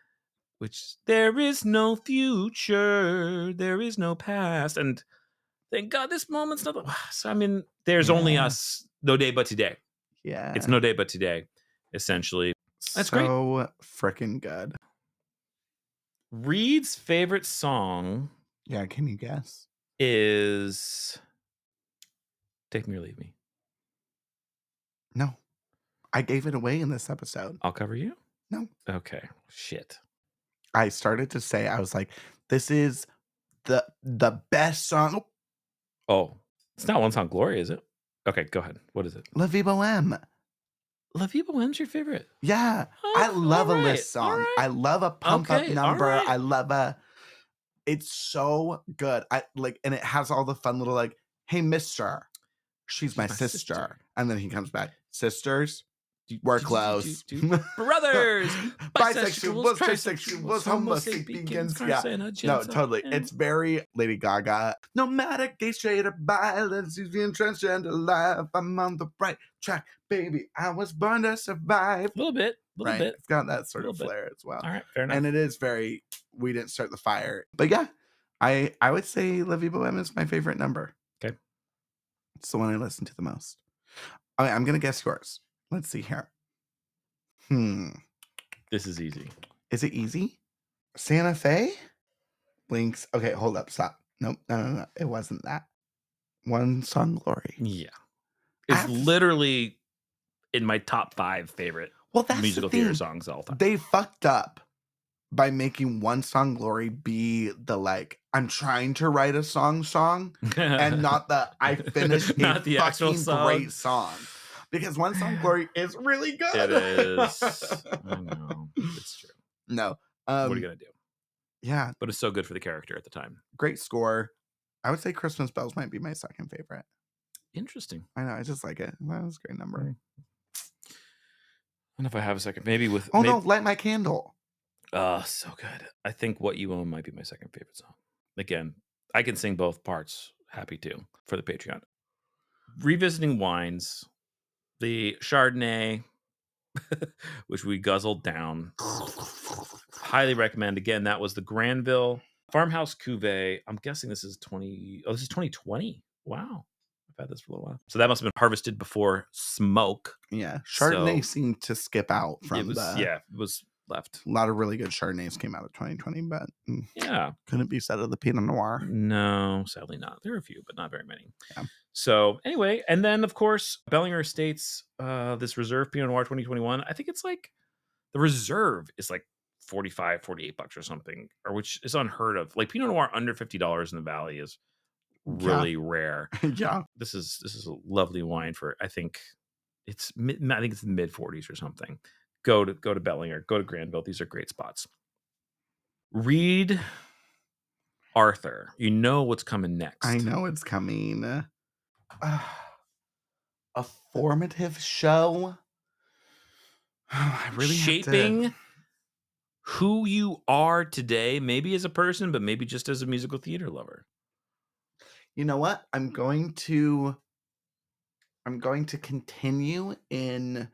which there is no future, there is no past. And thank God this moment's not. the- So, I mean, there's only
Yeah.
us, no day but today.
Yeah.
It's no day but today, essentially. That's great.
so freaking good.
Reed's favorite song
Yeah, can you guess?
is Take Me or Leave Me.
No. I gave it away in this episode.
I'll cover you?
No.
Okay. Shit.
I started to say I was like, this is the the best song.
Oh, it's not Once on Glory, is it? Okay, go ahead. What is it?
La Vie Boheme.
La Vie Boheme's your favorite.
Yeah. I
Oh,
love
all
a
right,
list
all
song.
right.
I love a pump
Okay,
up
all
number.
right.
I love a it's so good. I like and it has all the fun little like, hey mister, she's, my, sister. And then he comes back, sisters,
Do-
We're
do- do- do-
close.
do- do- Brothers,
bisexuals, transsexuals, homo sapiens. Yeah. No, totally. It's very Lady Gaga. Nomadic, gay, straight, or bi, lesbian, transgender life. I'm on the right track, baby. I was born to survive.
a little bit, a little
right.
bit.
It's got that sort of
Little bit.
flair as well.
All right, fair enough.
And it is very, we didn't start the fire. But yeah, I I would say La Vie Boheme is my favorite number.
Okay.
It's the one I listen to the most. All right, I'm going to guess yours. Let's see here. Hmm.
this is easy.
Is it easy? Santa Fe? Blinks. Okay, hold up. Stop. Nope. No, no, no. It wasn't that. One Song Glory.
Yeah,
I
it's
have-
literally in my top five favorite
Well, that's
musical
the thing.
theater songs of all time.
They fucked up by making One Song Glory be the like, I'm trying to write a song song and not the I finished a
Not the actual
fucking
song.
great song. Because One Song Glory is really good.
It is. I know it's true.
no. Um,
what are you gonna do?
yeah,
But it's so good for the character at the time.
great score. I would say Christmas Bells might be my second favorite.
Interesting.
I know. I just like it. That was a great
Mm.
number.
I don't know if I have a second. Maybe with
Oh
may-
no, light my candle.
Oh, so good. I think What You Own might be my second favorite song. Again, I can sing both parts. Happy to for the Patreon. Revisiting wines, the Chardonnay, which we guzzled down. Highly recommend. Again, that was the Granville Farmhouse Cuvée. I'm guessing this is 20. Oh, this is 2020. Wow. I've had this for a little while. So that must have been harvested before smoke.
Yeah, Chardonnay
So-
seemed to skip out from
it was, uh,
the.
yeah, it was left.
a lot of really good Chardonnays came out of 2020, but mm,
Yeah.
couldn't be said of the Pinot Noir.
No, sadly not. There are a few, but not very many.
Yeah.
So anyway, and then of course Bellinger Estates, uh, this reserve Pinot Noir 2021. I think it's like the reserve is like 45, 48 bucks or something, or which is unheard of. Like Pinot Noir under fifty dollars in the valley is
Yeah.
really rare.
yeah,
This is this is a lovely wine for I think it's mid, I think it's mid 40s or something. Go to go to Bellinger, go to Granville. These are great spots. Read Arthur. You know what's coming next.
I know it's coming. Ah, a formative show. I really have to-
shaping who you are today, maybe as a person, but maybe just as a musical theater lover.
you know what
Mm-hmm.
i'm going to i'm going to continue in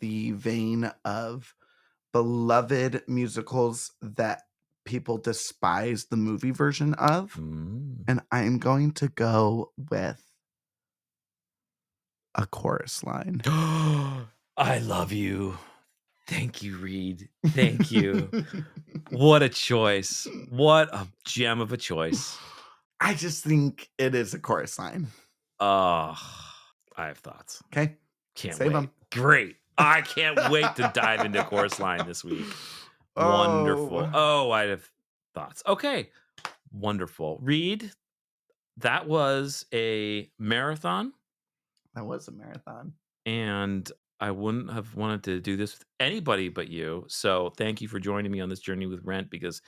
the vein of beloved musicals that people despise the movie version of
Mm.
and i am going to go with a chorus line
I love you. Thank you, Reed. Thank you. what a choice. What a gem of a choice.
i just think it is a chorus line
Oh, I have thoughts.
okay
Can't
Save
wait.
'em.
Great. I can't wait to dive into chorus line this week. Wonderful.
Oh,
Oh, I have thoughts. Okay. Wonderful. Reed, that was a marathon,
that was a marathon
and I wouldn't have wanted to do this with anybody but you. So thank you for joining me on this journey with Rent because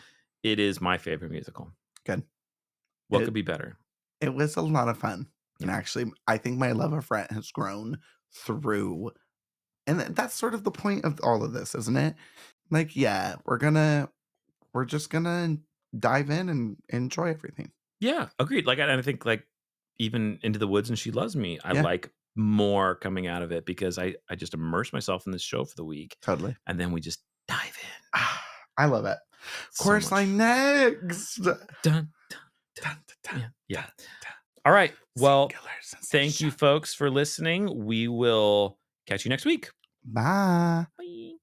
it is my favorite musical.
Good.
What
It-
could be better?
it was a lot of fun and
Yeah.
actually i think my love of rent has grown through and th- that's sort of the point of all of this isn't it like yeah we're gonna we're just gonna dive in and enjoy everything
Yeah, agreed. Like, and I think like even into the woods and she loves me. I
Yeah.
like more coming out of it because I I just immerse myself in this show for the week,
totally
and then we just dive in.
Ah, i love it
so
chorus
much.
line next
Dun, dun, dun, yeah, yeah. All right. Well, thank you, folks, for listening. We will catch you next week.
bye
Bye.